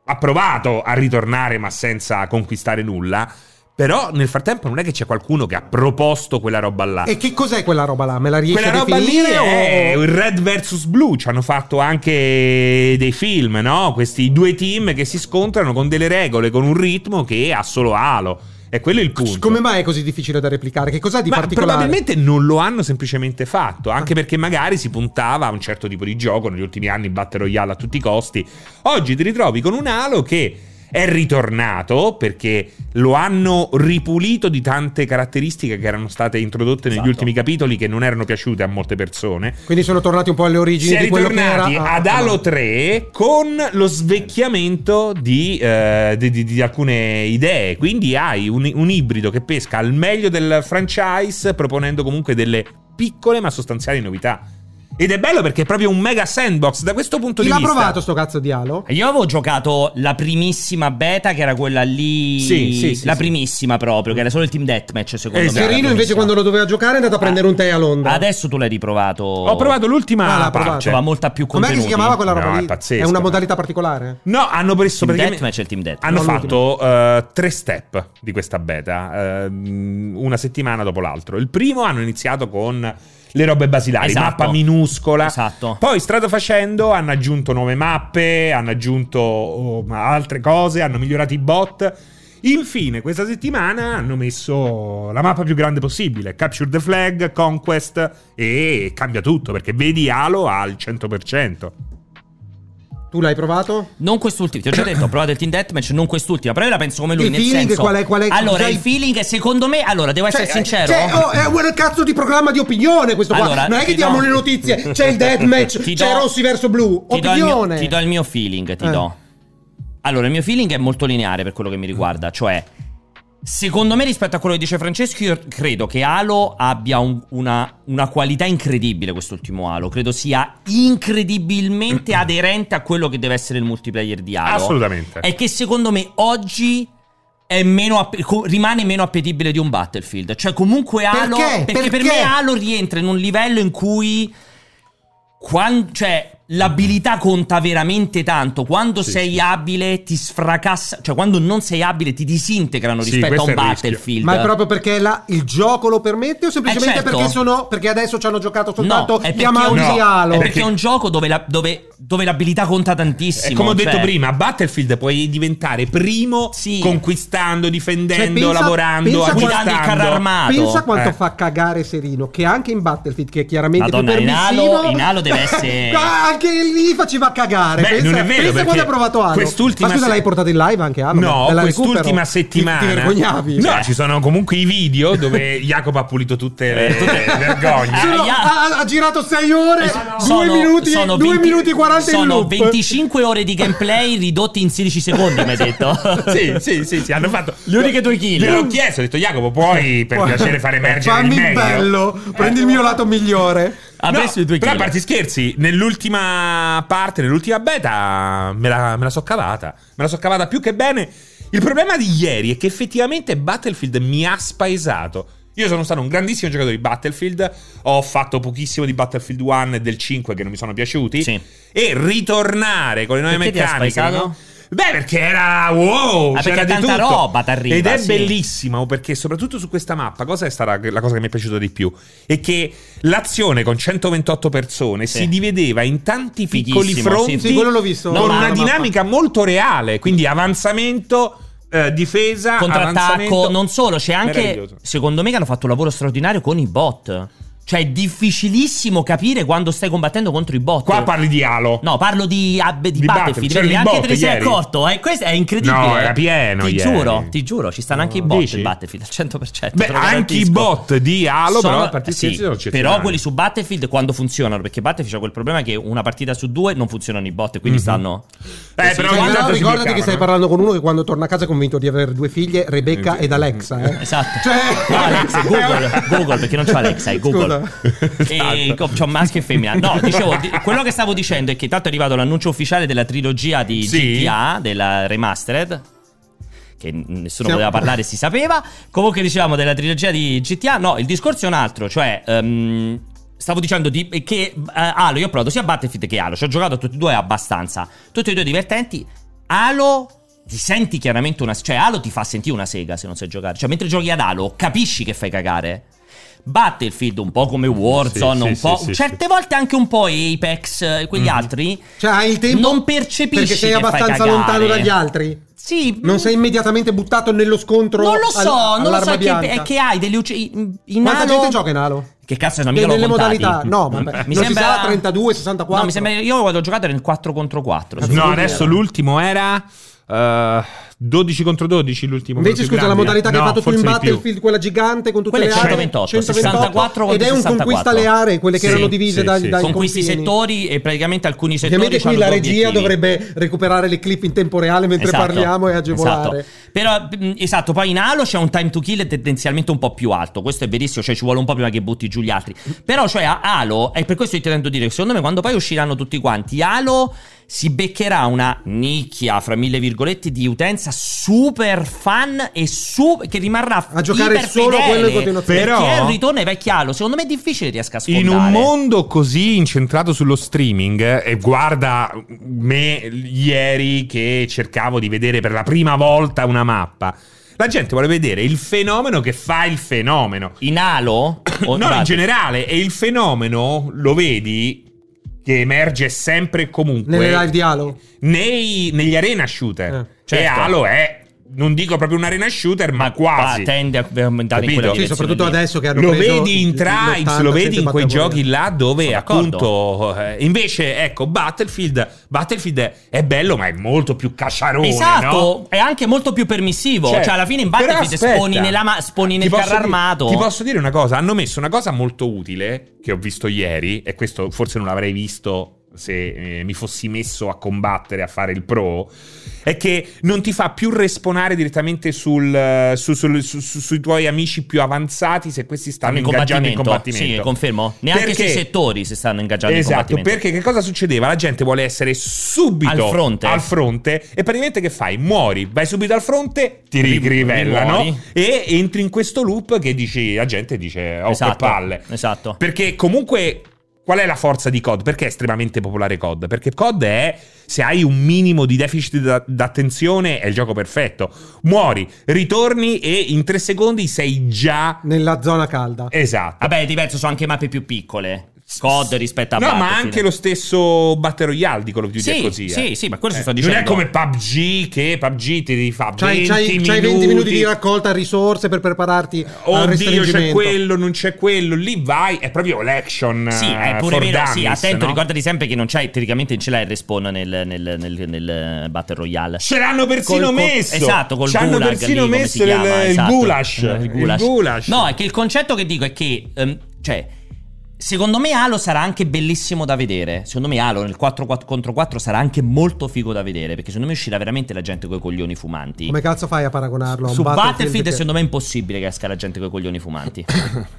Speaker 2: ha provato a ritornare ma senza conquistare nulla, però nel frattempo non è che c'è qualcuno che ha proposto quella roba là.
Speaker 3: E che cos'è quella roba là? Me la riesci
Speaker 2: Quella
Speaker 3: a
Speaker 2: roba lì
Speaker 3: definire?
Speaker 2: è
Speaker 3: o...
Speaker 2: il Red vs Blue, ci hanno fatto anche dei film, no? Questi due team che si scontrano con delle regole, con un ritmo che ha solo Halo. E quello è il punto.
Speaker 3: Come mai è così difficile da replicare? Che cos'è di
Speaker 2: Ma
Speaker 3: particolare?
Speaker 2: probabilmente non lo hanno semplicemente fatto, anche perché magari si puntava a un certo tipo di gioco negli ultimi anni, Battle Royale a tutti i costi. Oggi ti ritrovi con un Halo che è ritornato perché lo hanno ripulito di tante caratteristiche che erano state introdotte negli
Speaker 1: Esatto.
Speaker 2: ultimi capitoli che non erano piaciute a molte persone.
Speaker 3: Quindi sono tornati un po' alle origini
Speaker 2: Si è
Speaker 3: di quello che era.
Speaker 2: ritornati
Speaker 3: Ah,
Speaker 2: ad
Speaker 3: ah,
Speaker 2: Halo
Speaker 3: no.
Speaker 2: 3 con lo svecchiamento di, eh, di- di- di alcune idee. Quindi hai un, un ibrido che pesca al meglio del franchise, proponendo comunque delle piccole ma sostanziali novità. Ed è bello perché è proprio un mega sandbox da questo punto di
Speaker 3: Chi l'ha
Speaker 2: vista.
Speaker 3: provato sto cazzo di Halo?
Speaker 1: Io avevo giocato la primissima beta, che era quella lì.
Speaker 2: Sì, sì, sì,
Speaker 1: La
Speaker 2: sì.
Speaker 1: primissima proprio, che era solo il team deathmatch, secondo
Speaker 2: Esatto.
Speaker 1: me.
Speaker 3: Serino Eh, invece quando lo doveva giocare è andato a prendere un tè a Londra.
Speaker 1: Adesso tu l'hai riprovato.
Speaker 2: Ho provato l'ultima
Speaker 3: Ah, l'ha
Speaker 2: parte.
Speaker 1: Cioè,
Speaker 3: provato.
Speaker 1: va molta più
Speaker 3: Com'è che
Speaker 1: contenuti.
Speaker 3: si chiamava quella roba
Speaker 2: No, è
Speaker 3: lì?
Speaker 2: pazzesco,
Speaker 3: una
Speaker 2: ma-
Speaker 3: modalità particolare?
Speaker 2: No, hanno preso
Speaker 1: Team
Speaker 2: praticamente-
Speaker 1: Deathmatch e il Team Deathmatch.
Speaker 2: Hanno
Speaker 3: No,
Speaker 2: fatto eh, tre step di questa beta, ehm, una settimana dopo l'altro. Il primo hanno iniziato con le robe basilari,
Speaker 1: Esatto.
Speaker 2: mappa minuscola.
Speaker 1: Esatto.
Speaker 2: Poi, strada facendo, hanno aggiunto nuove mappe, hanno aggiunto oh, ma altre cose, hanno migliorato i bot. Infine, questa settimana hanno messo la mappa più grande possibile, Capture the Flag, Conquest e cambia tutto perché vedi Halo al 100%.
Speaker 3: Tu l'hai provato?
Speaker 1: Non quest'ultima, ti ho già detto, ho provato il Team Deathmatch, non quest'ultima, però io la penso come lui.
Speaker 3: Il
Speaker 1: nel
Speaker 3: feeling
Speaker 1: senso,
Speaker 3: qual è- qual è-
Speaker 1: allora,
Speaker 3: già
Speaker 1: il
Speaker 3: il-
Speaker 1: feeling, secondo me, allora, devo essere Eh, sincero.
Speaker 3: Cioè, oh, è un cazzo di programma di opinione questo
Speaker 1: Allora,
Speaker 3: qua. Non è
Speaker 1: ti
Speaker 3: che diamo
Speaker 1: do-
Speaker 3: le
Speaker 1: [laughs]
Speaker 3: notizie. C'è il deathmatch,
Speaker 1: Ti
Speaker 3: c'è
Speaker 1: do-
Speaker 3: rossi verso blu.
Speaker 1: Ti do, il mio,
Speaker 3: Opinione.
Speaker 1: ti do il mio feeling, ti
Speaker 3: Eh.
Speaker 1: do. Allora, il mio feeling è molto lineare per quello che mi riguarda, cioè secondo me rispetto a quello che dice Francesco, io credo che Halo abbia un- una, una qualità incredibile quest'ultimo Halo, credo sia incredibilmente [clears throat] aderente a quello che deve essere il multiplayer di Halo.
Speaker 2: Assolutamente.
Speaker 1: È che secondo me oggi è meno app- co- rimane meno appetibile di un Battlefield. Cioè, comunque Halo.
Speaker 3: Perché?
Speaker 1: per
Speaker 3: Perché?
Speaker 1: me Halo rientra in un livello in cui. quan- cioè, l'abilità conta veramente tanto. Quando sei abile, ti sfracassa. Cioè, quando non sei abile, ti disintegrano
Speaker 2: Sì,
Speaker 1: rispetto a un
Speaker 2: questo è il rischio.
Speaker 1: Battlefield.
Speaker 3: Ma è proprio perché la- il gioco lo permette o semplicemente
Speaker 1: Eh, certo.
Speaker 3: perché sono perché adesso ci hanno giocato soltanto
Speaker 1: No, è
Speaker 3: gli
Speaker 1: perché,
Speaker 3: amanti
Speaker 1: no,
Speaker 3: di
Speaker 1: è
Speaker 3: Halo?
Speaker 1: perché è un gioco dove, la- dove- dove l'abilità conta
Speaker 2: E
Speaker 1: tantissimo.
Speaker 2: come ho detto
Speaker 1: cioè-
Speaker 2: prima, a Battlefield puoi diventare primo
Speaker 1: Sì.
Speaker 2: conquistando, difendendo,
Speaker 3: Cioè, pensa-
Speaker 2: lavorando,
Speaker 3: pensa quando-
Speaker 2: acquistando
Speaker 1: guidando il carro armato.
Speaker 3: Pensa quanto
Speaker 2: Eh.
Speaker 3: fa cagare Serino che anche in Battlefield che è chiaramente
Speaker 1: Madonna,
Speaker 3: più
Speaker 1: in Halo-
Speaker 3: permissivo
Speaker 1: in Halo
Speaker 3: [laughs]
Speaker 1: deve essere-
Speaker 3: Ma anche lì faceva cagare.
Speaker 2: Beh,
Speaker 3: pensa
Speaker 2: non è vero,
Speaker 3: pensa
Speaker 2: perché
Speaker 3: quando ha provato Halo.
Speaker 2: quest'ultima
Speaker 3: Ma scusa,
Speaker 2: se-
Speaker 3: l'hai portata in live anche Halo?
Speaker 2: No,
Speaker 3: Te Ah, la recupero.
Speaker 2: quest'ultima
Speaker 3: Ti-
Speaker 2: settimana.
Speaker 3: Ti vergognavi?
Speaker 2: No,
Speaker 3: Cioè,
Speaker 2: ci sono comunque i video [laughs] dove Jacopo ha pulito tutte le, le vergogne.
Speaker 1: Ah,
Speaker 3: Eh, Sono-
Speaker 1: ya-
Speaker 3: ha, ha girato 6 ore, 2
Speaker 1: Eh, Sono-
Speaker 3: minuti,
Speaker 1: sono
Speaker 3: due
Speaker 1: 20
Speaker 3: minuti e 40 in
Speaker 1: Sono
Speaker 3: loop.
Speaker 1: 25 ore di gameplay ridotti in 16 secondi, mi hai detto.
Speaker 2: [laughs] [laughs] sì, sì, sì, sì, hanno fatto
Speaker 1: Gli uniche due kill.
Speaker 2: Gliel'ho chiesto, ho detto Jacopo, puoi per piacere fare emergere il
Speaker 3: Fammi
Speaker 2: meglio. Eh.
Speaker 3: bello, prendi il mio lato migliore.
Speaker 1: Ha
Speaker 2: No,
Speaker 1: preso Ah, i due
Speaker 2: però a
Speaker 1: kill.
Speaker 2: parte scherzi, nell'ultima parte, nell'ultima beta, me la, me la so cavata. Me la so cavata più che bene. Il problema di ieri è che effettivamente Battlefield mi ha spaesato. Io sono stato un grandissimo giocatore di Battlefield. Ho fatto pochissimo di Battlefield 1 e del 5 che non mi sono piaciuti.
Speaker 1: Sì.
Speaker 2: E ritornare con le nuove
Speaker 1: Perché ti ha
Speaker 2: meccaniche.
Speaker 1: spaesato?
Speaker 2: no? Beh, perché era wow!
Speaker 1: Ah, perché
Speaker 2: c'era di
Speaker 1: tanta
Speaker 2: tutto.
Speaker 1: roba t'arriva,
Speaker 2: Ed è
Speaker 1: sì.
Speaker 2: bellissima perché, soprattutto su questa mappa, cosa è stata la cosa che mi è piaciuta di più? È che l'azione con 128 persone
Speaker 1: Sì.
Speaker 2: si divideva in tanti piccoli
Speaker 1: Fighissimo,
Speaker 2: fronti
Speaker 1: sì.
Speaker 3: Sì, quello l'ho visto.
Speaker 1: No,
Speaker 2: con
Speaker 1: ma-
Speaker 2: una
Speaker 1: ma-
Speaker 2: dinamica molto reale. Quindi avanzamento, eh, difesa,
Speaker 1: contrattacco.
Speaker 2: avanzamento.
Speaker 1: Non solo, c'è anche.
Speaker 2: Meraviglioso.
Speaker 1: Secondo me che hanno fatto un lavoro straordinario con i bot. Cioè, è difficilissimo capire quando stai combattendo contro i bot.
Speaker 2: Qua parli di Halo.
Speaker 1: No, parlo di, ah, beh, di,
Speaker 2: Di
Speaker 1: Battlefield.
Speaker 2: Battlefield, c'erano
Speaker 1: vedi,
Speaker 2: i
Speaker 1: anche
Speaker 2: bot
Speaker 1: te ne sei
Speaker 2: ieri.
Speaker 1: accorto. eh, questo è incredibile.
Speaker 2: No, era
Speaker 1: eh.
Speaker 2: pieno
Speaker 1: Ti
Speaker 2: ieri.
Speaker 1: giuro, ti giuro, ci stanno anche i bot
Speaker 2: Dici?
Speaker 1: in Battlefield al 100%.
Speaker 2: Beh,
Speaker 1: te lo
Speaker 2: anche i
Speaker 1: garantisco.
Speaker 2: bot di Halo,
Speaker 1: Sono-
Speaker 2: però a partire
Speaker 1: sì,
Speaker 2: di sono
Speaker 1: però
Speaker 2: eccezionali.
Speaker 1: quelli su Battlefield quando funzionano? Perché Battlefield c'è quel problema che una partita su due non funzionano i bot, e quindi
Speaker 2: Mhm.
Speaker 1: stanno.
Speaker 2: Eh,
Speaker 1: Sì,
Speaker 2: però
Speaker 1: sì,
Speaker 2: ogni
Speaker 1: no,
Speaker 2: tanto
Speaker 3: Guarda,
Speaker 2: si
Speaker 3: ricordati
Speaker 2: cliccavano,
Speaker 3: che stai
Speaker 2: eh.
Speaker 3: parlando con uno che quando torna a casa è convinto di avere due figlie, Rebecca ed Alexa. eh.
Speaker 1: [laughs] Esatto.
Speaker 3: Cioè-
Speaker 1: No, Alexa,
Speaker 3: [laughs]
Speaker 1: Google, Google, perché non c'ho Alexa, è Google. E
Speaker 2: Esatto.
Speaker 1: Eh, co- c'ho maschio e femmina. No, dicevo, di- quello che stavo dicendo è che tanto è arrivato l'annuncio ufficiale della trilogia di
Speaker 2: Sì.
Speaker 1: GTA, della remastered. Che n- nessuno
Speaker 3: Siamo-
Speaker 1: poteva parlare, si sapeva. Comunque, dicevamo della trilogia di GTA. No, il discorso è un altro. Cioè, ehm, stavo dicendo di- che eh, Halo, io ho provato sia Battlefield che Halo. Ci ho giocato a tutti e due abbastanza. Tutti e due divertenti. Halo ti senti chiaramente una cioè Halo ti fa sentire una sega se non sai giocare cioè mentre giochi ad Halo capisci che fai cagare Battlefield un po' come Warzone
Speaker 2: Sì,
Speaker 1: un
Speaker 2: sì,
Speaker 1: po'
Speaker 2: sì, Mm-hmm. sì,
Speaker 1: certe volte anche un po' Apex e quegli altri
Speaker 3: Cioè, hai il tempo.
Speaker 1: Non percepisci
Speaker 3: Perché sei
Speaker 1: che fai
Speaker 3: abbastanza
Speaker 1: cagare.
Speaker 3: lontano dagli altri.
Speaker 1: sì mm,
Speaker 3: Non sei immediatamente buttato nello scontro.
Speaker 1: non lo so
Speaker 3: al-
Speaker 1: non lo
Speaker 3: all'arma
Speaker 1: so è che,
Speaker 3: bianca.
Speaker 1: è che hai delle uccelli in, in
Speaker 3: Quanta
Speaker 1: Halo-
Speaker 3: gente gioca in Halo?
Speaker 1: che cazzo sono
Speaker 3: Ne-
Speaker 1: mica l'ho
Speaker 3: nelle
Speaker 1: contati. Mm.
Speaker 3: modalità. No, vabbè.
Speaker 1: Mi
Speaker 3: non
Speaker 1: sembra-
Speaker 3: si sa 32, 64.
Speaker 1: no mi sembra io quando ho giocato ero in 4 contro 4
Speaker 3: Cazzo,
Speaker 2: No,
Speaker 3: Sì,
Speaker 2: adesso
Speaker 3: vero.
Speaker 2: l'ultimo era eh, 12 contro 12 l'ultimo.
Speaker 3: Invece,
Speaker 2: quello più
Speaker 3: scusa, la
Speaker 1: eh.
Speaker 2: grande.
Speaker 3: modalità che
Speaker 2: eh. No,
Speaker 3: hai fatto tu in
Speaker 2: forse di più.
Speaker 3: Battlefield, quella gigante con tutte
Speaker 1: Quella
Speaker 3: le
Speaker 1: è
Speaker 3: aree
Speaker 1: 128, 64
Speaker 3: ed è un
Speaker 1: contro 64.
Speaker 3: conquista alle aree, quelle che
Speaker 1: Sì,
Speaker 3: erano divise
Speaker 2: sì,
Speaker 3: dai,
Speaker 2: sì.
Speaker 3: dai
Speaker 1: con questi
Speaker 3: confini.
Speaker 1: settori e praticamente alcuni settori
Speaker 3: Ovviamente qui
Speaker 1: c'hanno
Speaker 3: la
Speaker 1: due
Speaker 3: regia
Speaker 1: obiettivi.
Speaker 3: dovrebbe recuperare le clip in tempo reale mentre
Speaker 1: Esatto,
Speaker 3: parliamo e agevolare.
Speaker 1: esatto. Però mh, esatto, poi in Halo c'è un time to kill tendenzialmente un po' più alto. Questo è verissimo, cioè ci vuole un po' prima che butti giù gli altri. Però cioè a Halo e per questo io ti intendo dire che secondo me quando poi usciranno tutti quanti Halo si beccherà una nicchia fra mille virgolette di utenza super fan e su- che rimarrà
Speaker 3: A giocare
Speaker 1: iper
Speaker 3: solo
Speaker 1: fedele,
Speaker 3: quello in continuazione.
Speaker 1: perché
Speaker 2: Però-
Speaker 1: è il ritorno ai vecchi Halo, secondo me è difficile riesca a sfondare.
Speaker 2: In un mondo così incentrato sullo streaming, eh, e guarda me ieri che cercavo di vedere per la prima volta una mappa, la gente vuole vedere il fenomeno che fa il fenomeno.
Speaker 1: in Halo [coughs] o
Speaker 2: no, in
Speaker 1: Battlefield?
Speaker 2: generale, e il fenomeno lo vedi che emerge sempre e comunque
Speaker 3: Nelle live di Halo.
Speaker 2: nei- negli arena shooter.
Speaker 3: Eh,
Speaker 2: cioè,
Speaker 1: certo.
Speaker 2: Halo è, non dico proprio un arena shooter, ma, quasi.
Speaker 1: qua tende a andare in
Speaker 2: Capito?
Speaker 1: quella
Speaker 2: Sì,
Speaker 3: Sì,
Speaker 1: direzione
Speaker 3: soprattutto
Speaker 1: lì.
Speaker 3: adesso che hanno
Speaker 2: Lo
Speaker 3: preso
Speaker 2: vedi in
Speaker 3: il-
Speaker 2: Tribes,
Speaker 3: l'80,
Speaker 2: lo vedi in quei
Speaker 3: 180
Speaker 2: giochi là dove
Speaker 1: Sono
Speaker 2: appunto. eh, invece, ecco, Battlefield. Battlefield è- è bello, ma è molto più cacciarone.
Speaker 1: Esatto,
Speaker 2: no?
Speaker 1: è anche molto più permissivo. Cioè, alla fine in
Speaker 2: Certo. però
Speaker 1: Battlefield
Speaker 2: aspetta.
Speaker 1: sponi, nella ma- sponi
Speaker 2: Ti
Speaker 1: nel
Speaker 2: posso
Speaker 1: carro
Speaker 2: dire-
Speaker 1: armato.
Speaker 2: Ti posso dire una cosa: hanno messo una cosa molto utile che ho visto ieri, e questo forse non l'avrei visto se eh, mi fossi messo a combattere, a fare il pro. È che non ti fa più respawnare direttamente sul, eh, su- sul- su- su- sui tuoi amici più avanzati se questi stanno
Speaker 1: Stanno in
Speaker 2: ingaggiando in
Speaker 1: combattimento.
Speaker 2: combattimento.
Speaker 1: Sì, confermo. Neanche
Speaker 2: Perché-
Speaker 1: sui settori si stanno ingaggiando
Speaker 2: Esatto,
Speaker 1: in combattimento.
Speaker 2: perché che cosa succedeva? La gente vuole essere subito
Speaker 1: Al fronte.
Speaker 2: al fronte, e praticamente che fai? Muori, vai subito al fronte, ti
Speaker 1: Ri-
Speaker 2: rigrivellano
Speaker 1: rimuori.
Speaker 2: e entri in questo loop che dici, la gente dice, oh che palle.
Speaker 1: Esatto.
Speaker 2: Perché comunque... Qual è la forza di COD? Perché è estremamente popolare COD? Perché COD è, se hai un minimo di deficit da- d'attenzione, è il gioco perfetto. Muori, ritorni e in tre secondi sei già...
Speaker 3: Nella zona calda.
Speaker 2: Esatto.
Speaker 1: Vabbè, è diverso, sono anche mappe più piccole. COD rispetto a
Speaker 2: No, ma
Speaker 1: Battlefield.
Speaker 2: anche lo stesso Battle Royale di Call of Duty
Speaker 1: Sì,
Speaker 2: è così. eh.
Speaker 1: sì, sì, ma quello
Speaker 2: Eh,
Speaker 1: si sto dicendo.
Speaker 2: Non è come PUBG che PUBG ti rifà
Speaker 3: C'hai c'hai-
Speaker 2: 20
Speaker 3: c'hai 20,
Speaker 2: minuti.
Speaker 3: minuti di raccolta risorse per prepararti al
Speaker 2: Oddio, c'è
Speaker 3: restringimento.
Speaker 2: quello, non c'è quello. Lì vai, è proprio l'action. eh,
Speaker 1: Sì, è pure vero. sì, attento, ricordati sempre che non c'hai, teoricamente, ce l'hai il respawn nel, nel- nel- nel Battle Royale.
Speaker 2: Ce l'hanno persino
Speaker 1: Col- col-
Speaker 2: messo.
Speaker 1: Esatto, col
Speaker 2: Ci hanno
Speaker 1: gulag
Speaker 2: persino
Speaker 1: lì, come si
Speaker 2: messo
Speaker 1: chiama,
Speaker 2: il- il
Speaker 1: esatto.
Speaker 2: goulash.
Speaker 1: Eh,
Speaker 2: Il goulash.
Speaker 1: No, è che il concetto che dico è che ehm, cioè Secondo me Halo sarà anche bellissimo da vedere. Secondo me Halo nel 4 contro 4 sarà anche molto figo da vedere. Perché secondo me uscirà veramente la gente con i coglioni fumanti.
Speaker 3: Come cazzo fai a paragonarlo a un
Speaker 1: Su Battlefield,
Speaker 3: che-
Speaker 1: secondo me è impossibile che esca la gente con i coglioni
Speaker 3: [laughs]
Speaker 1: fumanti.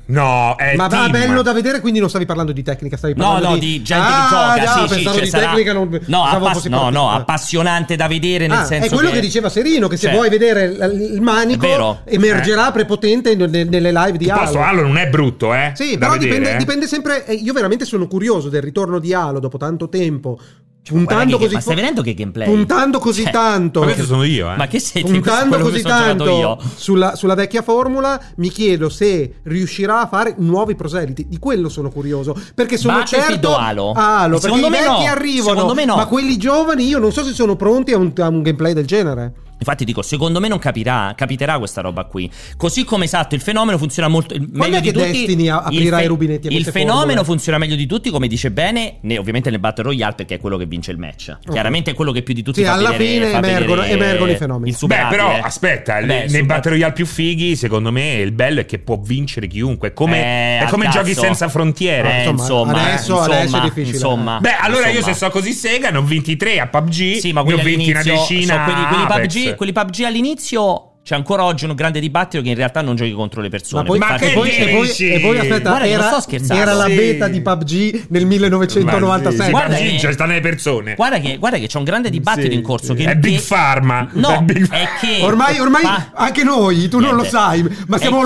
Speaker 2: No, è
Speaker 3: Ma va
Speaker 2: team.
Speaker 3: bello da vedere, quindi non stavi parlando di tecnica, stavi
Speaker 1: No,
Speaker 3: parlando
Speaker 1: no,
Speaker 3: di,
Speaker 1: di gente
Speaker 3: Ah,
Speaker 1: che gioca.
Speaker 3: già,
Speaker 1: sì, sì,
Speaker 3: pensavo
Speaker 1: cioè,
Speaker 3: di
Speaker 1: sarà-
Speaker 3: tecnica, non
Speaker 1: no,
Speaker 3: pensavo Eh.
Speaker 1: appass-
Speaker 3: fossi
Speaker 1: no,
Speaker 3: partito.
Speaker 1: no, appassionante da vedere nel
Speaker 3: Ah,
Speaker 1: senso
Speaker 3: è quello che... diceva Serino, che se
Speaker 1: Cioè,
Speaker 3: vuoi vedere l- il manico
Speaker 1: È vero. Eh.
Speaker 3: emergerà prepotente nel- nel- nelle live di
Speaker 2: Piuttosto,
Speaker 3: Halo.
Speaker 2: Halo non è brutto, eh.
Speaker 3: Sì,
Speaker 2: da
Speaker 3: però
Speaker 2: vedere,
Speaker 3: dipende,
Speaker 2: eh.
Speaker 3: dipende sempre. eh, Io veramente sono curioso del ritorno di Halo dopo tanto tempo.
Speaker 1: Cioè, guarda
Speaker 3: Puntando
Speaker 1: che-
Speaker 3: così
Speaker 1: ma stai
Speaker 3: fo-
Speaker 1: vedendo che gameplay?
Speaker 3: Puntando così
Speaker 1: Cioè,
Speaker 3: tanto.
Speaker 2: Ma questo
Speaker 3: [laughs]
Speaker 2: sono io, eh.
Speaker 1: Ma che sei
Speaker 3: Puntando
Speaker 1: quello
Speaker 3: così
Speaker 1: che sono giocato
Speaker 3: tanto
Speaker 1: io?
Speaker 3: sulla, sulla vecchia formula, mi chiedo se riuscirà a fare nuovi proseliti. Di quello sono curioso. Perché sono
Speaker 1: Battlefield
Speaker 3: certo.
Speaker 1: o Halo?
Speaker 3: Ah, Halo, perché
Speaker 1: Secondo
Speaker 3: i
Speaker 1: me
Speaker 3: vecchi
Speaker 1: no,
Speaker 3: arrivano.
Speaker 1: secondo me no.
Speaker 3: Ma quelli giovani, io non so se sono pronti a un, a un gameplay del genere.
Speaker 1: Infatti dico, secondo me non capirà, capiterà questa roba qui. Così come esatto, il fenomeno funziona molto il- meglio
Speaker 3: è
Speaker 1: di
Speaker 3: che
Speaker 1: tutti.
Speaker 3: Destiny a- aprirà
Speaker 1: il
Speaker 3: i rubinetti a
Speaker 1: Il
Speaker 3: queste
Speaker 1: fenomeno
Speaker 3: formule?
Speaker 1: funziona meglio di tutti, come dice bene, ne- ovviamente nel Battle Royale perché è quello che vince il match. Chiaramente è quello che più di tutti
Speaker 3: Sì,
Speaker 1: fa
Speaker 3: alla
Speaker 1: vedere-
Speaker 3: fine
Speaker 1: fa
Speaker 3: emergono-
Speaker 1: vedere
Speaker 3: emergono i fenomeni.
Speaker 1: il
Speaker 2: Beh,
Speaker 1: superabile.
Speaker 2: però aspetta,
Speaker 1: eh? Beh,
Speaker 2: le- nei
Speaker 1: super-
Speaker 2: Battle Royale più fighi, secondo me, il bello è che può vincere chiunque. È come,
Speaker 1: Eh,
Speaker 2: è
Speaker 1: al
Speaker 2: come
Speaker 1: cazzo.
Speaker 2: giochi senza frontiere.
Speaker 1: Eh,
Speaker 3: Insomma,
Speaker 1: insomma,
Speaker 3: adesso-
Speaker 1: insomma,
Speaker 3: adesso è difficile. eh.
Speaker 1: Insomma,
Speaker 2: Beh, allora io
Speaker 1: Ah, insomma.
Speaker 2: se so così Sega, ne ho 23 a PUBG,
Speaker 1: Sì, ma
Speaker 2: ne ho
Speaker 1: quelli
Speaker 2: 20 una
Speaker 1: all'inizio
Speaker 2: decina
Speaker 1: so, quelli,
Speaker 2: a
Speaker 1: quelli
Speaker 2: Apex.
Speaker 1: PUBG, quelli PUBG all'inizio c'è ancora oggi un grande dibattito che in realtà non giochi contro le persone.
Speaker 3: Ma poi,
Speaker 1: per
Speaker 2: Ma
Speaker 1: farti
Speaker 2: che
Speaker 3: e, poi, e, poi,
Speaker 2: dici?
Speaker 3: e poi, aspetta,
Speaker 1: Guarda, non
Speaker 3: era,
Speaker 1: sto scherzando.
Speaker 3: era la
Speaker 2: Sì.
Speaker 3: beta di PUBG nel
Speaker 2: Ma sì,
Speaker 3: 1997.
Speaker 1: Guarda
Speaker 2: PUBG
Speaker 1: che-
Speaker 2: cioè, sta nelle persone.
Speaker 1: Guarda che, guarda che c'è un grande dibattito
Speaker 2: Sì,
Speaker 1: in corso.
Speaker 2: sì.
Speaker 1: Che,
Speaker 2: È Big
Speaker 1: che-
Speaker 2: Pharma.
Speaker 1: No,
Speaker 2: [laughs] È
Speaker 1: è,
Speaker 2: Big-
Speaker 1: che.
Speaker 3: Ormai, ormai
Speaker 1: pa-
Speaker 3: anche noi, tu non lo
Speaker 1: eh, Niente.
Speaker 3: sai, ma siamo
Speaker 1: È che-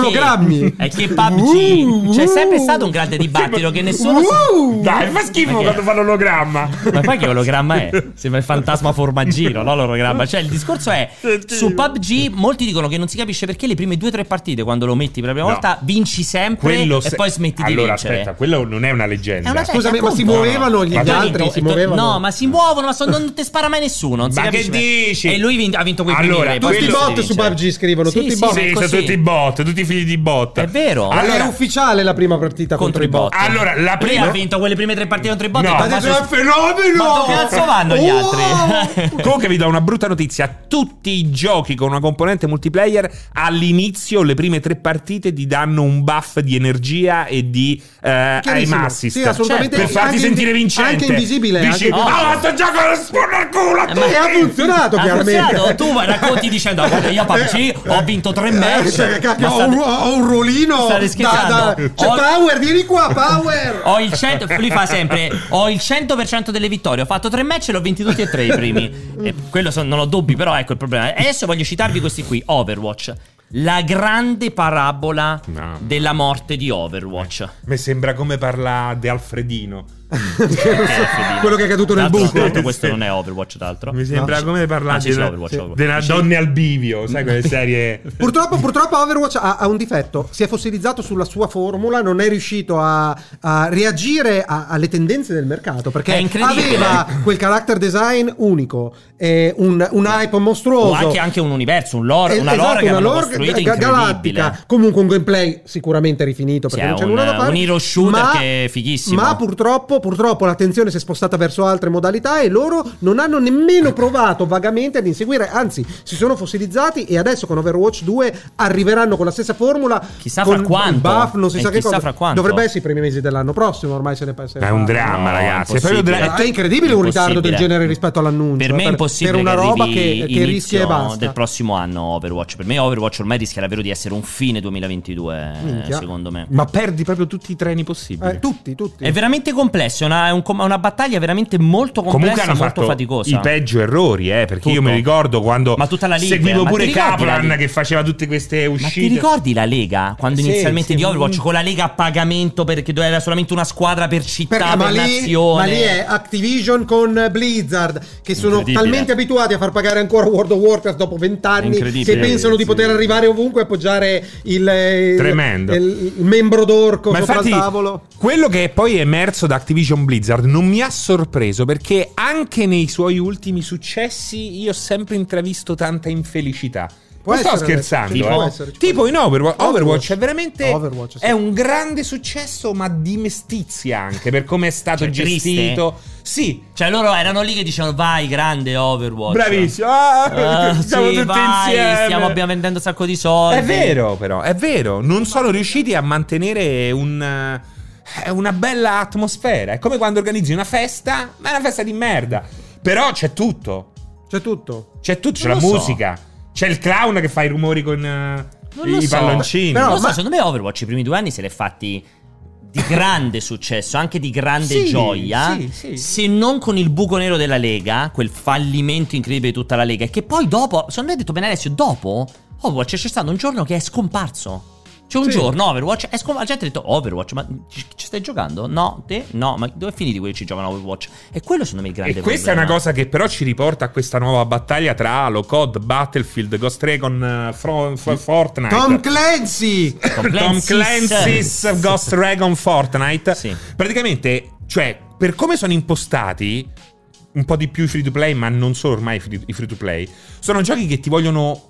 Speaker 1: [laughs]
Speaker 3: ologrammi.
Speaker 1: È che PUBG. c'è sempre stato un grande dibattito che nessuno. sa-
Speaker 3: Uh!
Speaker 2: Dai, fa schifo
Speaker 1: Perché-
Speaker 2: quando
Speaker 1: [laughs]
Speaker 2: fa l'ologramma.
Speaker 1: Ma poi che ologramma è? Sembra il fantasma formaggino, no l'ologramma. Cioè, il discorso è:
Speaker 2: Sentivo.
Speaker 1: su PUBG molti dicono che non si capisce perché le prime due o tre partite, quando lo metti per la prima
Speaker 2: No.
Speaker 1: volta, vinci sempre e
Speaker 2: se-
Speaker 1: poi smetti di
Speaker 2: allora,
Speaker 1: vincere.
Speaker 2: aspetta, quello non è una leggenda.
Speaker 1: È una
Speaker 3: Scusami,
Speaker 1: testa,
Speaker 3: ma si
Speaker 1: appunto.
Speaker 3: muovevano gli
Speaker 1: Ma tu hai
Speaker 3: altri,
Speaker 1: vinto-
Speaker 3: si
Speaker 1: hai detto,
Speaker 3: muovevano.
Speaker 1: No, ma si muovono, ma so- non te spara mai nessuno. Non si
Speaker 2: Ma che
Speaker 1: capisce mai.
Speaker 2: dici?
Speaker 1: E lui vin- ha vinto quei primi
Speaker 2: Allora,
Speaker 1: tre, poi
Speaker 3: Tutti i
Speaker 2: Quello-
Speaker 1: smetti
Speaker 3: bot
Speaker 1: di
Speaker 3: su
Speaker 1: vincere.
Speaker 3: PUBG scrivono,
Speaker 1: Sì,
Speaker 3: tutti i
Speaker 1: sì,
Speaker 3: bot.
Speaker 1: sì.
Speaker 2: Sì, sono
Speaker 1: così.
Speaker 2: tutti bot, tutti figli di bot.
Speaker 1: È vero.
Speaker 3: Ah,
Speaker 2: Allora-
Speaker 3: Era ufficiale la prima partita contro, i bot.
Speaker 2: Allora, la
Speaker 1: Lui
Speaker 2: prima-
Speaker 1: ha vinto quelle prime tre partite contro i bot.
Speaker 2: No.
Speaker 1: e poi
Speaker 2: Ma
Speaker 1: ha
Speaker 3: Adesso è un
Speaker 1: fatto-
Speaker 3: fenomeno!
Speaker 1: Ma dove cazzo vanno gli altri?
Speaker 3: [laughs]
Speaker 2: Comunque vi do una brutta notizia. Tutti i giochi con una componente multiplayer all'inizio, le prime tre partite, ti danno un buff di energia e di eh,
Speaker 3: Chiarissimo.
Speaker 2: aim assist.
Speaker 3: Sì, assolutamente.
Speaker 2: Per
Speaker 1: Certo.
Speaker 2: farti
Speaker 3: Anche
Speaker 2: sentire
Speaker 3: invi-
Speaker 2: vincente.
Speaker 3: anche invisibile,
Speaker 2: Dici,
Speaker 3: anche-
Speaker 2: ah, sto gioco lo spurno al culo a
Speaker 1: Eh,
Speaker 2: te!"
Speaker 1: ma-
Speaker 3: E ha
Speaker 1: [laughs]
Speaker 3: funzionato,
Speaker 1: Ha
Speaker 3: chiaramente. Eh,
Speaker 1: funzionato. Tu vai- racconti dicendo: "Ah, Guarda, io a PUBG ho vinto tre match.
Speaker 3: Cioè, cacchio,
Speaker 1: Ma
Speaker 3: ho,
Speaker 1: state-
Speaker 3: un, ho un ruolino.
Speaker 1: State scherzando?
Speaker 3: Cioè,
Speaker 1: Ho-
Speaker 3: Power, vieni qua, Power.
Speaker 1: [laughs] Ho il 100, lui fa sempre, ho il 100% delle vittorie, ho fatto tre match e l'ho vinti tutti e tre i primi. E quello son- non ho dubbi, però ecco il problema. Adesso voglio citarvi questi qui, Overwatch. La grande parabola
Speaker 2: No.
Speaker 1: della morte di Overwatch.
Speaker 2: Mi sembra come parla De Alfredino.
Speaker 1: Eh,
Speaker 3: Quello che è caduto nel
Speaker 1: Tra l'altro-
Speaker 3: buco.
Speaker 1: tra l'altro questo
Speaker 2: Sì.
Speaker 1: non è Overwatch, tra l'altro.
Speaker 2: Mi sembra
Speaker 1: No.
Speaker 2: come parla
Speaker 1: Ah, sì, sì,
Speaker 2: della-
Speaker 1: Overwatch,
Speaker 2: sì,
Speaker 1: Overwatch.
Speaker 2: della donna al bivio, sai quelle serie.
Speaker 3: Purtroppo, purtroppo Overwatch ha, ha un difetto, si è fossilizzato sulla sua formula, non è riuscito a, a reagire a- alle tendenze del mercato perché
Speaker 1: È incredibile.
Speaker 3: aveva quel character design unico, eh, un, un hype
Speaker 1: O
Speaker 3: mostruoso.
Speaker 1: anche, anche un universo, un lore,
Speaker 3: Eh,
Speaker 1: una
Speaker 3: esatto,
Speaker 1: lore che
Speaker 3: una
Speaker 1: hanno
Speaker 3: lore
Speaker 1: costruito
Speaker 3: ga-
Speaker 1: incredibile.
Speaker 3: galattica. Comunque un gameplay sicuramente rifinito
Speaker 1: Sì,
Speaker 3: perché non
Speaker 1: è
Speaker 3: c'è
Speaker 1: un-
Speaker 3: nulla da fare.
Speaker 1: un hero shooter che è fighissimo.
Speaker 3: Ma purtroppo, purtroppo l'attenzione si è spostata verso altre modalità e loro non
Speaker 1: [laughs]
Speaker 3: hanno nemmeno provato vagamente ad inseguire, anzi si sono fossilizzati e adesso con Overwatch 2 arriveranno con la stessa formula.
Speaker 1: Chissà
Speaker 3: con
Speaker 1: fra quanto.
Speaker 3: il buff, non si
Speaker 1: E
Speaker 3: sa che
Speaker 1: chissà
Speaker 3: cosa.
Speaker 1: fra quanto.
Speaker 3: Dovrebbe essere i primi mesi dell'anno prossimo, ormai se ne pensa.
Speaker 2: È un dramma,
Speaker 1: No,
Speaker 2: ragazzi. È
Speaker 1: impossibile.
Speaker 2: proprio dra-
Speaker 3: È incredibile un ritardo del
Speaker 1: Impossibile.
Speaker 3: genere rispetto all'annuncio.
Speaker 1: Per me è
Speaker 3: Per-
Speaker 1: impossibile.
Speaker 3: per una
Speaker 1: che
Speaker 3: roba
Speaker 1: arrivi
Speaker 3: che- che
Speaker 1: inizio
Speaker 3: rischia e basta.
Speaker 1: Del prossimo anno Overwatch. Per me Overwatch ormai rischia davvero di essere un fine 2022,
Speaker 3: Minchia.
Speaker 1: secondo me.
Speaker 2: Ma perdi proprio tutti i treni possibili.
Speaker 3: Eh, tutti, tutti.
Speaker 1: È veramente complesso, è una, è un com- è una battaglia veramente molto complessa,
Speaker 2: Comunque hanno
Speaker 1: molto
Speaker 2: fatto
Speaker 1: faticosa.
Speaker 2: i peggio errori, eh, perché io
Speaker 1: Tutto.
Speaker 2: mi ricordo quando
Speaker 1: Ma tutta la Liga,
Speaker 2: seguivo
Speaker 1: ma
Speaker 2: pure
Speaker 1: ti ricordi la
Speaker 2: Kaplan
Speaker 1: Liga?
Speaker 2: che faceva tutte queste
Speaker 1: Ma ti
Speaker 2: uscite.
Speaker 1: ricordi la Lega? Quando
Speaker 3: Eh
Speaker 2: Sì,
Speaker 1: inizialmente
Speaker 2: sì,
Speaker 1: di Overwatch
Speaker 2: mm.
Speaker 1: con la Lega a pagamento perché era solamente una squadra per città,
Speaker 3: Perché,
Speaker 1: per
Speaker 3: ma, lì,
Speaker 1: nazione.
Speaker 3: ma lì è Activision con Blizzard che sono
Speaker 1: Incredibile.
Speaker 3: talmente abituati a far pagare ancora World of Warcraft dopo vent'anni che
Speaker 1: Incredibile.
Speaker 3: pensano di poter arrivare ovunque e appoggiare il, il-
Speaker 2: Tremendo.
Speaker 3: il- il membro d'orco
Speaker 2: Ma
Speaker 3: sopra
Speaker 2: infatti,
Speaker 3: il tavolo.
Speaker 2: quello che poi è emerso da Activision Blizzard non mi ha sorpreso perché anche nei suoi ultimi successi io ho sempre intravisto tanta infelicità.
Speaker 3: Può
Speaker 2: non sto
Speaker 3: essere,
Speaker 2: scherzando,
Speaker 3: ci
Speaker 2: eh.
Speaker 3: può
Speaker 2: tipo,
Speaker 3: essere, ci può
Speaker 2: in Overwatch.
Speaker 3: essere.
Speaker 2: Overwatch è veramente
Speaker 3: Overwatch, sì.
Speaker 2: è un grande successo, ma di mestizia anche per come è stato
Speaker 1: Cioè, triste?
Speaker 2: gestito. Sì,
Speaker 1: Cioè loro erano lì che dicevano vai grande Overwatch.
Speaker 2: Bravissimo. Ah,
Speaker 1: Ah,
Speaker 2: [laughs] siamo
Speaker 1: sì,
Speaker 2: tutti
Speaker 1: vai,
Speaker 2: insieme.
Speaker 1: Stiamo abbiamo vendendo un sacco di soldi.
Speaker 2: È vero, però, è vero. Non sono riusciti a mantenere un, eh, una bella atmosfera. È come quando organizzi una festa, ma è una festa di merda. Però c'è tutto.
Speaker 3: C'è tutto.
Speaker 2: C'è tutto, c'è
Speaker 1: Non
Speaker 2: la
Speaker 1: lo so.
Speaker 2: musica. C'è il clown che fa i rumori con eh,
Speaker 1: Non lo
Speaker 2: i
Speaker 1: so. Non
Speaker 2: palloncini.
Speaker 3: Però-
Speaker 1: lo so,
Speaker 3: ma-
Speaker 1: secondo me Overwatch i primi due anni se l'è fatti di grande successo, anche di grande
Speaker 2: Sì,
Speaker 1: gioia,
Speaker 2: sì, sì.
Speaker 1: se non con il buco nero della Lega, quel fallimento incredibile di tutta la Lega, e che poi dopo, secondo me ha detto bene Alessio, dopo Overwatch c'è stato un giorno che è scomparso. C'è un
Speaker 2: Sì.
Speaker 1: giorno Overwatch, e scom- la gente ha detto Overwatch, ma ci, ci stai giocando? No, te? No, ma dove è finiti quelli che ci giocano a Overwatch? E quello secondo me è il grande
Speaker 2: E questa è
Speaker 1: problema.
Speaker 2: una cosa che però ci riporta a questa nuova battaglia tra Halo, COD, Battlefield, Ghost Recon, eh, Fro- F- Fortnite.
Speaker 3: Tom Clancy!
Speaker 1: Tom
Speaker 2: Tom
Speaker 1: Clancy's-
Speaker 2: Clancy's Ghost Dragon Fortnite.
Speaker 1: Sì.
Speaker 2: Praticamente, cioè, per come sono impostati un po' di più i free to play, ma non solo ormai i free- i free to play, sono giochi che ti vogliono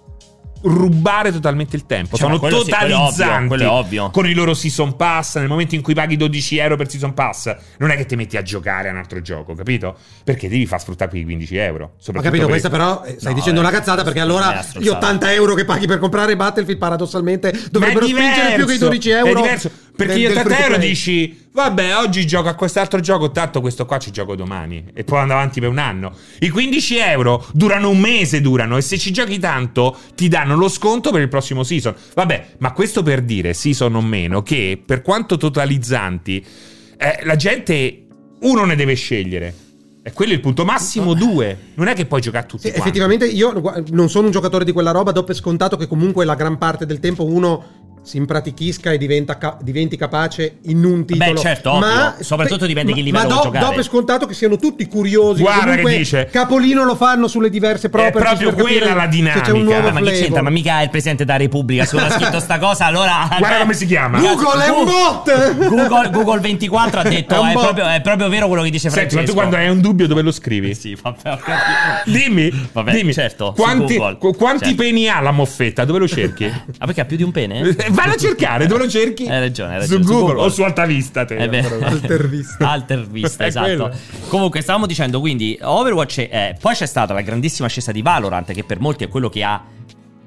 Speaker 2: rubare totalmente il tempo.
Speaker 1: Cioè,
Speaker 2: sono
Speaker 1: ma quello sì, quello è ovvio,
Speaker 2: totalizzanti.
Speaker 1: quello è ovvio.
Speaker 2: Con i loro season pass, nel momento in cui paghi 12 euro per season pass, non è che ti metti a giocare a un altro gioco, capito? Perché devi far sfruttare quei 15 euro.
Speaker 3: Ho
Speaker 2: soprattutto
Speaker 3: capito,
Speaker 2: per-
Speaker 3: questa però eh, stai
Speaker 1: No,
Speaker 3: dicendo
Speaker 1: eh,
Speaker 3: una cazzata perché
Speaker 1: non è
Speaker 3: allora
Speaker 1: una
Speaker 3: gli
Speaker 1: stronzata.
Speaker 3: 80 euro che paghi per comprare Battlefield paradossalmente dovrebbero
Speaker 2: Ma è
Speaker 3: spingere più che i
Speaker 2: diverso,
Speaker 3: 12 euro.
Speaker 2: È diverso. Perché
Speaker 3: del-
Speaker 2: io
Speaker 3: del
Speaker 2: 80
Speaker 3: free to
Speaker 2: euro
Speaker 3: play.
Speaker 2: dici, vabbè, oggi gioco a quest'altro gioco, tanto questo qua ci gioco domani. E poi ando avanti per un anno. I 15 euro durano un mese, durano. E se ci giochi tanto, ti danno lo sconto per il prossimo season. Vabbè, ma questo per dire, season o meno, che per quanto totalizzanti, eh, la gente, uno ne deve scegliere. E quello è il punto massimo, due. Non è che puoi giocare a tutti
Speaker 3: Sì,
Speaker 2: quanti.
Speaker 3: effettivamente io gua- non sono un giocatore di quella roba, do per scontato che comunque la gran parte del tempo uno si impratichisca e diventa ca- diventi capace in un titolo.
Speaker 1: certo, ovvio. Soprattutto dipende chi livello
Speaker 3: ma
Speaker 1: vuoi
Speaker 3: do,
Speaker 1: giocare.
Speaker 3: do per scontato che siano tutti curiosi.
Speaker 2: Guarda
Speaker 3: comunque
Speaker 2: che dice.
Speaker 3: Capolino lo fanno sulle diverse property.
Speaker 2: proprio
Speaker 3: per capire
Speaker 2: quella la
Speaker 3: se C'è un
Speaker 2: dinamica.
Speaker 3: nuovo
Speaker 2: Eh,
Speaker 1: Ma che
Speaker 3: flavor.
Speaker 1: c'entra? Ma mica è il presidente della Repubblica.
Speaker 2: [laughs]
Speaker 1: Se uno ha scritto sta cosa, allora. [laughs]
Speaker 2: Guarda come si chiama.
Speaker 3: Google è un bot!
Speaker 1: Google, Google 24 ha detto:
Speaker 3: È un
Speaker 1: è,
Speaker 3: bot."
Speaker 1: proprio, è proprio vero quello che dice
Speaker 2: Senti,
Speaker 1: Francesco.
Speaker 2: ma tu quando hai un dubbio dove lo scrivi?
Speaker 1: Sì, vabbè, ho capito.
Speaker 2: Dimmi,
Speaker 1: Vabbè,
Speaker 2: dimmi,
Speaker 1: certo, su
Speaker 2: quanti,
Speaker 1: Google.
Speaker 2: qu- quanti
Speaker 1: Certo.
Speaker 2: peni ha la moffetta? Dove
Speaker 1: [laughs]
Speaker 2: lo cerchi?
Speaker 1: Ah, perché ha più di un
Speaker 2: [laughs]
Speaker 1: pene?
Speaker 2: Eh, Vallo a cercare, dove lo cerchi?
Speaker 1: Hai ragione, hai
Speaker 2: Su
Speaker 1: ragione.
Speaker 2: Google, o su Altavista. Te,
Speaker 1: È vero. [laughs]
Speaker 3: Altervista.
Speaker 1: Altervista,
Speaker 2: [laughs] È
Speaker 1: esatto.
Speaker 2: quello.
Speaker 1: Comunque, stavamo dicendo quindi Overwatch. è- eh, poi c'è stata la grandissima ascesa di Valorant, che per molti è quello che ha,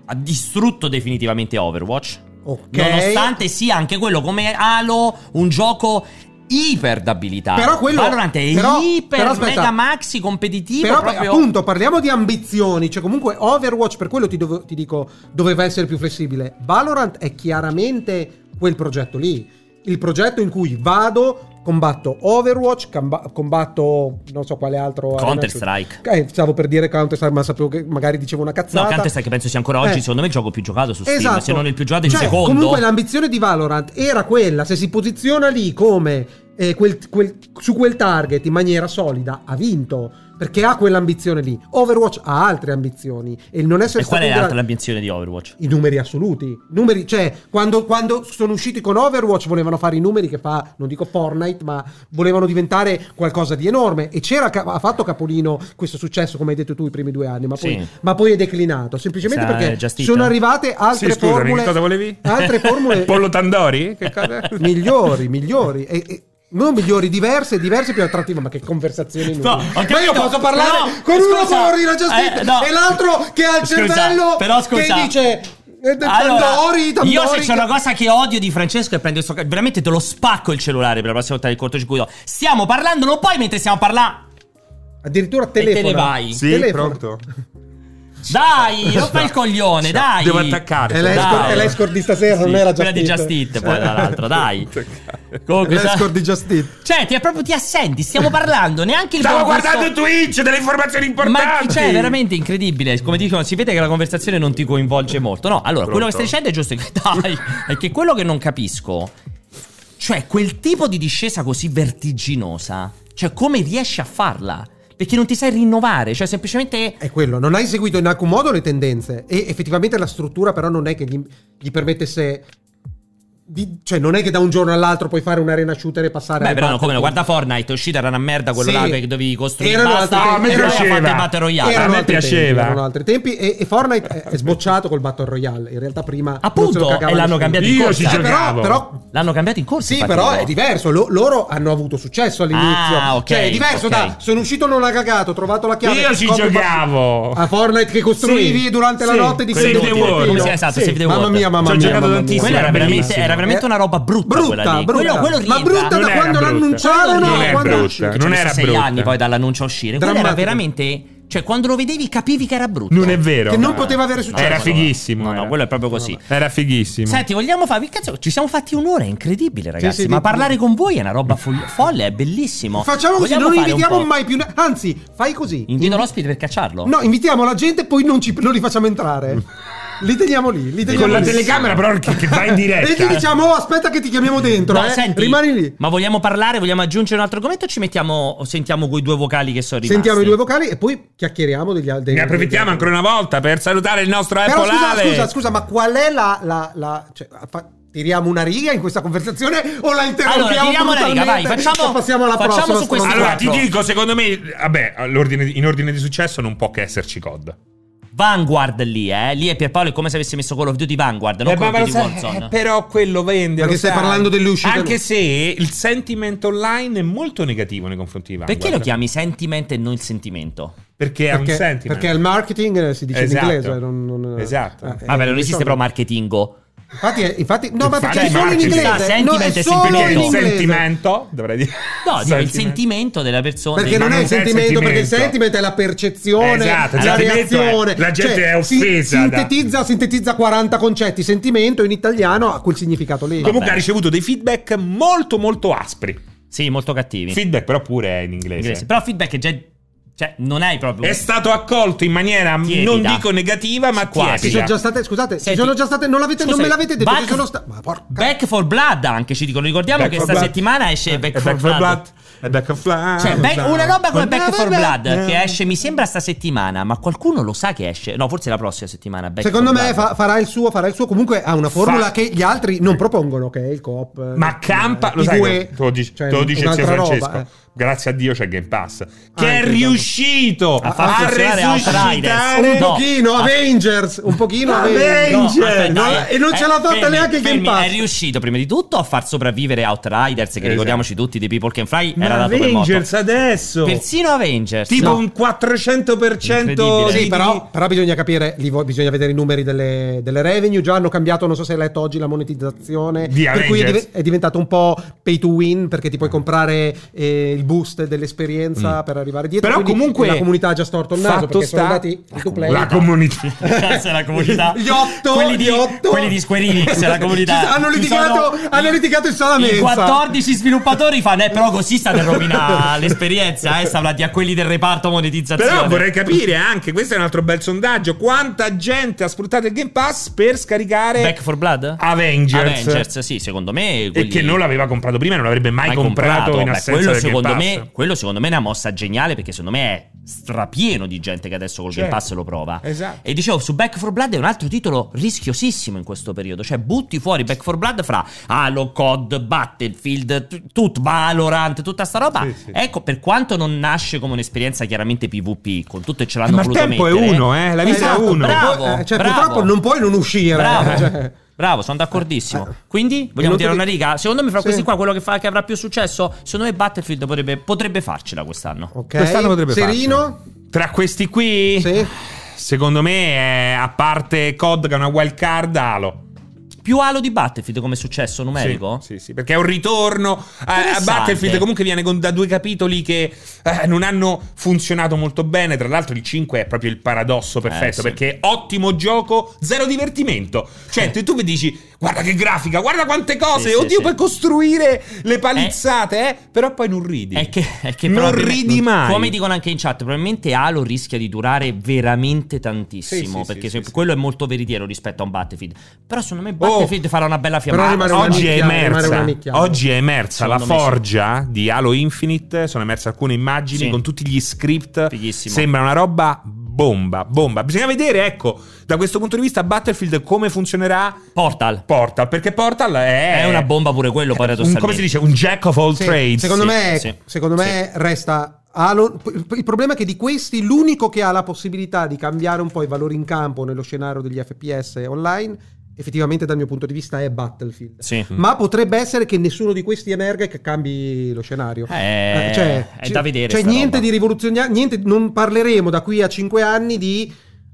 Speaker 1: ha distrutto definitivamente Overwatch.
Speaker 3: Ok.
Speaker 1: Nonostante sia anche quello come Halo un gioco iper d'abilità.
Speaker 3: Però quello-
Speaker 1: Valorant è
Speaker 3: però-
Speaker 1: iper
Speaker 3: però aspetta.
Speaker 1: mega maxi competitivo
Speaker 3: Però
Speaker 1: proprio
Speaker 3: appunto parliamo di ambizioni, cioè comunque Overwatch per quello ti, dove- ti dico doveva essere più flessibile. Valorant è chiaramente quel progetto lì, il progetto in cui vado, combatto Overwatch, camba- combatto non so quale altro...
Speaker 1: Counter Strike.
Speaker 3: Eh, stavo per dire Counter Strike ma sapevo che magari dicevo una
Speaker 1: No,
Speaker 3: cazzata.
Speaker 1: Counter Strike penso sia ancora oggi,
Speaker 3: Eh.
Speaker 1: secondo me, il gioco più giocato su Steam,
Speaker 3: Esatto.
Speaker 1: se non il più giocato, il
Speaker 3: Cioè,
Speaker 1: secondo.
Speaker 3: Comunque l'ambizione di Valorant era quella, se si posiziona lì come eh, quel- quel- su quel target in maniera solida, ha vinto. Perché ha quell'ambizione lì. Overwatch ha altre ambizioni. E il non essere
Speaker 1: E qual è
Speaker 3: stato in grado-
Speaker 1: l'altra ambizione di Overwatch?
Speaker 3: I numeri assoluti. Numeri, cioè, quando, quando sono usciti con Overwatch volevano fare i numeri che fa, non dico Fortnite, ma volevano diventare qualcosa di enorme. E c'era, ca- ha fatto Capolino questo successo, come hai detto tu, i primi due anni, ma poi,
Speaker 1: Sì.
Speaker 3: ma poi è declinato. Semplicemente
Speaker 1: Sa-
Speaker 3: perché
Speaker 1: Just Eat,
Speaker 3: sono
Speaker 1: eh?
Speaker 3: arrivate altre
Speaker 2: Sì, scusami,
Speaker 3: formule.
Speaker 2: cosa volevi?
Speaker 3: Altre formule
Speaker 2: [laughs] Pollo Tandori? Che cosa?
Speaker 3: [laughs] migliori, migliori. E, e- non migliori, diverse, diverse più attrattive, ma che conversazioni
Speaker 1: No, ho
Speaker 3: inutili.
Speaker 1: capito,
Speaker 3: ma io posso parlare
Speaker 1: però,
Speaker 3: con uno
Speaker 1: scusa,
Speaker 3: che orina già
Speaker 1: eh,
Speaker 3: scritto
Speaker 1: no.
Speaker 3: e l'altro che ha il
Speaker 1: Scusa,
Speaker 3: cervello
Speaker 1: però scusa.
Speaker 3: che dice eh, tandori,
Speaker 1: Allora,
Speaker 3: tandori,
Speaker 1: io se c'è
Speaker 3: che-
Speaker 1: una cosa che odio di Francesco è prendere sto ca- veramente te lo spacco il cellulare per la prossima volta del cortocircuito. Stiamo parlando, non poi mentre stiamo parlando.
Speaker 3: addirittura
Speaker 1: te ne
Speaker 3: telefona.
Speaker 1: vai.
Speaker 2: Sì,
Speaker 3: Telefona.
Speaker 2: pronto.
Speaker 1: Dai, non fai il coglione, dai.
Speaker 2: Devo attaccare. cioè.
Speaker 3: È l'escort,
Speaker 1: Dai.
Speaker 3: è l'escort di stasera,
Speaker 1: Sì,
Speaker 3: non era
Speaker 1: quella
Speaker 3: già
Speaker 1: di Just Eat, poi tra l'altro,
Speaker 2: [laughs]
Speaker 3: [laughs]
Speaker 1: dai. Comunque,
Speaker 3: L'escort di Just Eat.
Speaker 1: Cioè, ti è proprio ti assenti, stiamo parlando, neanche il
Speaker 2: Stavo
Speaker 1: buon gusto-
Speaker 2: guardando Twitch, delle informazioni
Speaker 1: Ma
Speaker 2: importanti.
Speaker 1: cioè, è veramente incredibile. Come dicono, si vede che la conversazione non ti coinvolge molto. No, allora, quello che stai dicendo è giusto. [laughs] Dai, è che quello che non capisco, cioè, quel tipo di discesa così vertiginosa, cioè, come riesci a farla? Perché non ti sai rinnovare, cioè, semplicemente.
Speaker 3: È quello, non hai seguito in alcun modo le tendenze e effettivamente la struttura però non è che gli, gli permettesse di- cioè non è che da un giorno all'altro puoi fare un'arena shooter e passare
Speaker 1: Beh,
Speaker 3: al
Speaker 1: però, no, come no,
Speaker 3: Battlefield.
Speaker 1: guarda Fortnite, è uscita era una merda quello
Speaker 3: Sì.
Speaker 1: là che dovevi costruire.
Speaker 3: Erano altri
Speaker 1: basta, e
Speaker 3: tempi. Ah, a me
Speaker 1: allora
Speaker 2: piaceva.
Speaker 1: fate il Battle Royale.
Speaker 2: Era- a me
Speaker 3: altri
Speaker 2: piaceva.
Speaker 3: tempi, erano altri tempi e, e Fortnite è, è sbocciato col Battle Royale. In realtà prima non se lo
Speaker 1: Appunto,
Speaker 3: cagava
Speaker 1: e l'hanno
Speaker 3: nessuno. Eh,
Speaker 1: cambiato in
Speaker 2: Io
Speaker 1: corsa.
Speaker 2: ci gioco-
Speaker 3: Però,
Speaker 2: Bravo.
Speaker 3: però
Speaker 1: L'hanno cambiato in corsa.
Speaker 3: sì,
Speaker 1: infatti,
Speaker 3: però
Speaker 1: loro.
Speaker 3: è diverso. Lo- loro hanno avuto successo all'inizio.
Speaker 1: Ah, ok,
Speaker 3: cioè, è diverso
Speaker 1: ok.
Speaker 3: da sono uscito, non ha cagato, ho trovato la chiave.
Speaker 2: Io ci
Speaker 3: copio-
Speaker 2: giocavo.
Speaker 3: A Fortnite che costruivi
Speaker 2: Sì,
Speaker 3: durante la
Speaker 2: sì,
Speaker 3: notte di
Speaker 2: Save
Speaker 3: Save
Speaker 2: the
Speaker 3: the
Speaker 1: Come
Speaker 2: World.
Speaker 1: si chiama? Esatto, Save the
Speaker 3: Mamma
Speaker 1: World.
Speaker 3: mia, mamma
Speaker 2: Ci ho
Speaker 3: mia.
Speaker 2: giocato
Speaker 3: mamma mia.
Speaker 2: tantissimo.
Speaker 1: Quella era
Speaker 2: Bellissimo.
Speaker 1: veramente, era veramente una roba brutta, quella
Speaker 3: brutta,
Speaker 1: lì.
Speaker 3: brutta.
Speaker 1: Quello, quello rientra.
Speaker 3: ma brutta
Speaker 2: Non
Speaker 3: da
Speaker 2: era
Speaker 3: quando
Speaker 2: brutta.
Speaker 3: l'annunciarono.
Speaker 1: Non
Speaker 3: a
Speaker 1: è
Speaker 3: quando-
Speaker 2: brutta.
Speaker 1: Ci
Speaker 2: Non
Speaker 1: sono
Speaker 2: era
Speaker 1: Cioè, sei
Speaker 2: brutta.
Speaker 1: anni poi dall'annuncio a uscire. Quello era
Speaker 3: Drammatico.
Speaker 1: veramente. Cioè, quando lo vedevi, capivi che era brutto.
Speaker 2: Non è vero.
Speaker 3: Che non poteva avere
Speaker 1: No,
Speaker 3: successo.
Speaker 2: Era
Speaker 1: no,
Speaker 2: fighissimo,
Speaker 1: No, no,
Speaker 2: era.
Speaker 1: quello è proprio così.
Speaker 2: Era fighissimo.
Speaker 1: Senti, vogliamo fare. Cazzo, ci siamo fatti un'ora, è incredibile, ragazzi.
Speaker 3: Sì, sì,
Speaker 1: ma
Speaker 3: di-
Speaker 1: parlare con voi è una roba fo- folle, è bellissimo.
Speaker 3: Facciamo così,
Speaker 1: Vogliamo
Speaker 3: non
Speaker 1: fare un
Speaker 3: invitiamo
Speaker 1: po'-
Speaker 3: mai più. ne- Anzi, fai così.
Speaker 1: Invito l'ospite per cacciarlo. Mm.
Speaker 3: No, invitiamo la gente, poi non, ci- non li facciamo entrare. Li teniamo lì, li teniamo
Speaker 2: Con la
Speaker 3: lì.
Speaker 2: telecamera, però, che, che
Speaker 3: [laughs]
Speaker 2: va in diretta.
Speaker 3: E gli diciamo, "Oh, aspetta che ti chiamiamo dentro,
Speaker 1: eh. No,
Speaker 3: eh.
Speaker 1: senti,
Speaker 3: rimani lì.
Speaker 1: Ma vogliamo parlare? Vogliamo aggiungere un altro argomento? O ci mettiamo, o sentiamo quei due vocali che sono rimasti?
Speaker 3: Sentiamo i due vocali e poi chiacchieriamo degli altri.
Speaker 2: Ne approfittiamo ancora una volta per salutare il nostro
Speaker 3: Però
Speaker 2: Apple
Speaker 3: scusa,
Speaker 2: Ale.
Speaker 3: scusa, scusa, ma qual è la... la- la- cioè, fa- tiriamo una riga in questa conversazione o la interrompiamo
Speaker 1: Allora, tiriamo una riga,
Speaker 3: brutalmente?
Speaker 1: vai, facciamo-
Speaker 3: O passiamo alla
Speaker 1: facciamo
Speaker 3: prossima
Speaker 1: su questo
Speaker 3: stronzata?
Speaker 2: Allora, ti
Speaker 1: quattro.
Speaker 2: dico, secondo me, vabbè, all'ordine- in ordine di successo non può che esserci COD.
Speaker 1: Vanguard lì, eh. Lì è Pierpaolo è come se avessi messo Call of Duty Vanguard, non
Speaker 2: Eh,
Speaker 1: Call
Speaker 2: ma-
Speaker 1: of
Speaker 2: ma lo
Speaker 1: Duty
Speaker 2: sai-
Speaker 1: Warzone.
Speaker 2: eh, però quello vende.
Speaker 3: Perché
Speaker 2: lo
Speaker 3: stai
Speaker 2: sai.
Speaker 3: parlando delle uscite
Speaker 2: Anche
Speaker 3: nuove.
Speaker 2: se il sentiment online è molto negativo nei confronti di Vanguard.
Speaker 1: Perché lo chiami sentiment e non il sentimento?
Speaker 2: Perché è un
Speaker 3: Perché,
Speaker 2: sentiment.
Speaker 3: perché il marketing eh, si dice
Speaker 2: Esatto.
Speaker 3: in inglese. Non, non-
Speaker 2: Esatto.
Speaker 3: eh,
Speaker 1: Vabbè, non
Speaker 3: eh,
Speaker 1: esiste
Speaker 3: so-
Speaker 1: però marketingo.
Speaker 3: Infatti, è- infatti- no, ma
Speaker 2: Infatti
Speaker 3: perché è
Speaker 2: il
Speaker 3: solo in
Speaker 2: marketing-
Speaker 3: inglese.
Speaker 1: Ah, sentiment
Speaker 3: no,
Speaker 1: è
Speaker 3: è
Speaker 1: sempre
Speaker 3: solo
Speaker 2: Perché
Speaker 1: no,
Speaker 2: il
Speaker 3: in
Speaker 1: no.
Speaker 3: inglese.
Speaker 2: sentimento, dovrei dire.
Speaker 1: No, dico il sentimento della persona.
Speaker 3: Perché
Speaker 1: del-
Speaker 3: non
Speaker 2: Ma
Speaker 3: è
Speaker 2: non
Speaker 3: il
Speaker 2: c'è il
Speaker 3: sentimento, perché il
Speaker 2: sentimento.
Speaker 3: sentimento è la percezione,
Speaker 2: Esatto, il
Speaker 3: la
Speaker 2: sentimento è-
Speaker 3: reazione.
Speaker 2: la gente
Speaker 3: Cioè,
Speaker 2: è
Speaker 3: si-
Speaker 2: offesa da-
Speaker 3: Sintetizza, sintetizza 40 concetti. Sentimento in italiano ha quel significato lì.
Speaker 2: Comunque
Speaker 1: Vabbè.
Speaker 2: ha ricevuto dei feedback molto molto aspri.
Speaker 1: Sì, molto cattivi.
Speaker 2: Feedback però pure è in inglese.
Speaker 1: Inglese. Però feedback è già... Cioè, non hai proprio...
Speaker 2: È stato accolto in maniera
Speaker 1: Tiepida.
Speaker 2: non dico negativa, ma
Speaker 1: Quasi.
Speaker 2: quasi.
Speaker 3: Ci sono già state, scusate, ci
Speaker 1: Senti,
Speaker 3: sono già state, non, l'avete- non
Speaker 1: scusa,
Speaker 3: me l'avete detto,
Speaker 1: Back-
Speaker 3: ci sono state. Ma porca.
Speaker 1: Back for Blood anche ci dicono. Ricordiamo
Speaker 2: Back
Speaker 1: Diciamo che
Speaker 2: for
Speaker 1: sta
Speaker 2: Blood. Eh,
Speaker 1: settimana esce Back, for, Blood.
Speaker 2: È Back of
Speaker 3: Ah,
Speaker 2: Blood.
Speaker 1: Cioè, Back- una roba come Back for Blood che
Speaker 2: Eh.
Speaker 1: esce, mi sembra, sta settimana, ma qualcuno lo sa che esce. No, forse la prossima settimana. Back
Speaker 3: Secondo
Speaker 1: for
Speaker 3: me
Speaker 1: Blood.
Speaker 3: fa- farà il suo, farà il suo. Comunque ha una formula
Speaker 2: Fa-
Speaker 3: che gli altri non propongono, che è il eh, coop.
Speaker 2: Ma campa, lo sai, te lo dice,
Speaker 3: cioè,
Speaker 2: te lo dice il zio Francesco.
Speaker 3: eh.
Speaker 2: Grazie a Dio c'è Game Pass. Che è
Speaker 3: esatto.
Speaker 2: riuscito
Speaker 1: A
Speaker 2: a,
Speaker 1: far funzionare Outriders.
Speaker 3: Un
Speaker 2: resuscitare.
Speaker 1: No.
Speaker 3: pochino,
Speaker 1: Ah.
Speaker 3: Avengers, un pochino
Speaker 2: Vabbè.
Speaker 3: Avengers.
Speaker 1: No,
Speaker 2: Angel,
Speaker 1: aspetta,
Speaker 3: no,
Speaker 1: eh,
Speaker 3: e non ce l'ha fatta
Speaker 1: fermi,
Speaker 3: neanche il Game
Speaker 1: fermi,
Speaker 3: Pass.
Speaker 1: È riuscito prima di tutto a far sopravvivere Outriders, che
Speaker 2: Esatto.
Speaker 1: ricordiamoci tutti di People Can Fry
Speaker 2: Ma
Speaker 1: era dato per morto.
Speaker 2: Avengers adesso.
Speaker 1: Persino Avengers.
Speaker 2: tipo
Speaker 1: No. [laughs]
Speaker 2: un 400%
Speaker 1: Incredibile.
Speaker 2: di-
Speaker 3: Sì, però, però bisogna capire, li vo- bisogna vedere i numeri delle, delle revenue. Già hanno cambiato, non so se hai letto oggi, la monetizzazione.
Speaker 2: Di
Speaker 3: per cui è,
Speaker 2: Avengers.
Speaker 3: div- è diventato un po' pay to win perché ti puoi comprare eh, il boost dell'esperienza per arrivare dietro.
Speaker 2: Però
Speaker 3: Quindi
Speaker 2: comunque
Speaker 3: la comunità ha già storto il naso
Speaker 2: fatto
Speaker 3: perché sono
Speaker 2: sta-
Speaker 3: andati free to play.
Speaker 2: la [laughs] comunità.
Speaker 1: Cazzo, è la comunità.
Speaker 3: Gli otto,
Speaker 1: quelli di,
Speaker 3: gli otto.
Speaker 1: quelli di Square Enix, è la comunità.
Speaker 3: Ci hanno
Speaker 1: Ci
Speaker 3: litigato- hanno litigato in sala
Speaker 1: i
Speaker 3: mensa.
Speaker 1: 14 sviluppatori fanno, eh, però così state a
Speaker 3: [laughs]
Speaker 1: rovinare l'esperienza, eh, stavolati a quelli del reparto monetizzazione.
Speaker 2: Però vorrei capire anche, questo è un altro bel sondaggio, quanta gente ha sfruttato il Game Pass per scaricare
Speaker 1: Back for Blood?
Speaker 2: Avengers.
Speaker 1: Avengers, sì, secondo me.
Speaker 2: E
Speaker 1: quelli-
Speaker 2: che non l'aveva comprato prima e non l'avrebbe mai,
Speaker 1: mai
Speaker 2: comprato, in
Speaker 1: Beh,
Speaker 2: assenza
Speaker 1: quello
Speaker 2: del
Speaker 1: secondo,
Speaker 2: Game Pass.
Speaker 1: me, quello secondo me è una mossa geniale perché secondo me è strapieno di gente che adesso col Game
Speaker 2: Certo.
Speaker 1: Pass lo prova.
Speaker 2: Esatto.
Speaker 1: E dicevo, su Back 4 Blood è un altro titolo rischiosissimo in questo periodo. Cioè, butti fuori Back 4 Blood fra Halo, COD, Battlefield, t- tut, Valorant, tutta sta roba.
Speaker 2: Sì, sì.
Speaker 1: Ecco, per quanto non nasce come un'esperienza chiaramente PvP, con tutto e ce
Speaker 2: Eh,
Speaker 1: l'hanno
Speaker 2: Ma il
Speaker 1: voluto
Speaker 2: tempo è
Speaker 1: mettere,
Speaker 2: uno, eh. La vita
Speaker 3: Esatto,
Speaker 2: è uno.
Speaker 1: bravo.
Speaker 3: Eh, cioè,
Speaker 1: bravo.
Speaker 3: purtroppo non puoi non uscire.
Speaker 2: [laughs]
Speaker 1: Bravo,
Speaker 3: Cioè,
Speaker 1: bravo, sono d'accordissimo.
Speaker 2: eh,
Speaker 1: Quindi vogliamo
Speaker 3: non
Speaker 1: tirare
Speaker 3: ti-
Speaker 1: una riga? Secondo me, fra
Speaker 3: Sì.
Speaker 1: questi qua, quello che, fa- che avrà più successo, secondo me Battlefield potrebbe, potrebbe farcela quest'anno.
Speaker 3: ok.
Speaker 2: Quest'anno potrebbe
Speaker 3: Serino?
Speaker 2: Tra questi qui,
Speaker 3: Sì.
Speaker 2: secondo me, è, a parte COD che è una wild card, Halo.
Speaker 1: Più alo di Battlefield come successo numerico?
Speaker 2: Sì, sì, sì, perché è un ritorno a, a
Speaker 1: Interessante.
Speaker 2: Battlefield. Comunque viene con, da due capitoli che eh, non hanno funzionato molto bene. Tra l'altro, il 5 è proprio il paradosso perfetto.
Speaker 1: Eh, sì.
Speaker 2: Perché ottimo gioco, zero divertimento. Cioè, tu, tu mi dici: guarda che grafica, guarda quante cose.
Speaker 1: Sì, sì,
Speaker 2: Oddio,
Speaker 1: sì.
Speaker 2: puoi costruire le palizzate, eh, però poi non ridi.
Speaker 1: È che, è che
Speaker 2: non
Speaker 1: probabilmente-
Speaker 2: ridi mai.
Speaker 1: Come dicono anche in chat, probabilmente Halo rischia di durare veramente tantissimo.
Speaker 2: Sì, sì,
Speaker 1: perché
Speaker 2: sì,
Speaker 1: se-
Speaker 2: sì, sì.
Speaker 1: quello è molto veritiero rispetto a un Battlefield. Però secondo me
Speaker 2: Oh,
Speaker 1: Battlefield farà una bella
Speaker 3: però
Speaker 1: fiammata.
Speaker 3: rimane una
Speaker 2: Ah, Oggi è,
Speaker 3: nicchia, rimane una
Speaker 2: emersa,
Speaker 3: nicchia.
Speaker 2: oggi è emersa la
Speaker 1: Secondo me sì.
Speaker 2: forgia di Halo Infinite. Sono emerse alcune immagini
Speaker 1: Sì.
Speaker 2: con tutti gli script.
Speaker 1: Fighissimo.
Speaker 2: Sembra una roba bomba, bomba. Bisogna vedere, ecco, da questo punto di vista, Battlefield come funzionerà
Speaker 1: Portal.
Speaker 2: Portal. Perché Portal è.
Speaker 1: È una bomba pure quello,
Speaker 2: Eh. un-
Speaker 1: paradossalmente.
Speaker 2: Come si dice? Un jack of all
Speaker 3: Sì,
Speaker 2: trades.
Speaker 3: secondo
Speaker 1: sì,
Speaker 3: me,
Speaker 1: sì,
Speaker 3: secondo me resta Halo. P- Il problema è che di questi l'unico che ha la possibilità di cambiare un po' i valori in campo nello scenario degli FPS online, effettivamente dal mio punto di vista è Battlefield.
Speaker 1: Sì.
Speaker 3: Ma potrebbe essere che nessuno di questi emerga e che cambi lo scenario.
Speaker 1: Eh,
Speaker 3: Eh, cioè,
Speaker 1: è
Speaker 3: c-
Speaker 1: da vedere
Speaker 3: Cioè,
Speaker 1: sta
Speaker 3: niente
Speaker 1: roba.
Speaker 3: di rivoluzionario, niente, non parleremo da qui a 5 anni di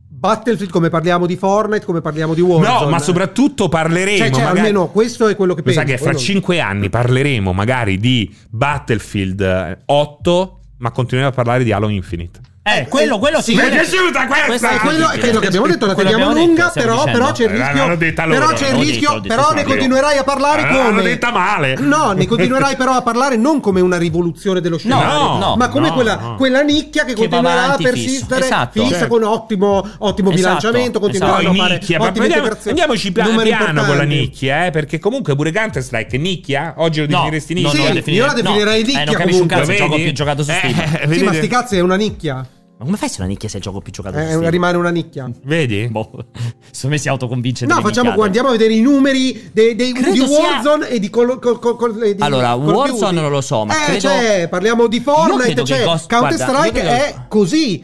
Speaker 3: Battlefield come parliamo di Fortnite, come parliamo di Warzone.
Speaker 2: No, ma soprattutto parleremo.
Speaker 3: Cioè, cioè,
Speaker 2: magari-
Speaker 3: almeno questo è quello che
Speaker 2: Lo
Speaker 3: penso.
Speaker 2: sai che fra
Speaker 3: poi non-
Speaker 2: cinque anni parleremo magari di Battlefield eh, 8, ma continueremo a parlare di Halo Infinite.
Speaker 1: Eh, quello, quello sì.
Speaker 2: Mi è
Speaker 1: quello-
Speaker 2: piaciuta questa!
Speaker 1: Questa
Speaker 2: Ah,
Speaker 3: quello,
Speaker 1: incredibile.
Speaker 3: quello che abbiamo detto la
Speaker 1: Quello
Speaker 3: teniamo
Speaker 1: abbiamo
Speaker 3: lunga,
Speaker 1: detto, stiamo
Speaker 3: però,
Speaker 1: dicendo.
Speaker 3: però c'è il
Speaker 2: Eh,
Speaker 3: rischio.
Speaker 2: l'hanno detta loro.
Speaker 3: però c'è il
Speaker 1: L'ho detto,
Speaker 3: rischio,
Speaker 1: l'ho detto,
Speaker 3: però
Speaker 1: sì,
Speaker 3: ne
Speaker 1: l'ho detto.
Speaker 3: continuerai a parlare
Speaker 2: Eh, l'hanno
Speaker 3: come.
Speaker 2: detta male.
Speaker 3: No, ne continuerai però a parlare non come una rivoluzione dello scenario,
Speaker 1: no,
Speaker 3: ma come
Speaker 2: no,
Speaker 3: quella,
Speaker 2: no.
Speaker 3: quella nicchia
Speaker 1: Che
Speaker 3: che,
Speaker 1: va
Speaker 3: continuerà a
Speaker 1: avanti fisso.
Speaker 3: persistere
Speaker 1: Esatto.
Speaker 3: fissa
Speaker 2: Certo.
Speaker 3: con ottimo,
Speaker 1: Esatto,
Speaker 3: ottimo bilanciamento, continueranno
Speaker 2: Poi
Speaker 1: Esatto.
Speaker 3: a fare
Speaker 2: nicchia, ma
Speaker 3: ottime
Speaker 2: andiamo-
Speaker 3: integrazioni.
Speaker 2: andiamoci pian piano
Speaker 3: Numeri
Speaker 2: con la
Speaker 3: importanti.
Speaker 2: nicchia, eh, perché comunque pure Counter-Strike nicchia, oggi lo
Speaker 1: No,
Speaker 2: definiresti
Speaker 1: no,
Speaker 2: nicchia.
Speaker 1: non
Speaker 3: Sì,
Speaker 1: lo definirei-
Speaker 3: io la definirei
Speaker 1: no,
Speaker 3: nicchia
Speaker 1: Eh, non capisci un
Speaker 3: comunque,
Speaker 1: cazzo, il gioco
Speaker 2: vedi?
Speaker 1: più giocato su
Speaker 2: Eh,
Speaker 1: Steam.
Speaker 2: [laughs]
Speaker 3: Sì,
Speaker 2: vedi?
Speaker 3: ma sti cazzi è una nicchia,
Speaker 1: Ma come fai su una nicchia se è il gioco più giocato su
Speaker 3: Eh, È
Speaker 1: Steam?
Speaker 3: una- rimane una nicchia.
Speaker 2: Vedi?
Speaker 1: [laughs] Boh, secondo me si autoconvince
Speaker 3: No,
Speaker 1: delle
Speaker 3: facciamo qua,
Speaker 1: minchiate.
Speaker 3: andiamo a vedere i numeri dei, dei-
Speaker 1: Credo
Speaker 3: di
Speaker 1: sia-
Speaker 3: Warzone e di Call col, col- col- e di
Speaker 1: Allora,
Speaker 3: Call of
Speaker 1: Warzone
Speaker 3: Duty.
Speaker 1: non lo so, ma
Speaker 3: eh,
Speaker 1: credo-
Speaker 3: cioè, parliamo di
Speaker 1: Io
Speaker 3: Fortnite,
Speaker 1: credo che
Speaker 3: cioè,
Speaker 1: Ghost-
Speaker 3: Counter Strike
Speaker 1: guarda, io
Speaker 3: è
Speaker 1: credo-
Speaker 3: così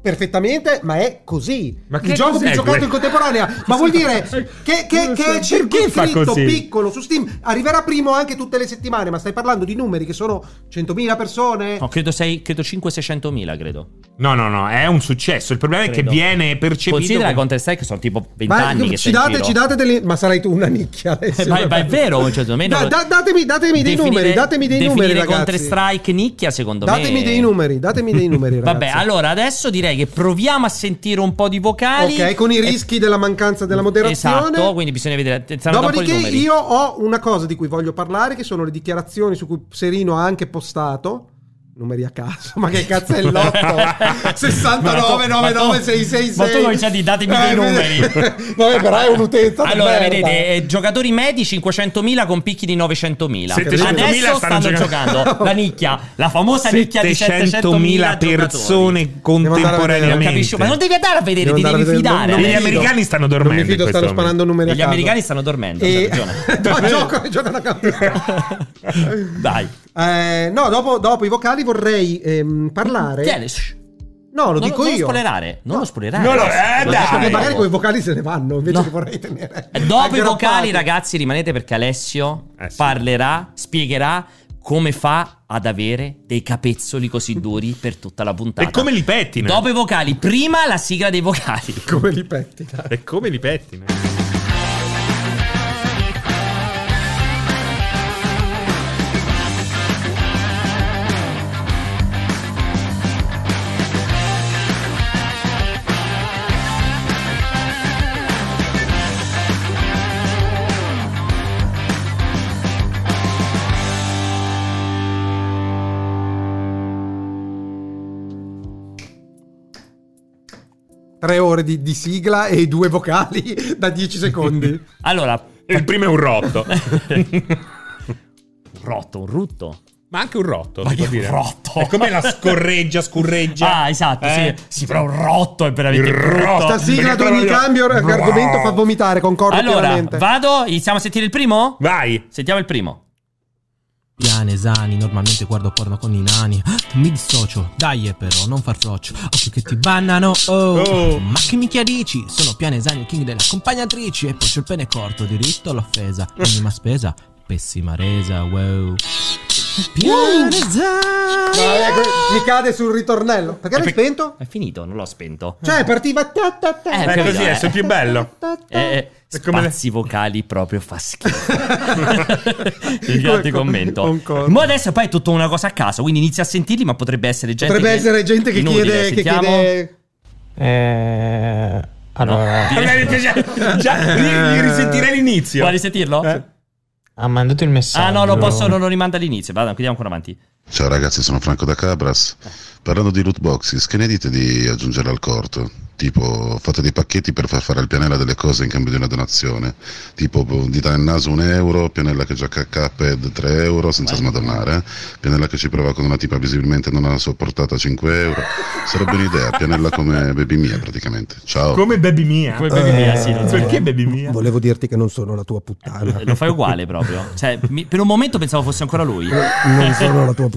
Speaker 3: perfettamente, ma è così.
Speaker 2: Ma che
Speaker 3: il gioco
Speaker 2: cos'è Eh, Cioè,
Speaker 3: più giocato
Speaker 2: quello?
Speaker 3: in
Speaker 2: [laughs]
Speaker 3: contemporanea, ma vuol dire che, che, che è
Speaker 2: Perché fa
Speaker 3: circoscritto
Speaker 2: così?
Speaker 3: piccolo su Steam, arriverà primo anche tutte le settimane, ma stai parlando di numeri che sono 100.000 persone.
Speaker 1: No, credo, sei- credo 5-600 mila, credo.
Speaker 2: No, no, no, è un successo. Il problema è che
Speaker 1: Credo.
Speaker 2: viene percepito
Speaker 1: Considera
Speaker 2: come-
Speaker 1: Counter Strike sono tipo 20
Speaker 3: Ma
Speaker 1: anni che sei
Speaker 3: ci
Speaker 1: in
Speaker 3: date,
Speaker 1: giro.
Speaker 3: ci date delle. Ma sarai tu
Speaker 1: [laughs]
Speaker 3: una nicchia adesso.
Speaker 1: Eh, ma, ma è vero, cioè, secondo me
Speaker 3: Da-
Speaker 1: non-
Speaker 3: da- datemi, datemi dei
Speaker 1: Definire-
Speaker 3: numeri, datemi dei numeri,
Speaker 1: definire
Speaker 3: ragazzi.
Speaker 1: Counter Strike nicchia, secondo me.
Speaker 3: Datemi dei numeri, datemi dei numeri, ragazzi.
Speaker 1: [laughs] Vabbè, allora adesso direi che proviamo a sentire un po' di vocali.
Speaker 3: Ok, con i
Speaker 1: E-
Speaker 3: rischi della mancanza della moderazione.
Speaker 1: Esatto, quindi bisogna vedere. saranno un po' di
Speaker 3: Dopodiché
Speaker 1: numeri.
Speaker 3: io ho una cosa di cui voglio parlare, che sono le dichiarazioni su cui Serino ha anche postato. Numeri a caso, ma che cazzo
Speaker 1: [laughs]
Speaker 3: è l'otto? 69
Speaker 1: Ma tu-
Speaker 3: 99 666.
Speaker 1: ma tu cominciati, datemi dei
Speaker 3: Eh,
Speaker 1: numeri.
Speaker 3: [laughs] Vabbè, però è un'utenza. di
Speaker 1: Allora,
Speaker 3: merda.
Speaker 1: vedete, eh, giocatori medi 500.000 con picchi di 900.000.
Speaker 2: 700.000
Speaker 1: Adesso stanno,
Speaker 2: stanno
Speaker 1: giocando.
Speaker 2: giocando.
Speaker 1: la nicchia, la famosa nicchia di
Speaker 2: 700.000
Speaker 1: 700.000 giocatori.
Speaker 2: persone
Speaker 1: Non
Speaker 3: veramente.
Speaker 1: capisci, ma non
Speaker 2: contemporaneamente.
Speaker 1: devi andare a vedere,
Speaker 3: Devo
Speaker 1: ti
Speaker 3: andare
Speaker 1: devi
Speaker 3: a vedere-
Speaker 1: fidare.
Speaker 3: non- non
Speaker 2: Gli
Speaker 3: mi fido.
Speaker 2: americani stanno
Speaker 3: Non
Speaker 2: dormendo
Speaker 3: Mi fido,
Speaker 2: in
Speaker 3: stanno
Speaker 2: questo
Speaker 3: sparando numeri a
Speaker 1: Gli
Speaker 3: caso.
Speaker 1: americani stanno dormendo,
Speaker 3: E...
Speaker 1: c'ha ragione.
Speaker 3: [laughs] no, giocano, giocano a campionato.
Speaker 1: Dai.
Speaker 3: Eh, no, dopo, dopo i vocali vorrei ehm, parlare.
Speaker 1: Tieni, shh.
Speaker 3: No, lo
Speaker 1: Non-
Speaker 3: dico
Speaker 1: non
Speaker 3: io.
Speaker 1: spoilerare, non
Speaker 3: No.
Speaker 1: lo spoilerare.
Speaker 2: No, no,
Speaker 1: ragazzi.
Speaker 2: eh,
Speaker 1: Lo
Speaker 2: dai.
Speaker 1: lasciamo
Speaker 3: Perché
Speaker 1: un po'.
Speaker 3: magari quei vocali se ne vanno, invece
Speaker 1: No. Eh,
Speaker 3: li vorrei tenere.
Speaker 1: Dopo i
Speaker 3: aggrappati.
Speaker 1: vocali, ragazzi, rimanete perché Alessio
Speaker 2: Eh sì.
Speaker 1: parlerà, spiegherà come fa ad avere dei capezzoli così duri per tutta la puntata.
Speaker 2: [laughs] E come li pettina?
Speaker 1: Dopo i vocali, prima la sigla dei vocali.
Speaker 3: Come li pettina.
Speaker 2: E come li pettina?
Speaker 3: Tre ore di, di sigla e due vocali da 10 secondi.
Speaker 1: Allora,
Speaker 2: [laughs] Il primo è
Speaker 1: [laughs]
Speaker 2: un rotto.
Speaker 1: rotto, un rutto.
Speaker 2: Ma anche un rotto.
Speaker 1: Ma
Speaker 2: si può
Speaker 1: che
Speaker 2: dire.
Speaker 1: rotto?
Speaker 2: È come la scorreggia, scurreggia.
Speaker 1: Ah, esatto,
Speaker 2: Eh?
Speaker 1: sì. Sì, però un rotto è veramente
Speaker 2: Il
Speaker 1: brutto.
Speaker 2: rotto.
Speaker 3: Sta sigla ad
Speaker 2: perché
Speaker 3: ogni
Speaker 2: proprio-
Speaker 3: cambio
Speaker 2: Wow.
Speaker 3: argomento fa vomitare, concordo
Speaker 1: Allora,
Speaker 3: pienamente.
Speaker 1: vado, iniziamo a sentire il primo?
Speaker 2: Vai.
Speaker 1: Sentiamo il primo.
Speaker 4: Piane, sani, normalmente guardo porno con i nani. Ah, Mi dissocio, dai eh, però, non far frocio. Occhio che ti bannano, oh.
Speaker 2: Oh.
Speaker 4: Ma che minchia dici? Sono piane, sani, il king delle accompagnatrici. E poi c'ho il pene corto, diritto all'offesa. Minima spesa, pessima resa, wow. Piane,
Speaker 3: Ma,
Speaker 4: zani.
Speaker 3: ecco, mi cade sul ritornello. Perché l'hai spento?
Speaker 1: È finito, non l'ho spento.
Speaker 3: Cioè, partiva. ta, ta, ta,
Speaker 1: Eh,
Speaker 3: ta,
Speaker 2: È
Speaker 1: capito,
Speaker 2: così,
Speaker 1: eh.
Speaker 2: adesso Ecco, è più
Speaker 1: [laughs]
Speaker 2: bello.
Speaker 3: ta, ta.
Speaker 1: Eh,
Speaker 2: È come
Speaker 1: [laughs]
Speaker 2: le-
Speaker 1: spazi vocali proprio fa schifo. [laughs] Il grande
Speaker 3: Ecco,
Speaker 1: commento.
Speaker 3: concordo.
Speaker 1: Ma adesso poi è tutta una cosa a caso, quindi inizia a sentirli, ma potrebbe essere gente
Speaker 3: Potrebbe
Speaker 1: che-
Speaker 3: essere gente che
Speaker 1: inutile.
Speaker 3: chiede, che
Speaker 1: Sentiamo.
Speaker 3: chiede.
Speaker 4: Eh,
Speaker 1: allora.
Speaker 2: A me piace-
Speaker 1: [laughs]
Speaker 2: Già, gli gli risentirei l'inizio.
Speaker 1: Vuoi risentirlo?
Speaker 3: Eh.
Speaker 4: ha mandato il messaggio.
Speaker 1: Ah no, lo posso, non lo rimanda all'inizio. Vada, andiamo ancora avanti.
Speaker 5: Ciao ragazzi, sono Franco da Cabras. Parlando di loot boxes, che ne dite di aggiungere al corto? Tipo, fate dei pacchetti per far fare al pianella delle cose in cambio di una donazione. Tipo, boh, dita nel naso un euro, pianella che gioca a Cuphead 3 euro senza smadonnare, eh. pianella che ci prova con una tipa visibilmente non alla sua portata 5 euro. Sarebbe un'idea, pianella come baby mia praticamente. Ciao.
Speaker 2: Come baby mia.
Speaker 1: Come baby mia, sì, lo so.
Speaker 2: Perché baby mia?
Speaker 3: Volevo dirti che non sono la tua puttana.
Speaker 1: Lo fai uguale proprio. Cioè, mi- per un momento pensavo fosse ancora lui.
Speaker 3: Non sono la tua puttana.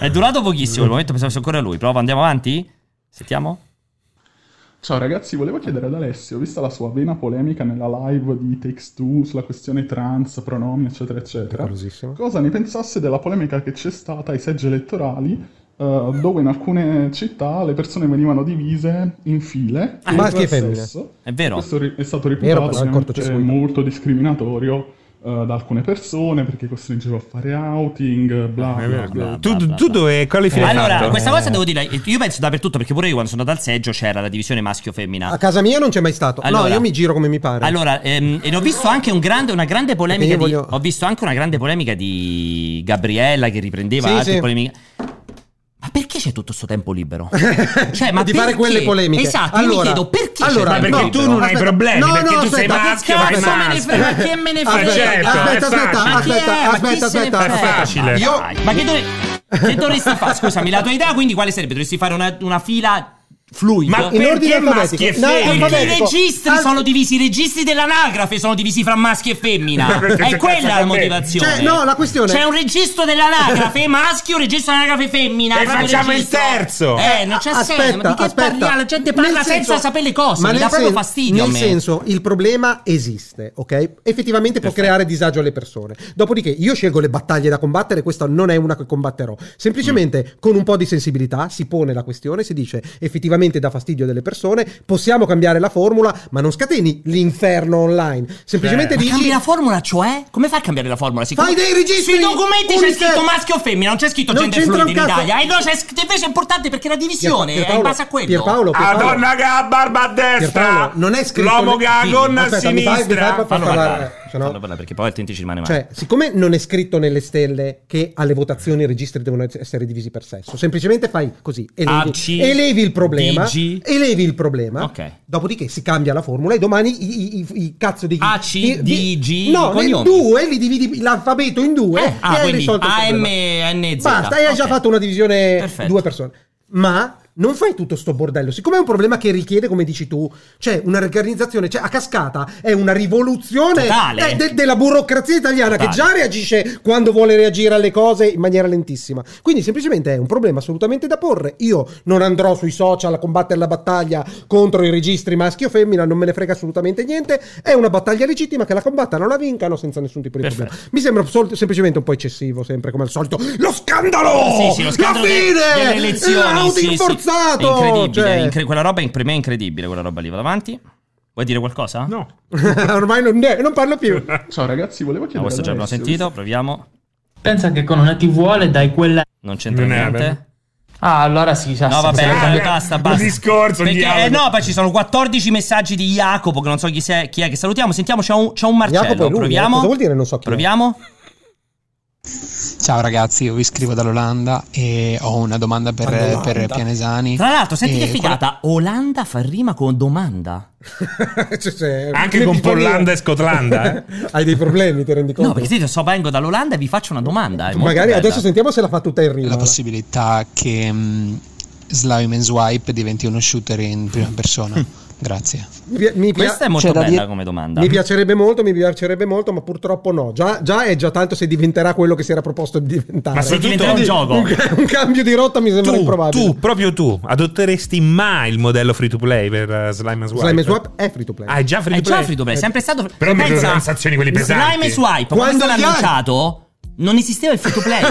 Speaker 1: È durato pochissimo, per un momento pensavo fosse ancora lui. Prova, andiamo avanti? Sentiamo?
Speaker 6: Ciao ragazzi, volevo chiedere ad Alessio, vista la sua vena polemica nella live di Takes Two sulla questione trans, pronomi, eccetera, eccetera,
Speaker 3: Pericolosissimo.
Speaker 6: cosa ne pensasse della polemica che c'è stata ai seggi elettorali, eh, dove in alcune città le persone venivano divise in file,
Speaker 3: Maschi e
Speaker 6: contro il
Speaker 3: femmine.
Speaker 6: sesso.
Speaker 1: Ah, È vero.
Speaker 6: Questo ri- è stato
Speaker 3: Vero,
Speaker 6: riputato
Speaker 3: però è un
Speaker 6: ovviamente
Speaker 3: cortocircuito.
Speaker 6: molto discriminatorio. eh, eh, da alcune persone perché costringevo a fare outing, bla
Speaker 2: Eh,
Speaker 6: bla
Speaker 2: beh,
Speaker 6: bla.
Speaker 2: tu, tu dove quale fine
Speaker 3: esatto.
Speaker 2: hai
Speaker 1: Allora,
Speaker 2: fatto?
Speaker 1: questa cosa devo dire, io penso dappertutto, perché pure io quando sono andato al seggio c'era la divisione
Speaker 3: A
Speaker 1: maschio-femmina.
Speaker 3: casa mia non c'è mai stato. no,
Speaker 1: Ah. Allora-
Speaker 3: io mi giro come mi pare.
Speaker 1: Allora, ehm, e ho visto anche un grande- una grande polemica di,
Speaker 3: Perché io voglio-
Speaker 1: ho visto anche una grande polemica di Gabriella che riprendeva
Speaker 3: Sì,
Speaker 1: altre
Speaker 3: sì.
Speaker 1: polemiche. Ma perché c'è tutto sto tempo
Speaker 3: [laughs]
Speaker 1: libero?
Speaker 3: Cioè,
Speaker 1: eh, ma
Speaker 3: di fare
Speaker 1: perché?
Speaker 3: quelle polemiche.
Speaker 1: Esatto, io mi
Speaker 3: allora,
Speaker 1: chiedo perché c'è
Speaker 3: allora,
Speaker 2: Ma
Speaker 1: tempo
Speaker 2: perché
Speaker 1: libero?
Speaker 2: tu non hai
Speaker 3: aspetta.
Speaker 2: problemi,
Speaker 3: No,
Speaker 2: perché
Speaker 3: no,
Speaker 2: tu sei
Speaker 3: aspetta, che
Speaker 2: maschio, vai
Speaker 1: cazzo me ne
Speaker 2: maschio.
Speaker 1: frega, che me ne
Speaker 3: Aspetta,
Speaker 1: frega?
Speaker 2: certo,
Speaker 3: aspetta,
Speaker 2: è
Speaker 3: aspetta,
Speaker 2: facile.
Speaker 1: Ma chi
Speaker 3: aspetta,
Speaker 1: è?
Speaker 3: aspetta,
Speaker 1: Ma chi se ne
Speaker 3: aspetta,
Speaker 1: frega?
Speaker 2: È facile.
Speaker 1: Eh,
Speaker 3: Io-
Speaker 1: Ah, Dai, Ma che, dove- che dovresti fare? Scusami, la tua idea quindi quale sarebbe? Dovresti fare una, una fila fluida.
Speaker 2: Ma
Speaker 1: E
Speaker 2: Perché
Speaker 3: alfabetico.
Speaker 2: maschi e
Speaker 3: No,
Speaker 2: femmine?
Speaker 1: perché i
Speaker 3: alfabetico.
Speaker 1: registri
Speaker 3: Al-
Speaker 1: sono divisi, i registri dell'anagrafe sono divisi fra maschi e
Speaker 3: [laughs]
Speaker 1: femmina.
Speaker 2: Perché c'è
Speaker 1: È quella la
Speaker 2: cazzo
Speaker 1: motivazione.
Speaker 3: Cioè, no, la questione-
Speaker 1: C'è un registro
Speaker 3: [laughs]
Speaker 1: dell'anagrafe maschio, un registro dell'anagrafe femmina.
Speaker 2: E
Speaker 1: proprio
Speaker 2: facciamo il
Speaker 1: registro.
Speaker 2: terzo.
Speaker 1: Eh, non c'è
Speaker 3: aspetta,
Speaker 1: senso. Ma di che
Speaker 3: aspetta.
Speaker 1: parliamo? La gente parla
Speaker 3: Nel senso-
Speaker 1: senza sapere le cose.
Speaker 3: Ma
Speaker 1: Mi
Speaker 3: nel
Speaker 1: dà proprio
Speaker 3: sen-
Speaker 1: fastidio a
Speaker 3: Nel
Speaker 1: me.
Speaker 3: senso, il problema esiste, ok? Effettivamente può creare disagio alle persone. Dopodiché, io scelgo le battaglie da combattere, questa non è una che combatterò. Semplicemente,
Speaker 1: Mm.
Speaker 3: con un po' di sensibilità, si pone la questione, si dice effettivamente dà fastidio delle persone, possiamo cambiare la formula, ma non scateni l'inferno online. Semplicemente
Speaker 1: Ma
Speaker 3: dici...
Speaker 1: cambi la formula, cioè? Come fai a cambiare la formula? Si-
Speaker 3: Fai dei registri
Speaker 1: Sui documenti c'è
Speaker 3: uniche.
Speaker 1: scritto maschio o femmina, non c'è scritto
Speaker 3: Non
Speaker 1: gender
Speaker 3: c'entra
Speaker 1: fluid
Speaker 3: un
Speaker 1: in
Speaker 3: cazzo.
Speaker 1: Italia. E no, c'è scritto- invece è importante perché la divisione è in base a quello. Ah.
Speaker 3: Pierpaolo, Pierpaolo.
Speaker 2: Madonna che ha barba a destra,
Speaker 3: Pierpaolo, non è scritto...
Speaker 2: l'uomo che ha la
Speaker 3: Sì,
Speaker 2: gonna a
Speaker 3: aspetta, mi fai- mi fai
Speaker 2: sinistra.
Speaker 3: fa-
Speaker 1: Fallo
Speaker 3: parlare, eh,
Speaker 1: parlare,
Speaker 3: se no-
Speaker 1: Fallo parlare, perché poi altrimenti ci rimane male.
Speaker 3: Cioè, siccome non è scritto nelle stelle che alle votazioni i registri devono essere divisi per sesso, semplicemente fai così, elevi,
Speaker 1: AC,
Speaker 3: elevi il problema,
Speaker 1: DG.
Speaker 3: elevi il problema,
Speaker 1: Ok.
Speaker 3: dopodiché si cambia la formula e domani i, i- i- i cazzo di...
Speaker 1: AC,
Speaker 3: di- di-
Speaker 1: DG,
Speaker 3: No, nel
Speaker 1: cognomi.
Speaker 3: due li dividi l'alfabeto in due
Speaker 1: Eh,
Speaker 3: e
Speaker 1: ah,
Speaker 3: hai
Speaker 1: quindi
Speaker 3: risolto il problema.
Speaker 1: AMNZ.
Speaker 3: Basta, e hai già
Speaker 1: Ok.
Speaker 3: fatto una divisione
Speaker 1: Perfetto.
Speaker 3: due persone. Ma... Non fai tutto sto bordello, siccome è un problema che richiede, come dici tu, cioè una riorganizzazione, cioè a cascata è una rivoluzione
Speaker 1: Totale.
Speaker 3: eh, de- della burocrazia italiana che
Speaker 1: Totale.
Speaker 3: già reagisce quando vuole reagire alle cose in maniera lentissima. Quindi semplicemente è un problema assolutamente da porre. Io non andrò sui social a combattere la battaglia contro i registri maschio o femmina, non me ne frega assolutamente niente. È una battaglia legittima che la combattano, la vincano senza nessun tipo di
Speaker 1: Perfetto.
Speaker 3: problema. Mi sembra sol- semplicemente un po' eccessivo, sempre come al solito. Lo scandalo!
Speaker 1: Sì, sì, lo scandalo
Speaker 3: la
Speaker 1: de-
Speaker 3: fine!
Speaker 1: delle elezioni.
Speaker 3: L'audio
Speaker 1: Sì, sì.
Speaker 3: forzato!
Speaker 1: È incredibile.
Speaker 3: Cioè,
Speaker 1: incre- quella roba è- per me è incredibile, quella roba lì. Vado avanti. Vuoi dire qualcosa?
Speaker 2: No.
Speaker 3: [laughs] ormai non, ne- non parlo più. [laughs]
Speaker 6: Ciao ragazzi, volevo chiedere
Speaker 1: No, questo
Speaker 6: ad
Speaker 1: Ah, già l'abbiamo
Speaker 6: Alessio,
Speaker 1: sentito. Proviamo.
Speaker 7: Pensa che con una TV le dai quella.
Speaker 1: Non c'entra
Speaker 2: Non è
Speaker 1: niente.
Speaker 2: vero.
Speaker 7: Ah, allora sì, sa.
Speaker 1: No,
Speaker 7: sa-
Speaker 1: vabbè,
Speaker 7: sa-
Speaker 1: dai,
Speaker 2: eh,
Speaker 1: basta,
Speaker 2: un
Speaker 1: basta.
Speaker 2: discorso, un
Speaker 1: Perché,
Speaker 2: dialogo.
Speaker 1: eh, no, poi ci sono 14 messaggi di Jacopo, che non so chi, sei- chi è che salutiamo. Sentiamo, c'è un, c'è un Marcello.
Speaker 3: Jacopo è lui,
Speaker 1: Proviamo.
Speaker 3: eh? Cosa vuol dire non so chi è?
Speaker 1: Proviamo.
Speaker 8: Ciao ragazzi, io vi scrivo dall'Olanda e ho una domanda per,
Speaker 3: Dall'Olanda?
Speaker 8: per Pianesani.
Speaker 1: Tra l'altro, senti che
Speaker 8: Eh,
Speaker 1: figata. Olanda fa rima con domanda.
Speaker 3: Cioè, se-
Speaker 2: [laughs] Anche
Speaker 3: come
Speaker 2: con
Speaker 3: Pitonio.
Speaker 2: Pollanda e Scotlandia, eh?
Speaker 3: Hai dei problemi, ti rendi conto?
Speaker 1: No, perché se io so vengo dall'Olanda e vi faccio una domanda. è molto
Speaker 3: Magari
Speaker 1: bella.
Speaker 3: adesso sentiamo se la fa tutta in rima.
Speaker 8: La possibilità che mh, Slime and Swipe diventi uno shooter in prima [laughs] persona. Grazie.
Speaker 3: Mi, pi- mi pi-
Speaker 1: Questa è molto
Speaker 8: C'è da
Speaker 1: bella
Speaker 8: dire-
Speaker 1: come domanda.
Speaker 3: mi piacerebbe molto, mi piacerebbe molto, ma purtroppo no. Già, già è già tanto se diventerà quello che si era proposto di diventare.
Speaker 2: Ma
Speaker 1: Se diventa un
Speaker 2: Soprattutto-
Speaker 1: gioco.
Speaker 3: un, un cambio di rotta mi [laughs] sembra
Speaker 2: tu,
Speaker 3: improbabile.
Speaker 2: tu, proprio tu, adotteresti mai il modello free to play per eh, Slime and Swipe?
Speaker 3: Slime and Swap è free to play.
Speaker 2: Ah, è già free
Speaker 1: È già
Speaker 2: to play. Eh,
Speaker 1: Eh, free to play, è sempre stato.
Speaker 2: Però
Speaker 1: Pensa,
Speaker 2: microtransazioni quelli pesanti.
Speaker 1: Slime e Swipe, quando
Speaker 3: Quando
Speaker 1: l'hanno
Speaker 3: gli altri-
Speaker 1: lanciato, non esisteva il free to
Speaker 2: [laughs]
Speaker 1: play.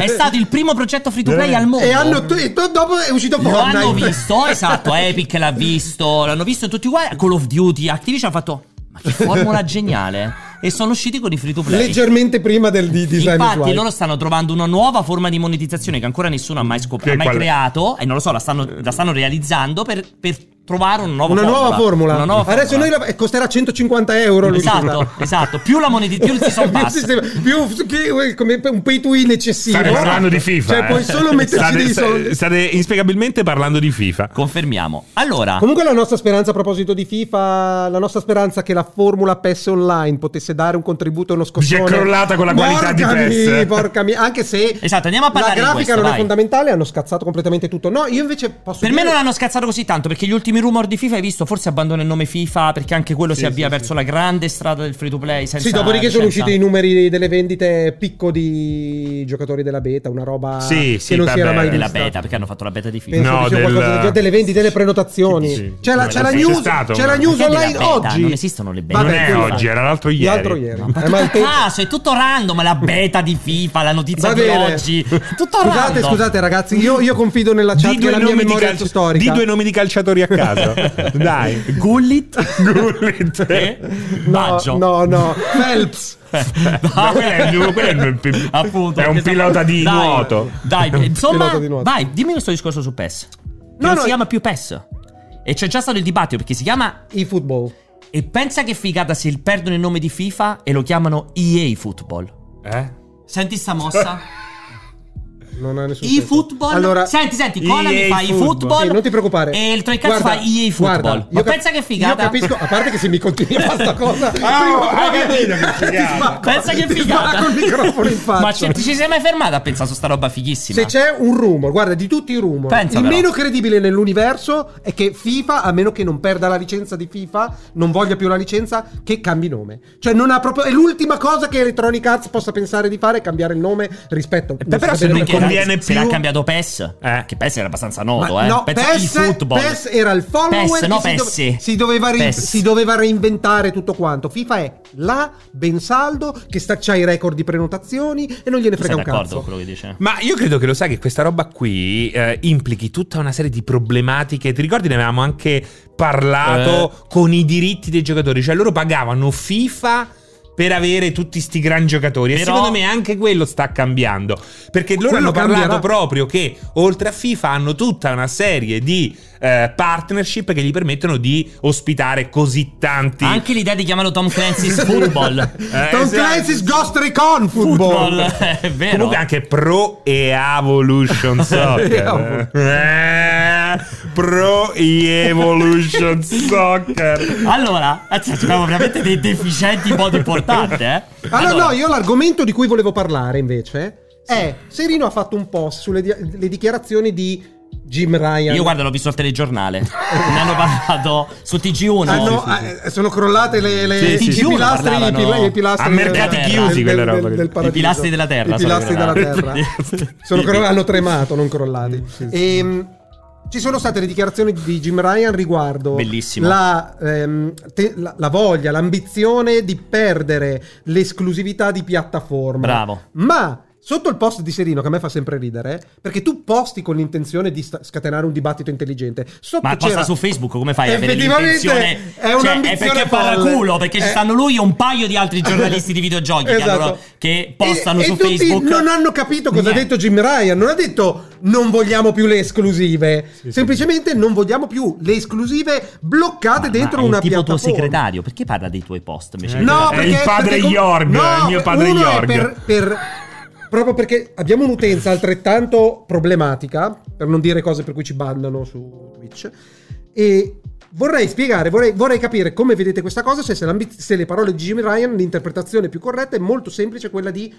Speaker 1: è stato il primo progetto free to
Speaker 2: Eh,
Speaker 1: play al mondo.
Speaker 3: e hanno tu- e to- dopo è uscito
Speaker 1: Lo
Speaker 3: Fortnite.
Speaker 1: hanno visto, esatto.
Speaker 3: [laughs]
Speaker 1: Epic l'ha visto, l'hanno visto tutti uguali. Call of Duty, Activision ha fatto. Ma che formula geniale! E sono usciti con i free to play.
Speaker 3: Leggermente prima del di, di Slime and
Speaker 1: Infatti
Speaker 3: Swap.
Speaker 1: loro stanno trovando una nuova forma di monetizzazione che ancora nessuno ha mai scoperto,
Speaker 2: Che
Speaker 1: ha mai
Speaker 2: qual è?
Speaker 1: creato e non lo so, la stanno, la stanno realizzando per, per trovare una nuova
Speaker 3: Una
Speaker 1: formula.
Speaker 3: nuova formula.
Speaker 1: Una nuova
Speaker 3: Adesso
Speaker 1: formula.
Speaker 3: noi la- eh, costerà 150 euro.
Speaker 1: Esatto,
Speaker 3: l'uscita.
Speaker 1: esatto. Più la monetizzazione, più il season
Speaker 3: [laughs] Più
Speaker 1: pass.
Speaker 3: sistema- più che- come un pay to win eccessivo.
Speaker 2: State parlando di FIFA.
Speaker 3: Cioè,
Speaker 2: eh.
Speaker 3: puoi solo metterci
Speaker 2: State-
Speaker 3: dei
Speaker 2: sta-
Speaker 3: soldi.
Speaker 2: State inspiegabilmente parlando di FIFA.
Speaker 1: Confermiamo. Allora,
Speaker 3: Comunque la nostra speranza a proposito di FIFA, la nostra speranza che la formula PES Online potesse dare un contributo e uno scossone.
Speaker 2: Si è crollata con la qualità di
Speaker 3: Porca
Speaker 2: PES.
Speaker 3: mi- Porca mia, anche se
Speaker 1: Esatto, andiamo a parlare
Speaker 3: La
Speaker 1: di
Speaker 3: grafica
Speaker 1: questo,
Speaker 3: non è
Speaker 1: vai.
Speaker 3: fondamentale, hanno scazzato completamente tutto. No, io invece posso
Speaker 1: per me
Speaker 3: dire-
Speaker 1: non hanno scazzato così tanto perché gli ultimi rumor di FIFA hai visto, forse abbandona il nome FIFA perché anche quello si avvia verso la grande strada del free to play.
Speaker 3: Sì, dopodiché sono usciti i numeri delle vendite picco di giocatori della beta, una roba
Speaker 2: Sì, sì,
Speaker 3: che non si
Speaker 2: vabbè,
Speaker 3: era mai
Speaker 1: della
Speaker 3: vista.
Speaker 1: beta perché hanno fatto la beta di FIFA.
Speaker 3: Penso
Speaker 2: No,
Speaker 3: che sia
Speaker 2: del-
Speaker 3: qualcosa del genere, delle vendite, delle prenotazioni.
Speaker 2: Sì, sì.
Speaker 3: c'è la,
Speaker 2: Come
Speaker 3: c'è la
Speaker 2: c'è
Speaker 3: news,
Speaker 2: stato,
Speaker 3: c'è la
Speaker 2: ma-
Speaker 3: news
Speaker 1: Perché della
Speaker 3: online
Speaker 1: beta?
Speaker 3: oggi.
Speaker 1: Non esistono le beta.
Speaker 2: Non
Speaker 1: Vabbè,
Speaker 2: è
Speaker 1: quindi-
Speaker 2: oggi, era l'altro ieri.
Speaker 3: L'altro ieri.
Speaker 1: Ma
Speaker 3: Eh, ma il
Speaker 1: tutto
Speaker 3: te-
Speaker 1: caso, cioè, è tutto random la beta di FIFA, la notizia
Speaker 3: Va
Speaker 1: di
Speaker 3: bene.
Speaker 1: oggi. Tutto
Speaker 3: Scusate,
Speaker 1: random.
Speaker 3: scusate ragazzi, io, io confido nella chat
Speaker 2: Di
Speaker 3: che
Speaker 2: due,
Speaker 3: la mia
Speaker 2: nomi di
Speaker 3: memoria
Speaker 2: calcio-
Speaker 3: storica.
Speaker 2: di due nomi di calciatori a
Speaker 3: [laughs]
Speaker 2: caso. Dai.
Speaker 1: Gullit?
Speaker 2: Gullit.
Speaker 1: Eh?
Speaker 3: No,
Speaker 1: Baggio. [laughs]
Speaker 3: no, no. Phelps.
Speaker 2: No, quello è il- quello è il- è un
Speaker 1: perché-
Speaker 2: pilota di
Speaker 1: Dai,
Speaker 2: nuoto.
Speaker 1: Dai, insomma,
Speaker 3: pilota di nuoto.
Speaker 1: vai, dimmi questo discorso su PES. Che non
Speaker 3: no,
Speaker 1: si chiama più PES. E c'è già stato il dibattito perché si chiama.
Speaker 3: eFootball.
Speaker 1: E pensa che figata se perdono il nome di FIFA e lo chiamano EA Football.
Speaker 2: Eh?
Speaker 1: Senti sta
Speaker 3: [laughs]
Speaker 1: mossa?
Speaker 3: Non ha nessun senso.
Speaker 1: eFootball.
Speaker 3: Allora,
Speaker 1: senti, senti, Konami
Speaker 2: EA
Speaker 1: fa eFootball.
Speaker 3: Sì, non ti preoccupare.
Speaker 1: E il Troicazzo fa
Speaker 3: Guarda,
Speaker 1: EA Football.
Speaker 3: guarda,
Speaker 1: Ma
Speaker 3: io cap-
Speaker 1: pensa che figata.
Speaker 3: Io capisco, a parte che se mi continui a
Speaker 1: [laughs]
Speaker 3: fare sta cosa,
Speaker 2: Ah,
Speaker 3: prima-
Speaker 2: hai capito che figata.
Speaker 3: ti spacco,
Speaker 1: Pensa che
Speaker 3: ti
Speaker 1: figata.
Speaker 3: spacco il microfono in faccia.
Speaker 1: [laughs] Ma ci, ti ci sei mai fermata a pensare su sta roba fighissima?
Speaker 3: se c'è un rumor, guarda, di tutti i rumor,
Speaker 1: Pensa
Speaker 3: il
Speaker 1: però.
Speaker 3: meno credibile nell'universo è che FIFA, a meno che non perda la licenza di FIFA, non voglia più la licenza, che cambi nome. Cioè, non ha proprio. È l'ultima cosa che Electronic Arts possa pensare di fare, è cambiare il nome rispetto
Speaker 1: Eh,
Speaker 2: beh, però se non
Speaker 3: sapere
Speaker 1: Perché
Speaker 3: perché.
Speaker 2: conviene
Speaker 1: se- se
Speaker 2: più-
Speaker 1: l'ha cambiato PES,
Speaker 2: Eh.
Speaker 1: che PES era abbastanza
Speaker 3: Ma
Speaker 1: noto, eh.
Speaker 3: no,
Speaker 1: Pensa
Speaker 3: PES,
Speaker 1: eFootball.
Speaker 3: PES era il follower
Speaker 1: PES,
Speaker 3: che
Speaker 1: no,
Speaker 3: si, dove-
Speaker 1: PES.
Speaker 3: si doveva ri-
Speaker 1: PES.
Speaker 3: si doveva reinventare tutto quanto. FIFA è là, ben saldo, che sta, c'ha i record di prenotazioni e non gliene
Speaker 1: Sei
Speaker 3: frega un
Speaker 1: d'accordo con
Speaker 3: cazzo.
Speaker 1: quello che dice?
Speaker 2: Ma io credo che lo sai che questa roba qui eh, implichi tutta una serie di problematiche. Ti ricordi, ne avevamo anche parlato con i diritti dei giocatori. Cioè, loro pagavano FIFA per avere tutti sti gran giocatori. E
Speaker 1: Però-
Speaker 2: secondo me anche quello sta cambiando. Perché loro
Speaker 3: Quello
Speaker 2: hanno parlato
Speaker 3: cambierà.
Speaker 2: proprio che oltre a FIFA hanno tutta una serie di eh, partnership che gli permettono di ospitare così tanti.
Speaker 1: Anche l'idea di chiamarlo Tom
Speaker 3: [laughs]
Speaker 1: Clancy's Football.
Speaker 2: Eh,
Speaker 3: Tom
Speaker 2: esatto.
Speaker 3: Clancy's Ghost Recon Football.
Speaker 1: Football, [laughs] è vero.
Speaker 2: Comunque anche Pro
Speaker 1: [laughs]
Speaker 2: e Evolution Soccer. Eh, Pro Evolution Soccer.
Speaker 1: Allora, cioè, abbiamo veramente dei deficienti in modo importante, eh.
Speaker 3: Allora, Ah, no, io l'argomento di cui volevo parlare invece è Serino ha fatto un post sulle di- le dichiarazioni di Jim Ryan.
Speaker 1: Io guarda, l'ho visto al telegiornale. ne hanno parlato su TG1.
Speaker 3: Ah, no, eh, sono crollate le, le-
Speaker 2: Sì, sì,
Speaker 3: i,
Speaker 2: sì.
Speaker 3: pilastri, i
Speaker 1: Parlavano
Speaker 3: pila- i pilastri
Speaker 2: a
Speaker 3: del-
Speaker 2: mercati
Speaker 3: del-
Speaker 2: chiusi
Speaker 3: del-
Speaker 2: quella
Speaker 3: del-
Speaker 2: roba lì.
Speaker 3: del
Speaker 2: I
Speaker 3: paradiso.
Speaker 1: pilastri della terra
Speaker 3: I
Speaker 1: sono
Speaker 3: pilastri della
Speaker 1: crollati. [laughs]
Speaker 2: [laughs]
Speaker 3: terra. sono crollati, hanno tremato, non crollati. Ehm, ci sono state le dichiarazioni di Jim Ryan riguardo
Speaker 1: Bellissimo.
Speaker 3: La, ehm, te- la- la voglia, l'ambizione di perdere l'esclusività di piattaforma.
Speaker 1: Bravo.
Speaker 3: Ma sotto il post di Serino, che a me fa sempre ridere, perché tu posti con l'intenzione di sta- scatenare un dibattito intelligente. Sotto
Speaker 1: Ma posta
Speaker 3: c'era-
Speaker 1: su Facebook come fai a avere
Speaker 3: Effettivamente
Speaker 1: l'intenzione?
Speaker 3: È
Speaker 1: cioè,
Speaker 3: un'ambizione
Speaker 1: è perché
Speaker 3: folle.
Speaker 1: paraculo, perché ci
Speaker 3: Eh.
Speaker 1: stanno lui e un paio di altri giornalisti
Speaker 3: [laughs]
Speaker 1: di videogiochi che,
Speaker 3: Esatto.
Speaker 1: hanno- che postano
Speaker 3: E- e
Speaker 1: su
Speaker 3: tutti
Speaker 1: Facebook.
Speaker 3: Non hanno capito cosa
Speaker 1: Niente.
Speaker 3: ha detto Jim Ryan. Non ha detto non vogliamo più le esclusive. Semplicemente non vogliamo più le esclusive bloccate
Speaker 1: Ma-
Speaker 3: dentro
Speaker 1: ma è
Speaker 3: una
Speaker 1: tipo tuo
Speaker 3: piattaforma.
Speaker 1: segretario, perché parla dei tuoi post invece?
Speaker 3: Eh, No,
Speaker 2: È
Speaker 3: perché,
Speaker 2: il padre
Speaker 3: perché com-
Speaker 2: Jorg,
Speaker 3: no,
Speaker 2: il mio padre
Speaker 3: uno è
Speaker 2: Jorg.
Speaker 3: Per, per- proprio perché abbiamo un'utenza altrettanto problematica, per non dire cose per cui ci bannano su Twitch. E vorrei spiegare, vorrei, vorrei capire come vedete questa cosa, se, se l'ambi- se le parole di Jim Ryan, l'interpretazione più corretta è molto semplice, quella di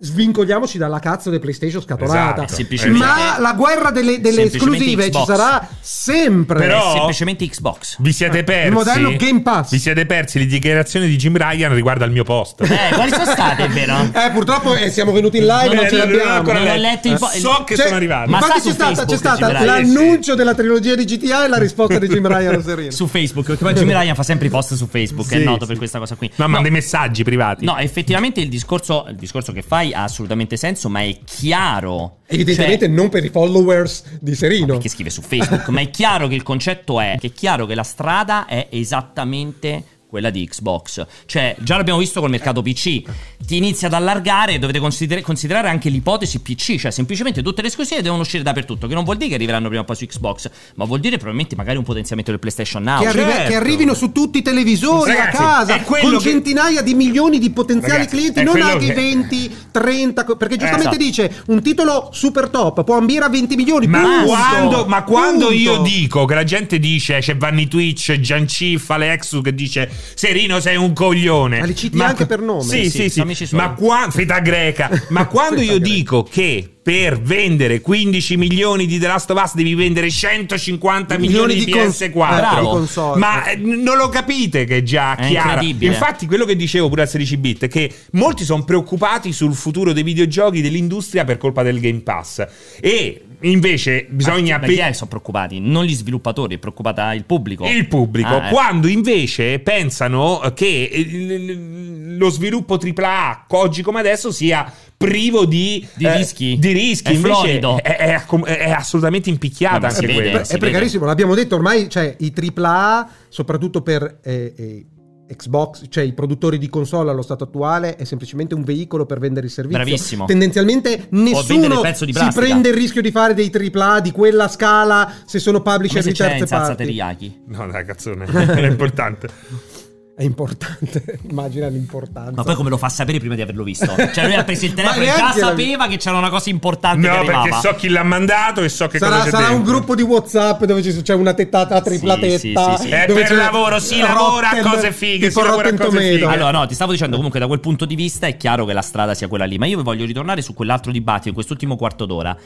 Speaker 3: svincoliamoci dalla cazzo del PlayStation scatolata.
Speaker 1: [laughs]
Speaker 2: Esatto.
Speaker 1: Semplicemente- Cioè,
Speaker 3: Ma la guerra delle, delle
Speaker 1: semplicemente
Speaker 3: esclusive ci
Speaker 1: Xbox.
Speaker 3: sarà sempre.
Speaker 2: Però-
Speaker 1: È semplicemente Xbox.
Speaker 2: Vi siete persi?
Speaker 3: Il modello Game Pass.
Speaker 2: Vi siete persi le dichiarazioni di Jim Ryan riguardo al mio post.
Speaker 1: Eh, quali sono state, è
Speaker 3: [laughs]
Speaker 1: vero?
Speaker 3: Eh, purtroppo eh, siamo venuti in live
Speaker 1: No,
Speaker 3: e non
Speaker 1: no,
Speaker 3: ce
Speaker 1: no,
Speaker 3: l'abbiamo.
Speaker 1: non ho letto il po-
Speaker 2: So che
Speaker 3: Cioè,
Speaker 2: sono arrivato.
Speaker 1: Ma sta
Speaker 3: Infatti c'è
Speaker 1: su
Speaker 3: stata, c'è
Speaker 1: Facebook
Speaker 3: stata
Speaker 1: Jim Ryan?
Speaker 3: l'annuncio della trilogia di GTA e la risposta
Speaker 2: [laughs]
Speaker 3: di Jim Ryan a Serino.
Speaker 1: Su Facebook, perché poi Jimmy Ryan fa sempre i post su Facebook, è
Speaker 2: Sì,
Speaker 1: noto
Speaker 2: sì.
Speaker 1: per questa cosa qui.
Speaker 2: No, ma dei messaggi privati.
Speaker 1: No, effettivamente il discorso, il discorso che fai ha assolutamente senso, ma è chiaro.
Speaker 3: Evidentemente
Speaker 1: Cioè,
Speaker 3: non per i followers di Serino.
Speaker 1: Perché scrive su Facebook, ma è chiaro che il concetto è che è chiaro che la strada è esattamente quella di Xbox. Cioè, già l'abbiamo visto col mercato PC. Ti inizia ad allargare e dovete consider- considerare anche l'ipotesi PC, cioè semplicemente tutte le esclusive devono uscire dappertutto, che non vuol dire che arriveranno prima o poi su Xbox, ma vuol dire probabilmente magari un potenziamento del PlayStation Now.
Speaker 3: Che,
Speaker 1: Cioè,
Speaker 3: arriva-
Speaker 2: certo.
Speaker 3: che arrivino su tutti i televisori
Speaker 2: Ragazzi,
Speaker 3: a casa
Speaker 2: è quello
Speaker 3: con
Speaker 2: che-
Speaker 3: centinaia di milioni di potenziali
Speaker 2: Ragazzi, è
Speaker 3: clienti, non
Speaker 2: quello
Speaker 3: anche
Speaker 2: che-
Speaker 3: 20, 30. co- Perché giustamente
Speaker 1: esatto.
Speaker 3: dice un titolo super top può ambire a 20 milioni.
Speaker 2: Ma
Speaker 3: punto.
Speaker 2: quando, ma quando
Speaker 3: Punto.
Speaker 2: io dico che la gente dice c'è Vanni Twitch, Gianciffa, Alexu che dice Serino sei un coglione.
Speaker 3: Ma li citi anche per nome.
Speaker 1: Sì,
Speaker 2: Sì, sì,
Speaker 1: sono
Speaker 2: sì.
Speaker 1: amici suoi.
Speaker 2: Ma qua, feta greca.
Speaker 3: [laughs]
Speaker 2: Ma quando io dico che per vendere 15 milioni di The Last of Us devi vendere 150 milioni,
Speaker 3: Milioni
Speaker 2: di,
Speaker 3: di cons-
Speaker 2: PS4.
Speaker 1: Bravo.
Speaker 3: console.
Speaker 2: Ma eh, n- non lo capite che è già
Speaker 1: È
Speaker 2: chiaro.
Speaker 1: incredibile.
Speaker 2: Infatti quello che dicevo pure al 16 bit è che molti sono preoccupati sul futuro dei videogiochi dell'industria per colpa del Game Pass. E invece bisogna
Speaker 1: Ah, ma chi è che sono preoccupati? Non gli sviluppatori, è preoccupata il pubblico.
Speaker 2: il pubblico,
Speaker 1: Ah, eh.
Speaker 2: quando invece eh, pensano che il- il- lo sviluppo AAA oggi come adesso sia privo di, eh,
Speaker 1: Di rischi.
Speaker 2: Di rischi.
Speaker 1: È
Speaker 2: Invece
Speaker 1: florido.
Speaker 2: È, è accom- è assolutamente
Speaker 1: No,
Speaker 2: impicchiata
Speaker 1: ma si
Speaker 2: anche
Speaker 1: vede,
Speaker 2: quella.
Speaker 1: si
Speaker 3: è
Speaker 1: vede.
Speaker 3: precarissimo, l'abbiamo detto ormai, cioè i AAA, soprattutto per eh, eh, Xbox, cioè i produttori di console allo stato attuale, è semplicemente un veicolo per vendere il servizio.
Speaker 1: Bravissimo.
Speaker 3: Tendenzialmente
Speaker 1: vendere il
Speaker 3: nessuno
Speaker 1: pezzo di
Speaker 3: si
Speaker 1: plastica.
Speaker 3: prende il rischio di fare dei AAA di quella scala se sono
Speaker 1: Come
Speaker 3: publisher
Speaker 1: se
Speaker 3: di
Speaker 1: c'è
Speaker 3: terze
Speaker 1: in salsa
Speaker 3: parti.
Speaker 1: teriyaki.
Speaker 2: No, dai, cazzone, [laughs] era importante.
Speaker 3: È importante, [laughs] immagina l'importanza.
Speaker 1: Ma poi come lo fa sapere prima di averlo visto? Cioè lui ha preso il telefono
Speaker 3: [laughs] Ma
Speaker 1: e già
Speaker 3: neanche la-
Speaker 1: sapeva che c'era una cosa importante che
Speaker 2: No,
Speaker 1: arrivava.
Speaker 2: perché so chi l'ha mandato e so che cosa
Speaker 3: Sarà,
Speaker 2: c'è
Speaker 3: sarà un
Speaker 2: dentro.
Speaker 3: gruppo di WhatsApp dove ci- c'è una tettata, una tripla
Speaker 1: Sì,
Speaker 3: tetta.
Speaker 1: sì, sì, sì.
Speaker 2: Eh,
Speaker 3: dove
Speaker 2: per
Speaker 3: c'è
Speaker 2: lavoro, si lavora a cose fighe,
Speaker 3: tipo
Speaker 2: si lavora a
Speaker 3: Rotten
Speaker 2: cose fighe.
Speaker 3: Tomato.
Speaker 1: Allora, no, ti stavo dicendo comunque da quel punto di vista è chiaro che la strada sia quella lì, ma io voglio ritornare su quell'altro dibattito in quest'ultimo quarto d'ora.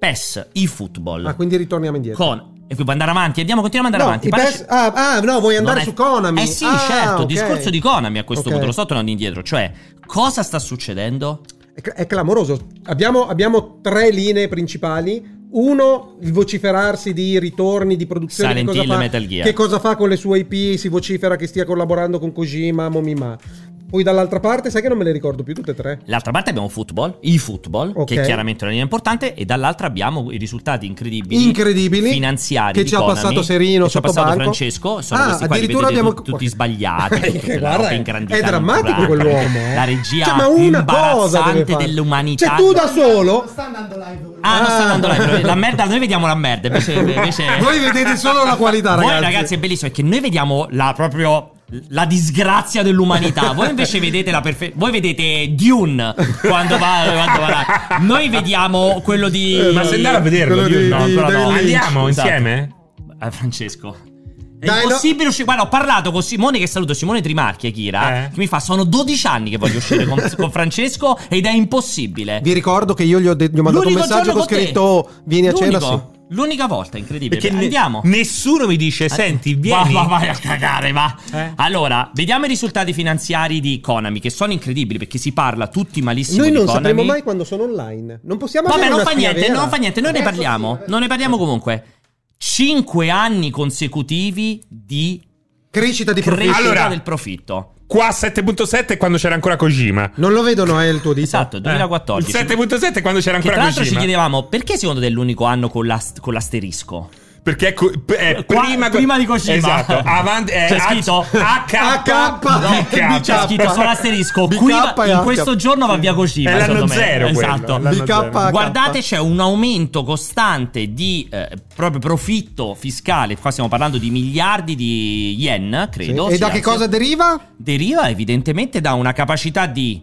Speaker 1: PES, i football.
Speaker 3: Ah, quindi ritorniamo indietro.
Speaker 1: con e qui puoi andare avanti, andiamo, continuiamo ad
Speaker 3: No,
Speaker 1: andare
Speaker 3: i
Speaker 1: avanti.
Speaker 3: best- ah, ah, no, vuoi
Speaker 1: Non
Speaker 3: andare
Speaker 1: è-
Speaker 3: su Konami?
Speaker 1: Eh sì,
Speaker 3: Ah,
Speaker 1: certo,
Speaker 3: ok.
Speaker 1: discorso di Konami a questo
Speaker 3: Ok.
Speaker 1: punto, lo sto tornando indietro, cioè cosa sta succedendo?
Speaker 3: È, cl- è clamoroso. Abbiamo, abbiamo tre linee principali. Uno, il vociferarsi di ritorni, di produzione.
Speaker 1: Silent
Speaker 3: di cosa
Speaker 1: Hill
Speaker 3: fa,
Speaker 1: e Metal Gear.
Speaker 3: Che cosa fa con le sue IP? Si vocifera che stia collaborando con Kojima, Momima. Poi dall'altra parte, sai che non me le ricordo più tutte e tre.
Speaker 1: L'altra parte abbiamo football, i football,
Speaker 3: Ok.
Speaker 1: che è chiaramente una linea importante, e dall'altra abbiamo i risultati incredibili,
Speaker 3: Incredibili,
Speaker 1: finanziari
Speaker 3: che
Speaker 1: di
Speaker 3: ci ha
Speaker 1: Konami,
Speaker 3: passato Serino
Speaker 1: che ci ha
Speaker 3: sotto
Speaker 1: passato
Speaker 3: banco.
Speaker 1: Francesco, sono
Speaker 3: Ah,
Speaker 1: questi qua li
Speaker 3: addirittura
Speaker 1: vedete
Speaker 3: abbiamo-
Speaker 1: tu- tutti sbagliati,
Speaker 3: [laughs] Eh,
Speaker 1: Ah, tutte la
Speaker 3: guarda,
Speaker 1: roba
Speaker 3: è-
Speaker 1: ingrandita,
Speaker 3: è drammatico
Speaker 1: naturale.
Speaker 3: quell'uomo. eh.
Speaker 1: La regia
Speaker 3: Cioè, ma una cosa deve
Speaker 1: imbarazzante
Speaker 3: fare.
Speaker 1: dell'umanità.
Speaker 3: Cioè, tu da solo.
Speaker 1: Ah, non sta
Speaker 3: Ah.
Speaker 1: andando live, la merda, noi vediamo la merda,
Speaker 3: [laughs]
Speaker 1: invece, invece...
Speaker 3: Voi vedete solo la qualità,
Speaker 1: Voi,
Speaker 3: ragazzi.
Speaker 1: ragazzi, è bellissimo perché noi vediamo la proprio la disgrazia dell'umanità. Voi invece vedete la perfezione. Voi vedete Dune quando va, quando va là. Noi vediamo quello di
Speaker 2: Eh, Ma se andare a vederlo,
Speaker 3: Quello
Speaker 2: Dio,
Speaker 3: di-
Speaker 2: no, ancora
Speaker 3: di-
Speaker 2: no.
Speaker 3: David Lynch.
Speaker 2: Andiamo
Speaker 1: Esatto.
Speaker 2: insieme?
Speaker 1: Ah, Francesco. È
Speaker 3: Dai,
Speaker 1: impossibile uscire. Guarda, ho parlato con Simone che saluto Simone Trimarchi, Kira.
Speaker 2: Eh.
Speaker 1: Che mi fa: Sono 12 anni che voglio uscire con, con Francesco ed è impossibile.
Speaker 3: Vi ricordo che io gli ho, de- gli ho mandato un
Speaker 1: L'unico
Speaker 3: messaggio
Speaker 1: giorno
Speaker 3: che ho
Speaker 1: con te.
Speaker 3: scritto: Vieni a cena.
Speaker 1: L'unico-
Speaker 3: Sì.
Speaker 1: L'unica volta, incredibile.
Speaker 2: Perché ne-
Speaker 1: Andiamo.
Speaker 2: nessuno mi dice, Eh, senti,
Speaker 1: Va-
Speaker 2: vieni.
Speaker 1: Va, vai a cagare, va.
Speaker 2: Eh?
Speaker 1: Allora, vediamo i risultati finanziari di Konami, che sono incredibili perché si parla tutti malissimo
Speaker 3: Noi
Speaker 1: di
Speaker 3: non
Speaker 1: Konami.
Speaker 3: sapremo mai quando sono online. Non possiamo
Speaker 1: Vabbè,
Speaker 3: avere
Speaker 1: non
Speaker 3: una
Speaker 1: fa
Speaker 3: spia
Speaker 1: niente,
Speaker 3: vera.
Speaker 1: non fa niente, noi ne
Speaker 3: Adesso
Speaker 1: parliamo.
Speaker 3: sì,
Speaker 1: non ne parliamo comunque. Cinque anni consecutivi di
Speaker 3: Crescita di
Speaker 1: crescita
Speaker 3: profitto.
Speaker 2: Allora-
Speaker 1: del profitto.
Speaker 2: Qua 7.7 quando c'era ancora Kojima.
Speaker 3: Non lo vedo, Noè, il tuo dito.
Speaker 1: Esatto, 2014.
Speaker 2: Eh. Il 7.7 quando c'era
Speaker 1: Che
Speaker 2: ancora
Speaker 1: tra l'altro ci
Speaker 2: Kojima.
Speaker 1: chiedevamo perché secondo te è l'unico anno con, l'ast- con l'asterisco?
Speaker 2: Perché è co- p- è
Speaker 1: Qua-
Speaker 2: prima,
Speaker 1: prima di Kojima.
Speaker 2: Esatto. Avanti, è
Speaker 1: C'è
Speaker 2: H-
Speaker 1: scritto?
Speaker 2: HK.
Speaker 3: HK.
Speaker 2: BK.
Speaker 1: C'è scritto solo l'asterisco.
Speaker 3: BK
Speaker 1: Qui va-
Speaker 3: e
Speaker 1: in
Speaker 3: H.
Speaker 1: questo giorno va via Kojima.
Speaker 2: È l'anno
Speaker 1: secondo me.
Speaker 2: zero quello,
Speaker 1: Esatto.
Speaker 2: è l'anno
Speaker 3: BK.
Speaker 2: zero.
Speaker 1: Guardate, c'è un aumento costante di eh, proprio profitto fiscale. Qua stiamo parlando di miliardi di yen,
Speaker 3: Sì.
Speaker 1: credo.
Speaker 3: E
Speaker 1: sì,
Speaker 3: da che
Speaker 1: anzi.
Speaker 3: cosa deriva?
Speaker 1: Deriva evidentemente da una capacità di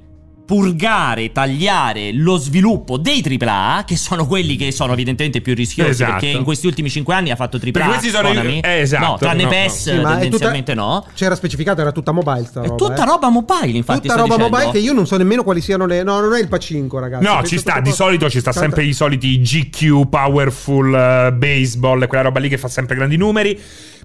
Speaker 1: purgare, tagliare lo sviluppo dei AAA, che sono quelli che sono evidentemente più rischiosi,
Speaker 2: Esatto.
Speaker 1: perché in questi ultimi 5 anni ha fatto AAA.
Speaker 2: Perché questi sono i-
Speaker 1: Konami.
Speaker 2: eh, esatto,
Speaker 1: No, tranne
Speaker 2: no, no.
Speaker 1: PES,
Speaker 3: Sì, ma è tutta-
Speaker 1: tendenzialmente no.
Speaker 3: C'era specificato, era tutta mobile sta
Speaker 1: È
Speaker 3: roba.
Speaker 1: tutta
Speaker 3: eh.
Speaker 1: roba mobile, infatti.
Speaker 3: Tutta
Speaker 1: sto
Speaker 3: roba
Speaker 1: dicendo.
Speaker 3: mobile che io non so nemmeno quali siano le. No, non è il Pacinco, ragazzi.
Speaker 2: No,
Speaker 3: Questo
Speaker 2: ci
Speaker 3: è
Speaker 2: sta,
Speaker 3: proprio-
Speaker 2: di solito ci sta
Speaker 3: Tanta-
Speaker 2: sempre i soliti GQ, Powerful, eh, Baseball, quella roba lì che fa sempre grandi numeri.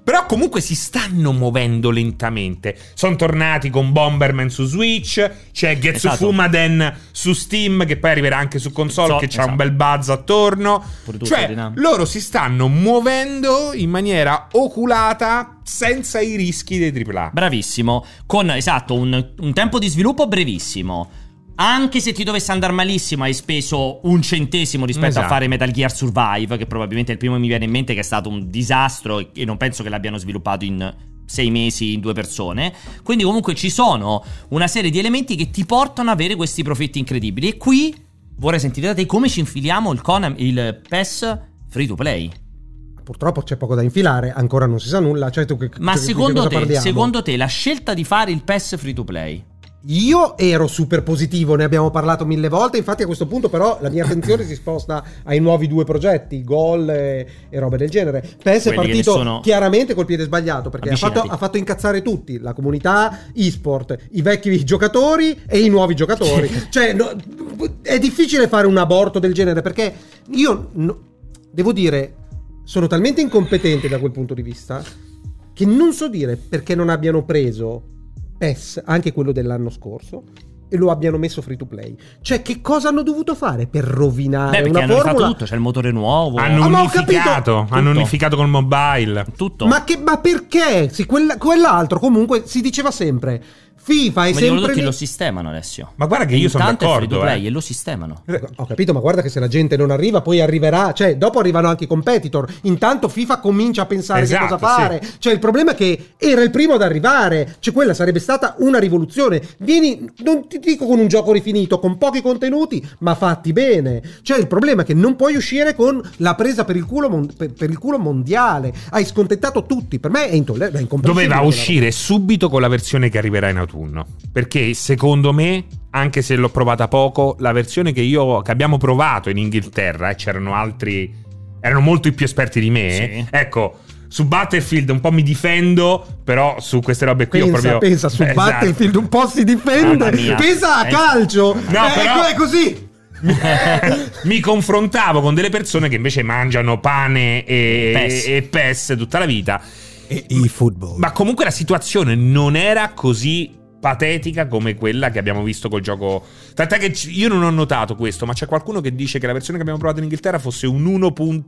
Speaker 2: Però comunque si stanno muovendo lentamente. Sono tornati con Bomberman su Switch, c'è Getsufumaden su Steam che poi arriverà anche su console
Speaker 1: Esatto. So-
Speaker 2: che c'ha
Speaker 1: esatto.
Speaker 2: un bel buzz attorno.
Speaker 1: Pure tu,
Speaker 2: Cioè,
Speaker 1: Ferdinand.
Speaker 2: loro si stanno muovendo in maniera oculata senza i rischi dei AAA.
Speaker 1: Bravissimo, con esatto un, un tempo di sviluppo brevissimo. Anche se ti dovesse andare malissimo, hai speso un centesimo rispetto
Speaker 2: Esatto.
Speaker 1: a fare Metal Gear Survive, che probabilmente è il primo che mi viene in mente, che è stato un disastro e- e non penso che l'abbiano sviluppato in sei mesi in due persone. Quindi, comunque, ci sono una serie di elementi che ti portano ad avere questi profitti incredibili. E qui vorrei sentire da te come ci infiliamo il, Konam- il PES free to play.
Speaker 3: Purtroppo c'è poco da infilare, ancora non si sa nulla. Cioè, tu che,
Speaker 1: Ma
Speaker 3: che- di
Speaker 1: secondo
Speaker 3: cosa
Speaker 1: te,
Speaker 3: parliamo?
Speaker 1: secondo te, la scelta di fare il PES free to play?
Speaker 3: Io ero super positivo, ne abbiamo parlato mille volte. Infatti, a questo punto, però, la mia attenzione si sposta ai nuovi due progetti, gol e, e robe del genere. PES è
Speaker 1: Quelli che
Speaker 3: partito
Speaker 1: nessuno-
Speaker 3: chiaramente col piede sbagliato perché ha fatto,
Speaker 1: Avvicinati.
Speaker 3: ha fatto incazzare tutti: la comunità, e-sport, i vecchi giocatori e i nuovi giocatori. cioè, no, è difficile fare un aborto del genere perché io no- devo dire, sono talmente incompetente da quel punto di vista che non so dire perché non abbiano preso PES, anche quello dell'anno scorso, e lo abbiano messo free to play. Cioè, che cosa hanno dovuto fare per rovinare
Speaker 1: Beh, perché
Speaker 3: una
Speaker 1: hanno rifatto
Speaker 3: formula?
Speaker 1: tutto, c'è il motore nuovo.
Speaker 2: Hanno
Speaker 3: Ah, ma ho capito.
Speaker 2: unificato, hanno
Speaker 1: Tutto.
Speaker 2: unificato col mobile.
Speaker 1: tutto.
Speaker 3: Ma, che- ma perché? Sì, quella- quell'altro comunque si diceva sempre FIFA è
Speaker 1: Ma dicono
Speaker 3: sempre
Speaker 1: tutti
Speaker 3: lì.
Speaker 1: lo sistemano, Alessio.
Speaker 2: Ma guarda che io sono
Speaker 1: Intanto è free to
Speaker 2: d'accordo,
Speaker 1: play
Speaker 2: eh.
Speaker 1: e lo sistemano.
Speaker 3: Ho capito, ma guarda che se la gente non arriva, poi arriverà, cioè dopo arrivano anche i competitor. Intanto FIFA comincia a pensare
Speaker 2: Esatto,
Speaker 3: che cosa fare. Cioè il problema è che era il primo ad arrivare, cioè quella sarebbe stata una rivoluzione. Vieni, non ti dico con un gioco rifinito, con pochi contenuti, ma fatti bene. Cioè il problema è che non puoi uscire con la presa per il culo, mon- per, per il culo mondiale. Hai scontentato tutti, per me è intollerabile, è incomprensibile
Speaker 2: Doveva
Speaker 3: quella
Speaker 2: uscire subito con la versione che arriverà in autunno. Perché secondo me, anche se l'ho provata poco, la versione che, io, che abbiamo provato in Inghilterra, e c'erano altri. erano molto più esperti di me.
Speaker 1: Sì.
Speaker 2: Ecco. Su Battlefield un po' mi difendo, però su queste robe qui
Speaker 3: Pensa,
Speaker 2: ho proprio.
Speaker 3: pensa
Speaker 2: [laughs]
Speaker 3: su
Speaker 2: Esatto.
Speaker 3: Battlefield un po' si
Speaker 1: Mamma
Speaker 3: difende,
Speaker 1: mia.
Speaker 3: pesa a
Speaker 1: Eh.
Speaker 3: calcio.
Speaker 2: No,
Speaker 3: Eh,
Speaker 2: però-
Speaker 3: È così.
Speaker 2: [laughs] mi confrontavo con delle persone che invece mangiano pane e
Speaker 1: PES.
Speaker 2: e PES tutta la vita.
Speaker 9: E i football.
Speaker 2: Ma comunque la situazione non era così patetica come quella che abbiamo visto col gioco. Tant'è che c- io non ho notato questo, ma c'è qualcuno che dice che la versione che abbiamo provato in Inghilterra fosse un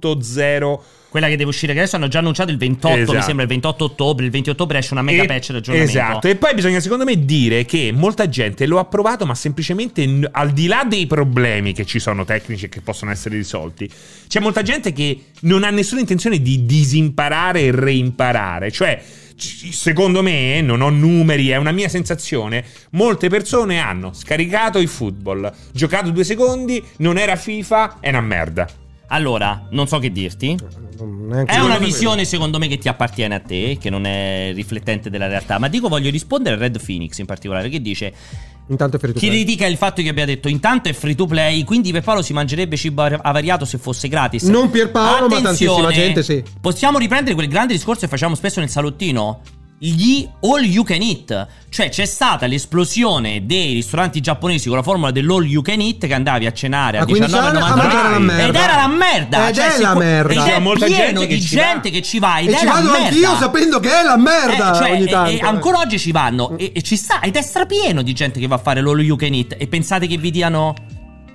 Speaker 2: 1.0
Speaker 1: Quella che deve uscire che adesso hanno già annunciato il 28,
Speaker 2: Esatto.
Speaker 1: mi sembra il 28 ottobre, il 20 ottobre esce una mega
Speaker 2: E-
Speaker 1: patch di aggiornamento.
Speaker 2: Esatto, e poi bisogna secondo me dire che molta gente lo ha provato, ma semplicemente n- al di là dei problemi che ci sono tecnici e che possono essere risolti, c'è molta gente che non ha nessuna intenzione di disimparare e reimparare, cioè c- Secondo me, non ho numeri, è una mia sensazione. Molte persone hanno scaricato il football, giocato due secondi, non era FIFA, è una merda.
Speaker 1: Allora, non so che dirti. È una visione, secondo me, che ti appartiene a te, che non è riflettente della realtà. Ma dico, voglio rispondere a Red Phoenix in particolare, che dice:
Speaker 3: Intanto è ferito. eh.
Speaker 1: Chi critica il fatto che abbia detto intanto è free to play, quindi Pierpaolo si mangerebbe cibo ar- avariato se fosse gratis.
Speaker 3: Non Pierpaolo, ma tantissima gente, sì.
Speaker 1: Possiamo riprendere quel grande discorso che facciamo spesso nel salottino? Gli all you can eat, cioè c'è stata l'esplosione dei ristoranti giapponesi con la formula dell'all you can eat che andavi a cenare a,
Speaker 3: A 15 anni a
Speaker 1: 19,99
Speaker 3: mangiare Ah, la
Speaker 2: Vai.
Speaker 3: merda.
Speaker 1: ed era la merda
Speaker 3: Ed
Speaker 1: cioè,
Speaker 3: è
Speaker 1: si
Speaker 3: la
Speaker 1: può-
Speaker 3: merda.
Speaker 1: ed
Speaker 2: C'è
Speaker 1: è
Speaker 2: molta
Speaker 1: pieno di
Speaker 2: gente che ci
Speaker 1: gente
Speaker 2: va.
Speaker 1: che ci va ed
Speaker 3: E
Speaker 1: è
Speaker 3: ci
Speaker 1: la
Speaker 3: vado
Speaker 1: merda.
Speaker 3: anch'io sapendo che è la merda
Speaker 1: Eh, cioè,
Speaker 3: ogni
Speaker 1: e-
Speaker 3: tanto.
Speaker 1: e ancora oggi ci vanno e, e ci sta ed è strapieno di gente che va a fare l'all you can eat e pensate che vi diano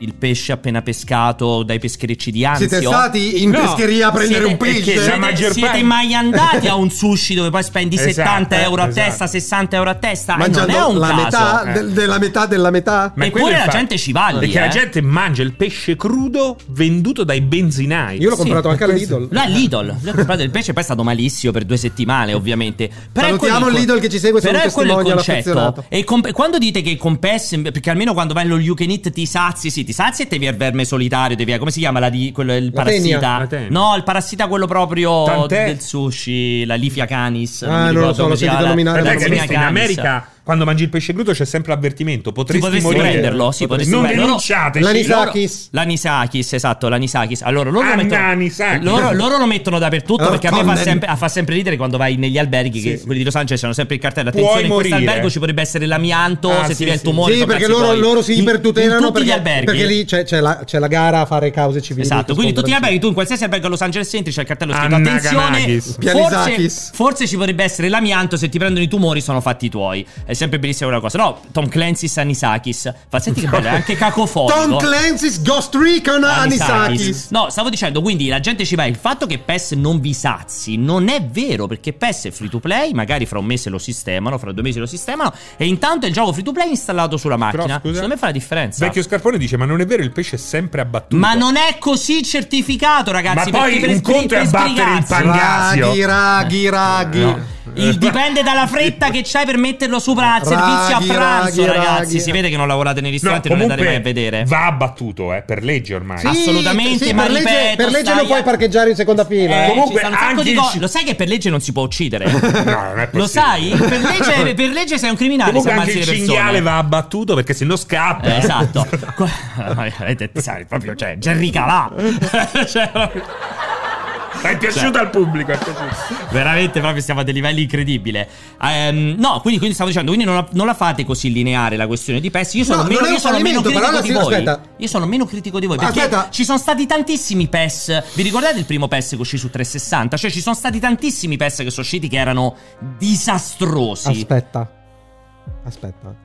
Speaker 1: il pesce appena pescato dai pescherecci di Anzio
Speaker 3: Siete stati in
Speaker 2: No,
Speaker 3: pescheria a prendere
Speaker 1: Siete-
Speaker 3: un eh? pesce?
Speaker 1: perché
Speaker 2: La maggior
Speaker 1: siete, siete
Speaker 2: parte-
Speaker 1: mai andati a un sushi dove poi spendi
Speaker 2: [laughs] Esatto,
Speaker 1: 70 euro a
Speaker 2: esatto.
Speaker 1: testa 60 euro a testa e non
Speaker 3: Mangiando
Speaker 1: è un
Speaker 3: la
Speaker 1: caso
Speaker 3: metà
Speaker 2: eh.
Speaker 3: del- della metà della metà?
Speaker 2: Ma è
Speaker 1: Eppure
Speaker 2: quello il
Speaker 1: la
Speaker 2: fatto.
Speaker 1: gente ci va lì,
Speaker 2: Perché la
Speaker 1: eh.
Speaker 2: gente mangia il pesce crudo venduto dai benzinai.
Speaker 3: Io l'ho
Speaker 1: Sì,
Speaker 3: comprato anche al Lidl.
Speaker 1: Là a Lidl, lui ha comprato il pesce, poi è stato malissimo per due settimane, ovviamente. Però è
Speaker 3: Salutiamo
Speaker 1: quello il
Speaker 3: Lidl che ci segue, siamo
Speaker 1: Però è
Speaker 3: un
Speaker 1: quello il
Speaker 3: testimonial
Speaker 1: concetto.
Speaker 3: affezionato.
Speaker 1: E con- quando dite che con PES, in- perché almeno quando vai allo you can eat ti sazi, sì, ti sazi e te via il verme solitario, te via, come si chiama la di, quello, il
Speaker 3: La
Speaker 1: parassita?
Speaker 3: tenia,
Speaker 2: la tenia.
Speaker 1: No, il parassita quello proprio
Speaker 2: Tant'è-
Speaker 1: del sushi, la lifia canis.
Speaker 3: Ah, non lo
Speaker 1: mi ricordo
Speaker 3: so,
Speaker 1: come
Speaker 3: l'ho
Speaker 1: si chiama,
Speaker 3: sentito
Speaker 1: la-
Speaker 3: nominare,
Speaker 1: la
Speaker 2: Guarda
Speaker 3: ma
Speaker 2: che
Speaker 3: non
Speaker 1: lifia
Speaker 3: so.
Speaker 2: in
Speaker 1: canis.
Speaker 2: America quando mangi il pesce crudo c'è sempre l'avvertimento potresti,
Speaker 1: potresti
Speaker 2: morire.
Speaker 1: prenderlo, sì, potresti
Speaker 2: non
Speaker 1: prenderlo.
Speaker 2: denunciateci.
Speaker 3: L'anisakis.
Speaker 1: L'anisakis, esatto, l'anisakis. Allora loro lo
Speaker 2: Ananisakis.
Speaker 1: mettono, loro, loro lo mettono dappertutto
Speaker 3: Oh,
Speaker 1: perché a me fa
Speaker 3: condanni.
Speaker 1: sempre, ah, fa sempre ridere quando vai negli alberghi che
Speaker 2: sì.
Speaker 1: quelli di Los Angeles hanno sempre il cartello.
Speaker 2: Puoi
Speaker 1: Attenzione, in questo
Speaker 2: morire.
Speaker 1: albergo ci potrebbe essere l'amianto
Speaker 2: Ah,
Speaker 1: se
Speaker 2: sì,
Speaker 1: ti viene
Speaker 2: sì.
Speaker 1: il tumore.
Speaker 3: sì,
Speaker 1: sono
Speaker 3: perché
Speaker 1: cazzi
Speaker 3: loro,
Speaker 1: tuoi.
Speaker 3: loro si
Speaker 1: In-
Speaker 3: ipertutelano
Speaker 1: In tutti
Speaker 3: perché,
Speaker 1: gli alberghi.
Speaker 3: perché lì c'è, c'è la, c'è la gara a fare cause civili.
Speaker 1: Esatto,
Speaker 3: che
Speaker 1: quindi tutti gli
Speaker 3: scontrano-
Speaker 1: alberghi tu in qualsiasi albergo a Los Angeles entri c'è il cartello scritto attenzione,
Speaker 2: Anaganagis.
Speaker 1: forse,
Speaker 3: Pianisakis.
Speaker 1: forse ci potrebbe essere l'amianto se ti prendono i tumori sono fatti tuoi. È sempre benissimo una cosa. No, Tom Clancy's Anisakis. Fa senti che bello, è anche cacofonico.
Speaker 3: Tom Clancy's Ghost Recon
Speaker 2: Ah,
Speaker 3: Anisakis.
Speaker 1: No, stavo dicendo, quindi la gente ci va. Il fatto che PES non vi sazi non è vero, perché PES è free to play, magari fra un mese lo sistemano, fra due mesi lo sistemano, e intanto è il gioco free to play installato sulla
Speaker 2: Però,
Speaker 1: macchina.
Speaker 2: scusa,
Speaker 1: Secondo me fa la differenza.
Speaker 2: Vecchio Scarpone dice ma non è vero il pesce è sempre abbattuto.
Speaker 1: Ma non è così certificato,
Speaker 2: Ma
Speaker 1: ragazzi.
Speaker 2: poi
Speaker 1: perché per
Speaker 2: un
Speaker 1: scri-
Speaker 2: conto è
Speaker 1: per
Speaker 2: abbattere il
Speaker 1: sbrigarsi-
Speaker 2: Pangasio.
Speaker 3: Raghi, raghi, raghi.
Speaker 1: Il dipende dalla fretta che c'hai per metterlo sopra al servizio
Speaker 3: Raghi,
Speaker 1: a pranzo,
Speaker 3: raghi,
Speaker 1: ragazzi.
Speaker 3: raghi.
Speaker 1: Si vede che non lavorate nei
Speaker 2: No,
Speaker 1: ristoranti, non le andate mai a
Speaker 2: comunque
Speaker 1: vedere.
Speaker 2: Va abbattuto, eh, per legge ormai.
Speaker 3: Sì,
Speaker 1: assolutamente,
Speaker 3: sì,
Speaker 1: ma
Speaker 3: per legge,
Speaker 1: ripeto,
Speaker 3: per legge
Speaker 1: stai
Speaker 3: lo puoi
Speaker 1: a-
Speaker 3: parcheggiare in seconda fila.
Speaker 1: Eh,
Speaker 3: eh.
Speaker 2: Comunque,
Speaker 1: ci stanno un sacco
Speaker 2: anche
Speaker 1: di
Speaker 2: il
Speaker 1: co-
Speaker 2: ci-
Speaker 1: Lo sai che per legge non si può uccidere?
Speaker 2: [laughs] No, non è possibile.
Speaker 1: Lo sai? Ah, Per
Speaker 2: [laughs]
Speaker 1: legge, per legge sei un criminale
Speaker 2: Comunque
Speaker 1: se ammazzi
Speaker 2: anche il
Speaker 1: le persone.
Speaker 2: cinghiale va abbattuto perché se no scappa.
Speaker 1: Eh, esatto. Qua- [laughs] sai, proprio, cioè, Jerry Calà. [laughs] Cioè, proprio-
Speaker 2: [laughs] È piaciuto
Speaker 1: Cioè.
Speaker 2: al pubblico. è piaciuto.
Speaker 1: Veramente proprio siamo a dei livelli incredibili. Ehm, no, quindi, quindi stavo dicendo, quindi non la, non la fate così lineare la questione di PES. Io sono
Speaker 3: No,
Speaker 1: meno,
Speaker 3: non è un
Speaker 1: io sono meno
Speaker 3: fallimento,
Speaker 1: critico
Speaker 3: però alla
Speaker 1: di
Speaker 3: fine-
Speaker 1: voi.
Speaker 3: aspetta.
Speaker 1: Io sono meno critico di voi. Perché
Speaker 3: Aspetta.
Speaker 1: ci sono stati tantissimi PES. Vi ricordate il primo PES che uscì su 360? Cioè, ci sono stati tantissimi PES che sono usciti che erano disastrosi.
Speaker 3: Aspetta, aspetta.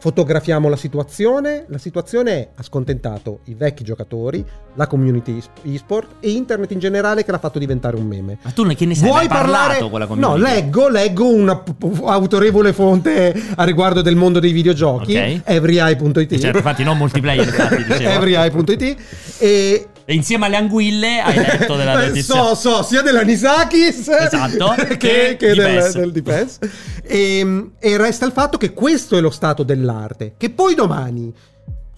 Speaker 3: Fotografiamo la situazione. La situazione è ha scontentato i vecchi giocatori, la community es- esport e internet in generale che l'ha fatto diventare un meme.
Speaker 1: Ma tu che ne sai? Hai parlato con la
Speaker 3: No,
Speaker 1: community?
Speaker 3: leggo, leggo una p- p- autorevole fonte a riguardo del mondo dei videogiochi,
Speaker 1: Ok.
Speaker 3: everyeye.it.
Speaker 1: Certo, infatti non multiplayer,
Speaker 3: [laughs]
Speaker 1: infatti, dicevo.
Speaker 3: everyeye.it e
Speaker 1: E insieme alle anguille
Speaker 3: [laughs]
Speaker 1: hai letto della
Speaker 3: Eh,
Speaker 1: notizia.
Speaker 3: So, so, sia dell'Anisakis
Speaker 1: Esatto, che
Speaker 3: [laughs] che, che
Speaker 1: di
Speaker 3: del,
Speaker 1: PES.
Speaker 3: del di PES. E, e resta il fatto che questo è lo stato dell'arte. Che poi domani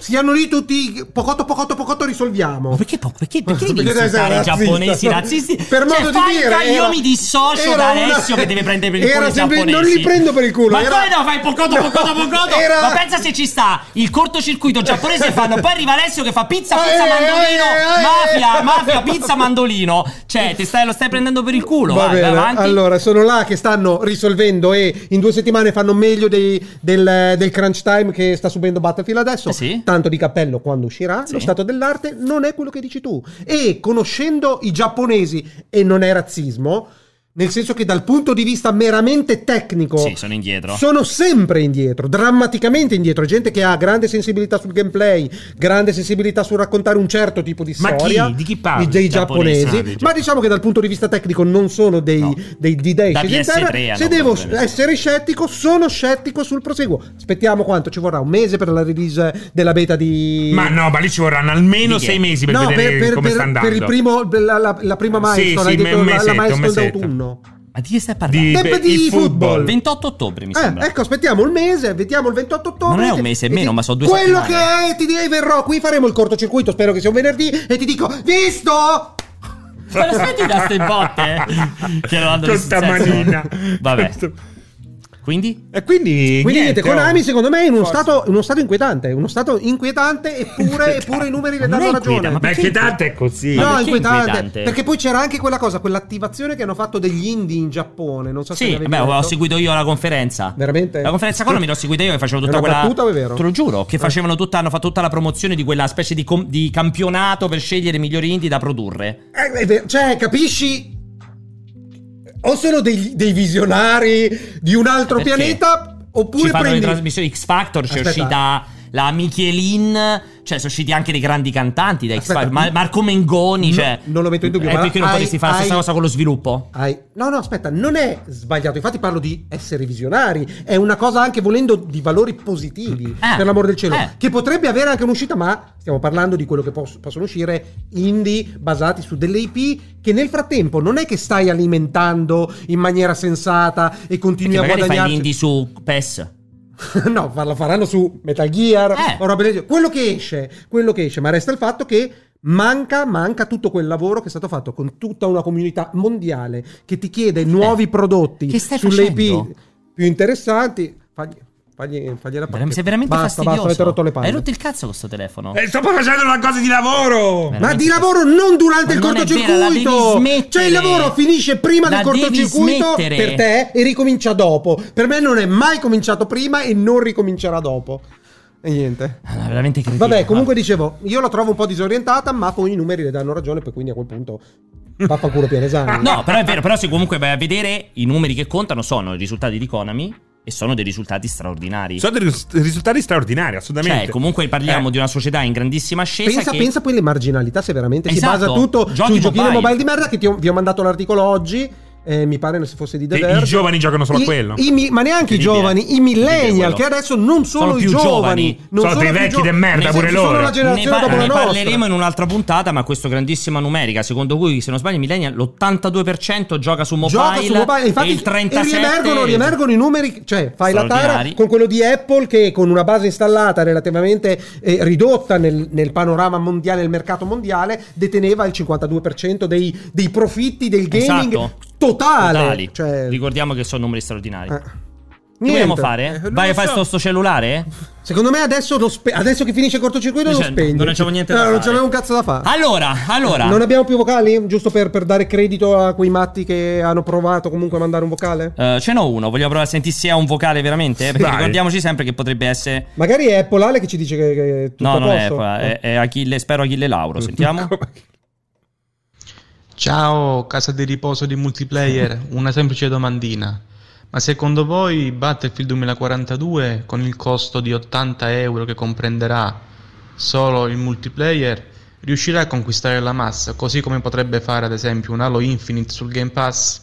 Speaker 3: siano lì tutti pocotto, pocotto, pocotto risolviamo.
Speaker 1: Ma perché, po- perché, perché devi
Speaker 3: Perché dai, sei
Speaker 1: insultare i
Speaker 3: razzista.
Speaker 1: giapponesi razzisti?
Speaker 3: Per
Speaker 1: Cioè,
Speaker 3: modo di
Speaker 1: fai-
Speaker 3: dire,
Speaker 1: fai-
Speaker 3: era-
Speaker 1: io mi dissocio
Speaker 3: era
Speaker 1: da
Speaker 3: una-
Speaker 1: Alessio che deve prendere per il
Speaker 3: era
Speaker 1: culo i
Speaker 3: sempre-
Speaker 1: giapponesi.
Speaker 3: non li prendo per il culo,
Speaker 1: Ma
Speaker 3: era-
Speaker 1: come no? Fai pocoto,
Speaker 3: No,
Speaker 1: pocoto, pocoto.
Speaker 3: era-
Speaker 1: Ma pensa se ci sta il cortocircuito giapponese e fanno. Poi arriva Alessio che fa pizza,
Speaker 3: Ah,
Speaker 1: pizza,
Speaker 3: eh,
Speaker 1: mandolino.
Speaker 3: eh, eh,
Speaker 1: mafia,
Speaker 3: eh.
Speaker 1: mafia, pizza, mandolino. Cioè, te stai, lo stai prendendo per il culo.
Speaker 3: Va
Speaker 1: vai,
Speaker 3: bene,
Speaker 1: vai avanti.
Speaker 3: allora sono là che stanno risolvendo e in due settimane fanno meglio dei- del, del crunch time che sta subendo Battlefield adesso.
Speaker 1: Eh sì.
Speaker 3: Tanto di cappello quando uscirà.
Speaker 1: Sì.
Speaker 3: Lo stato dell'arte non è quello che dici tu. E conoscendo i giapponesi, e non è razzismo, nel senso che dal punto di vista meramente tecnico
Speaker 1: Sì, sono indietro.
Speaker 3: sono sempre indietro, drammaticamente indietro. È Gente che ha grande sensibilità sul gameplay, grande sensibilità sul raccontare un certo tipo di
Speaker 2: Ma chi?
Speaker 3: storia.
Speaker 2: Di chi parli?
Speaker 3: I- Dei
Speaker 1: Giapponesi.
Speaker 3: giapponesi.
Speaker 2: Ah, dei
Speaker 3: Ma
Speaker 2: giapponesi.
Speaker 3: diciamo che dal punto di vista tecnico non sono dei,
Speaker 1: No.
Speaker 3: dei, dei dei
Speaker 1: Da
Speaker 3: scesi in
Speaker 1: PS3
Speaker 3: terra.
Speaker 1: hanno
Speaker 3: Se devo
Speaker 1: problemi, sì.
Speaker 3: essere scettico, sono scettico sul proseguo. Aspettiamo quanto ci vorrà un mese per la release della beta di.
Speaker 2: Ma no, ma lì ci vorranno almeno
Speaker 1: Di che?
Speaker 2: sei mesi per
Speaker 3: No,
Speaker 2: vedere come sta andando.
Speaker 3: per il primo, per la, la- la prima
Speaker 2: Sì,
Speaker 3: milestone,
Speaker 2: sì,
Speaker 3: hai detto
Speaker 2: un
Speaker 3: la-
Speaker 2: mesetto,
Speaker 3: la,
Speaker 2: un
Speaker 3: milestone
Speaker 2: mesetto.
Speaker 3: d'autunno.
Speaker 1: Ma di che stai
Speaker 2: Di-
Speaker 1: parlando?
Speaker 3: Tempo
Speaker 2: beh,
Speaker 3: di
Speaker 2: il football.
Speaker 3: football.
Speaker 1: 28 ottobre, mi
Speaker 3: Eh,
Speaker 1: sembra.
Speaker 3: ecco, aspettiamo il mese, vediamo il 28 ottobre.
Speaker 1: Non è un
Speaker 3: Ti-
Speaker 1: mese e
Speaker 3: ti-
Speaker 1: meno, ma sono due
Speaker 3: Quello
Speaker 1: settimane.
Speaker 3: che è, ti direi, verrò qui, faremo il cortocircuito, spero che sia un venerdì, e ti dico, visto?
Speaker 1: Ma lo senti da ste botte?
Speaker 2: [laughs]
Speaker 1: Che non hanno
Speaker 2: Con
Speaker 1: nessun
Speaker 2: sta
Speaker 1: senso.
Speaker 2: manina.
Speaker 1: Vabbè. Quindi?
Speaker 2: E quindi.
Speaker 3: Quindi niente,
Speaker 2: oh.
Speaker 3: Konami secondo me è in uno
Speaker 2: Forza.
Speaker 3: stato, in uno stato inquietante, uno stato
Speaker 1: [laughs]
Speaker 3: inquietante eppure, eppure i numeri le
Speaker 1: Ma non
Speaker 3: danno
Speaker 1: è inquietante,
Speaker 3: ragione.
Speaker 1: ma
Speaker 2: Ma
Speaker 1: Perché-
Speaker 2: che tanto è così.
Speaker 1: Ma
Speaker 3: No,
Speaker 1: perché
Speaker 3: inquietante,
Speaker 1: inquietante?
Speaker 3: Perché poi c'era anche quella cosa, quell'attivazione che hanno fatto degli indie in Giappone. Non so se
Speaker 1: Sì,
Speaker 3: l'avevi
Speaker 1: beh, ho
Speaker 3: letto.
Speaker 1: seguito io la conferenza.
Speaker 3: Veramente?
Speaker 1: La conferenza con mi l'ho seguita io che facevo tutta
Speaker 3: Era
Speaker 1: quella.
Speaker 3: battuta o è vero? Eh.
Speaker 1: Te lo giuro, che facevano tutta, hanno fatto tutta la promozione di quella specie di, com- di campionato per scegliere i migliori indie da produrre.
Speaker 3: Eh, è ver- cioè, capisci? O sono dei, dei visionari di un altro
Speaker 1: Perché?
Speaker 3: pianeta,
Speaker 1: Eh Ci
Speaker 3: oppure
Speaker 1: fanno le
Speaker 3: prendi.
Speaker 1: trasmissioni X Factor, c'è
Speaker 3: Aspetta.
Speaker 1: uscita la Michelin, cioè sono usciti anche dei grandi cantanti da X
Speaker 3: Aspetta.
Speaker 1: Factor, Ma- Marco Mengoni,
Speaker 3: No,
Speaker 1: cioè.
Speaker 3: non lo metto in dubbio,
Speaker 1: Eh,
Speaker 3: ma
Speaker 1: perché non
Speaker 3: hai-
Speaker 1: potresti fare la stessa
Speaker 3: hai-
Speaker 1: cosa con lo sviluppo?
Speaker 3: Ai- No, no, aspetta, non è sbagliato. Infatti, parlo di essere visionari. È una cosa anche volendo di valori positivi,
Speaker 1: Ah,
Speaker 3: per l'amor del cielo,
Speaker 1: eh.
Speaker 3: che potrebbe avere anche un'uscita, ma stiamo parlando di quello che pos- possono uscire indie basati su delle IP che nel frattempo non è che stai alimentando in maniera sensata e continui
Speaker 1: Perché
Speaker 3: a
Speaker 1: magari fai
Speaker 3: guadagnarci.
Speaker 1: l'indie su PES.
Speaker 3: [laughs] no, farla faranno su Metal Gear
Speaker 1: Eh.
Speaker 3: o roba del genere. Quello che esce, quello che esce, ma resta il fatto che manca, manca tutto quel lavoro che è stato fatto con tutta una comunità mondiale che ti chiede nuovi prodotti
Speaker 1: che stai
Speaker 3: sulle
Speaker 1: facendo?
Speaker 3: IP più interessanti. Fagli, fagli, fagli la
Speaker 1: Vera-
Speaker 3: parte.
Speaker 1: Sei veramente
Speaker 3: basta,
Speaker 1: fastidioso.
Speaker 3: basta, avete rotto le
Speaker 1: Hai
Speaker 3: palle.
Speaker 1: rotto il cazzo con sto telefono.
Speaker 2: Eh, sto facendo una cosa di lavoro.
Speaker 3: Ma
Speaker 1: veramente
Speaker 3: di lavoro non durante
Speaker 1: Ma
Speaker 3: il
Speaker 1: non è vera, la devi
Speaker 3: cortocircuito! Cioè il
Speaker 1: smettere.
Speaker 3: lavoro finisce prima
Speaker 1: La
Speaker 3: del
Speaker 1: devi
Speaker 3: cortocircuito
Speaker 1: smettere.
Speaker 3: per te e ricomincia dopo. Per me non è mai cominciato prima e non ricomincerà dopo. E niente.
Speaker 1: Ah, veramente cretino.
Speaker 3: Vabbè, comunque dicevo, io la trovo un po' disorientata, ma poi i numeri le danno ragione, per quindi a quel punto vaffanculo Pianesani.
Speaker 1: [laughs] No, però è vero, però se comunque vai a vedere i numeri che contano sono i risultati di Konami e sono dei risultati straordinari.
Speaker 2: Sono dei ris- risultati straordinari, assolutamente. Eh,
Speaker 1: cioè, comunque parliamo
Speaker 3: Eh.
Speaker 1: di una società in grandissima ascesa
Speaker 3: Pensa,
Speaker 1: che
Speaker 3: pensa poi alle marginalità, se veramente
Speaker 1: Esatto.
Speaker 3: si basa tutto
Speaker 1: Giochi
Speaker 3: sui giochini
Speaker 1: mobile.
Speaker 3: mobile. di merda, che ti ho- vi ho mandato l'articolo oggi, eh, mi pare se fosse di The
Speaker 2: E
Speaker 3: Verge.
Speaker 2: i giovani giocano solo a
Speaker 3: I-
Speaker 2: quello.
Speaker 3: i mi- ma neanche i
Speaker 1: Incredibile.
Speaker 3: giovani, i
Speaker 1: Incredibile
Speaker 3: millennial,
Speaker 1: eh. quello.
Speaker 3: che adesso non sono,
Speaker 1: Sono
Speaker 3: i
Speaker 1: più
Speaker 3: giovani,
Speaker 1: giovani.
Speaker 3: non
Speaker 2: Sono dei
Speaker 3: più
Speaker 2: vecchi
Speaker 3: gio-
Speaker 2: de merda
Speaker 1: pure
Speaker 3: sono
Speaker 2: loro.
Speaker 3: la
Speaker 1: ne,
Speaker 3: generazione
Speaker 1: par-
Speaker 3: dopo la
Speaker 1: ne
Speaker 3: nostra.
Speaker 1: parleremo in un'altra puntata, ma questa grandissima numerica, secondo cui, se non sbaglio, i millennial l'82% gioca su mobile,
Speaker 3: Gioca su mobile, infatti
Speaker 1: e il 37
Speaker 3: e riemergono, riemergono i numeri, cioè fai la tara
Speaker 1: Straordinari.
Speaker 3: con quello di Apple che con una base installata relativamente eh, ridotta nel, nel panorama mondiale, nel mercato mondiale, deteneva il 52% dei, dei profitti del gaming
Speaker 1: Esatto.
Speaker 3: totale.
Speaker 1: Totali.
Speaker 3: Cioè,
Speaker 1: Ricordiamo che sono numeri straordinari.
Speaker 3: eh.
Speaker 1: Che vogliamo
Speaker 3: Niente.
Speaker 1: fare?
Speaker 3: Eh, non
Speaker 1: Vai a
Speaker 3: lo
Speaker 1: fare
Speaker 3: so.
Speaker 1: sto, sto cellulare?
Speaker 3: Secondo me adesso, lo spe- adesso che finisce il cortocircuito lo
Speaker 1: Cioè,
Speaker 3: spegni.
Speaker 1: non facciamo niente da
Speaker 3: No, non
Speaker 1: fare.
Speaker 3: c'avevo un cazzo da fare.
Speaker 1: Allora, allora.
Speaker 3: Non abbiamo più vocali? Giusto per, per dare credito a quei matti che hanno provato comunque a mandare un vocale?
Speaker 1: Eh, ce n'ho uno, vogliamo provare a sentire se ha un vocale veramente? eh, Perché
Speaker 2: Vai.
Speaker 1: ricordiamoci sempre che potrebbe essere.
Speaker 3: Magari è Apple Ale che ci dice che, che è tutto
Speaker 1: No,
Speaker 3: a
Speaker 1: non è,
Speaker 3: posto. Eh,
Speaker 1: è, è Achille, spero Achille Lauro. Sentiamo.
Speaker 9: Ciao, casa di riposo di multiplayer, una semplice domandina. Ma secondo voi Battlefield 2042 con il costo di 80 euro che comprenderà solo il multiplayer riuscirà a conquistare la massa, così come potrebbe fare ad esempio un Halo Infinite sul Game Pass?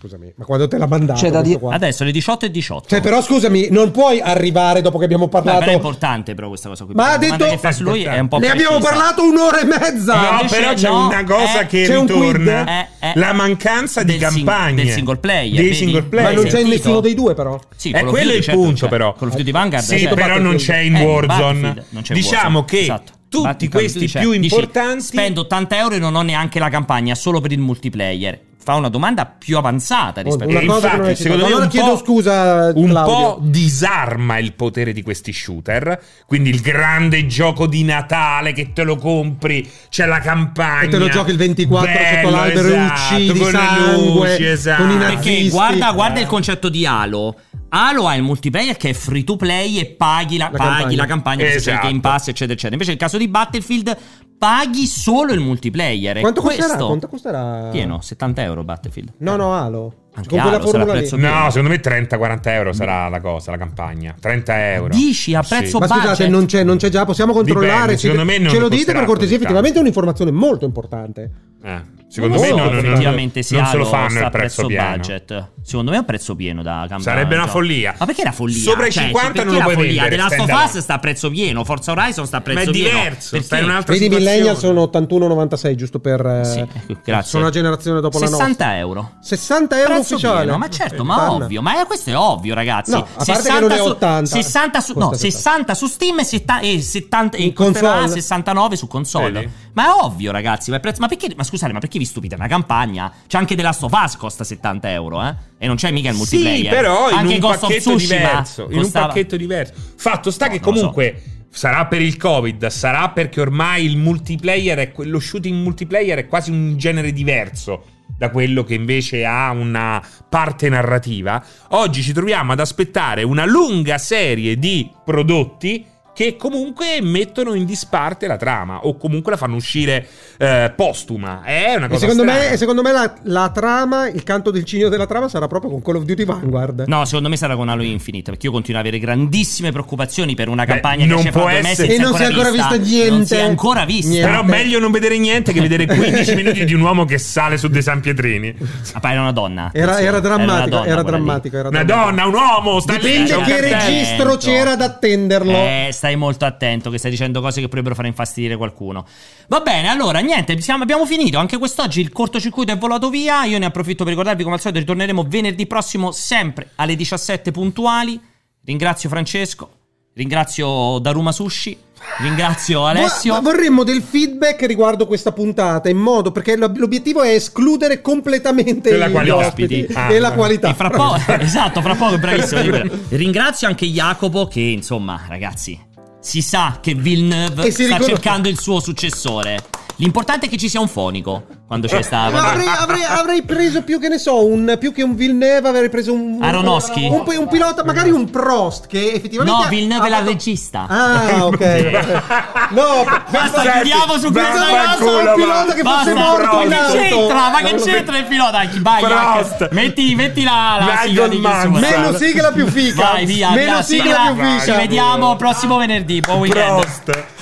Speaker 3: Scusami, ma quando te l'ha mandato?
Speaker 10: C'è da
Speaker 3: questo
Speaker 10: dire-
Speaker 3: qua?
Speaker 1: Adesso le 18 e 18.
Speaker 3: Cioè, però scusami, non puoi arrivare dopo che abbiamo
Speaker 1: Beh, però è
Speaker 3: parlato.
Speaker 1: importante però questa cosa qui. perché
Speaker 3: Ma ha
Speaker 1: la domanda
Speaker 3: detto-
Speaker 1: che fa su lui è un po'
Speaker 3: Ne abbiamo
Speaker 1: precisa.
Speaker 3: parlato un'ora e mezza.
Speaker 2: No,
Speaker 1: invece
Speaker 2: però c'è
Speaker 1: no,
Speaker 2: una cosa
Speaker 1: eh,
Speaker 2: che
Speaker 3: c'è un
Speaker 2: ritorna:
Speaker 1: quid, eh, eh,
Speaker 2: la mancanza di
Speaker 1: del sing-
Speaker 2: campagne
Speaker 1: del single player,
Speaker 2: Dei
Speaker 1: vedi?
Speaker 2: single player.
Speaker 3: Ma non c'è in
Speaker 1: Sentito?
Speaker 3: nessuno dei due, però.
Speaker 1: Sì,
Speaker 2: Eh,
Speaker 1: Call of
Speaker 2: quello è
Speaker 1: Duty,
Speaker 2: il
Speaker 1: certo,
Speaker 2: punto,
Speaker 1: c'è.
Speaker 2: però.
Speaker 1: Call of Duty Vanguard
Speaker 2: Sì,
Speaker 1: certo.
Speaker 2: però non c'è in
Speaker 1: Eh,
Speaker 2: Warzone.
Speaker 1: Battlefield, non c'è in
Speaker 2: diciamo
Speaker 1: Warzone,
Speaker 2: che
Speaker 1: esatto.
Speaker 2: tutti
Speaker 1: Battlefield
Speaker 2: questi
Speaker 1: dice-
Speaker 2: più
Speaker 1: dici,
Speaker 2: importanti.
Speaker 1: spendo 80 euro e non ho neanche la campagna, solo per il multiplayer. Fa una domanda più avanzata rispetto
Speaker 2: una
Speaker 1: a
Speaker 2: E cosa- infatti,
Speaker 3: hai citato.
Speaker 2: secondo me
Speaker 3: Allora
Speaker 2: un
Speaker 3: chiedo
Speaker 2: po'-
Speaker 3: scusa,
Speaker 2: un
Speaker 3: Claudio.
Speaker 2: po' disarma il potere di questi shooter. Quindi il grande gioco di Natale che te lo compri, c'è la campagna.
Speaker 3: E te lo giochi il 24 sotto
Speaker 2: Bello,
Speaker 3: l'albero e
Speaker 2: esatto,
Speaker 3: uccidi
Speaker 2: con le
Speaker 3: sangue,
Speaker 2: luci, esatto.
Speaker 3: con i nazisti.
Speaker 1: perché guarda, guarda il concetto di Halo. Halo ha il multiplayer che è free to play e paghi la,
Speaker 3: La
Speaker 1: paghi
Speaker 3: campagna.
Speaker 1: la campagna, se c'è
Speaker 2: Esatto.
Speaker 1: il Game Pass, eccetera, eccetera. Invece nel caso di Battlefield paghi solo il multiplayer. E
Speaker 3: Quanto
Speaker 1: questo
Speaker 3: costerà? Quanto costerà?
Speaker 1: pieno, 70 euro Battlefield.
Speaker 3: No, no, Halo.
Speaker 1: Anche
Speaker 3: con
Speaker 1: Halo
Speaker 3: quella
Speaker 1: sarà
Speaker 3: formula lì.
Speaker 1: prezzo
Speaker 2: No, secondo me 30-40 euro sarà la cosa, la campagna. 30 euro.
Speaker 1: Dici a prezzo
Speaker 3: Ma scusate,
Speaker 1: budget?
Speaker 3: non c'è, non c'è già, possiamo controllare.
Speaker 2: Dipende, secondo me non
Speaker 3: ce lo dite
Speaker 2: costerà
Speaker 3: per cortesia,
Speaker 2: così tanto.
Speaker 3: effettivamente è un'informazione molto importante.
Speaker 2: Eh, secondo
Speaker 1: Non
Speaker 2: me
Speaker 1: so
Speaker 2: no, no, no, no,
Speaker 1: Oh, effettivamente se
Speaker 2: non se
Speaker 1: Halo
Speaker 2: lo fanno
Speaker 1: sta
Speaker 2: il
Speaker 1: a
Speaker 2: prezzo pieno.
Speaker 1: budget. Secondo me è un prezzo pieno da campagna.
Speaker 2: Sarebbe una
Speaker 1: cioè.
Speaker 2: follia.
Speaker 1: Ma perché la follia?
Speaker 2: Sopra i
Speaker 1: Cioè,
Speaker 2: 50
Speaker 1: perché
Speaker 2: non lo
Speaker 1: la
Speaker 2: puoi
Speaker 1: follia?
Speaker 2: vendere,
Speaker 1: The Last of
Speaker 2: standalone.
Speaker 1: Us sta a prezzo pieno, Forza Horizon sta a prezzo
Speaker 2: Ma è
Speaker 1: pieno.
Speaker 2: diverso,
Speaker 1: Perché?
Speaker 2: sta in un'altra
Speaker 3: Vedi, i millennial
Speaker 2: situazione.
Speaker 3: sono 81-96, giusto per... eh,
Speaker 1: Sì, ecco, grazie.
Speaker 3: Sono la generazione dopo la
Speaker 1: 60
Speaker 3: nostra.
Speaker 1: euro.
Speaker 3: 60 euro
Speaker 1: Prezzo
Speaker 3: ufficiale.
Speaker 1: pieno, ma certo,
Speaker 3: Eh,
Speaker 1: ma
Speaker 3: panna.
Speaker 1: ovvio, ma eh, questo è ovvio, ragazzi.
Speaker 3: No, a parte che non è 80.
Speaker 1: su, 60 su, no,
Speaker 3: Costa
Speaker 1: 60 su Steam e, 70 e 70 e
Speaker 3: In
Speaker 1: costerà
Speaker 3: console.
Speaker 1: 69 su console.
Speaker 2: Vedi?
Speaker 1: Ma è ovvio, ragazzi. Ma, è prezzo- ma perché, ma scusate, ma perché vi stupite? È Una campagna c'è anche The Last of Us costa 70 euro, eh? E non c'è mica il multiplayer.
Speaker 2: Sì, però in
Speaker 1: anche
Speaker 2: un
Speaker 1: Ghost of
Speaker 2: pacchetto
Speaker 1: Tsushima
Speaker 2: diverso. In un
Speaker 1: costava-
Speaker 2: pacchetto diverso. Fatto sta
Speaker 1: No,
Speaker 2: che
Speaker 1: non lo so.
Speaker 2: comunque sarà per il Covid, sarà perché ormai il multiplayer è que- lo shooting multiplayer è quasi un genere diverso da quello che invece ha una parte narrativa. Oggi ci troviamo ad aspettare una lunga serie di prodotti che comunque mettono in disparte la trama o comunque la fanno uscire eh, postuma. È una
Speaker 3: E
Speaker 2: cosa
Speaker 3: secondo
Speaker 2: strana.
Speaker 3: me, secondo me la, la trama, il canto del cigno della trama sarà proprio con Call of Duty Vanguard.
Speaker 1: No, secondo me sarà con Halo Infinite, perché io continuo ad avere grandissime preoccupazioni per una
Speaker 2: Beh,
Speaker 1: campagna
Speaker 2: non
Speaker 1: che c'è fra
Speaker 2: può
Speaker 1: due
Speaker 2: essere-
Speaker 1: mesi
Speaker 3: E non si è ancora vista niente.
Speaker 1: Non si è ancora vista.
Speaker 3: Niente.
Speaker 2: Però meglio non vedere niente che vedere
Speaker 3: [laughs]
Speaker 2: 15 minuti di un uomo che sale su dei San Pietrini.
Speaker 1: Ah, poi era una donna.
Speaker 3: Era,
Speaker 1: attenzione.
Speaker 3: era
Speaker 1: una
Speaker 3: drammatica,
Speaker 1: donna
Speaker 3: era
Speaker 1: quella lì.
Speaker 3: drammatica. Era
Speaker 2: Una
Speaker 3: drammatica.
Speaker 2: donna, un uomo, sta lì,
Speaker 3: Dipende
Speaker 2: c'è un
Speaker 3: che
Speaker 2: cartello.
Speaker 1: attento.
Speaker 3: registro c'era ad attenderlo.
Speaker 1: Eh, stai molto attento che stai dicendo cose che potrebbero far infastidire qualcuno. Va bene, allora, niente, siamo- abbiamo finito. Anche quest'oggi il cortocircuito è volato via. Io ne approfitto per ricordarvi, come al solito, ritorneremo venerdì prossimo, sempre alle 17 puntuali. Ringrazio Francesco, ringrazio Daruma Sushi, ringrazio Alessio.
Speaker 3: Vo- vorremmo del feedback riguardo questa puntata, in modo perché lo- l'obiettivo è escludere completamente
Speaker 2: E la
Speaker 3: gli
Speaker 2: qualità.
Speaker 3: ospiti
Speaker 2: Ah.
Speaker 3: e la qualità.
Speaker 1: E fra
Speaker 3: [laughs]
Speaker 1: poco, [laughs] esatto, fra poco, bravissimo. Libero. Ringrazio anche Jacopo che, insomma, ragazzi, si sa che Villeneuve
Speaker 3: E si
Speaker 1: sta
Speaker 3: riconosce.
Speaker 1: cercando il suo successore. L'importante è che ci sia un fonico quando c'è sta...
Speaker 3: Ma avrei, avrei- avrei preso più che ne so, un, più che un Villeneuve, avrei preso un, un,
Speaker 1: Aronofsky?
Speaker 3: un, un pilota, magari un Prost che effettivamente.
Speaker 1: No,
Speaker 3: ha-
Speaker 1: Villeneuve
Speaker 3: ha
Speaker 1: è la
Speaker 3: fatto-
Speaker 1: regista.
Speaker 3: Ah, ok. no,
Speaker 1: Basta,
Speaker 2: Senti,
Speaker 1: chiudiamo su questo
Speaker 2: basta, vaffanculo,
Speaker 1: cosa.
Speaker 3: un pilota che
Speaker 1: Basta,
Speaker 3: fosse morto
Speaker 1: ma
Speaker 3: in
Speaker 1: che
Speaker 3: alto.
Speaker 1: c'entra? Ma che c'entra il pilota? Dai, vai,
Speaker 2: Prost.
Speaker 1: Jack. metti, metti la, la
Speaker 2: Michael
Speaker 1: sigla di
Speaker 2: Mann.
Speaker 1: chiusura.
Speaker 3: Meno sigla più fica.
Speaker 1: Vai, via,
Speaker 3: Meno
Speaker 1: via,
Speaker 3: sigla
Speaker 1: sigla.
Speaker 3: più
Speaker 2: Vai,
Speaker 1: Ci
Speaker 3: fica.
Speaker 2: vai.
Speaker 1: vediamo prossimo venerdì. Buon weekend.
Speaker 2: Prost.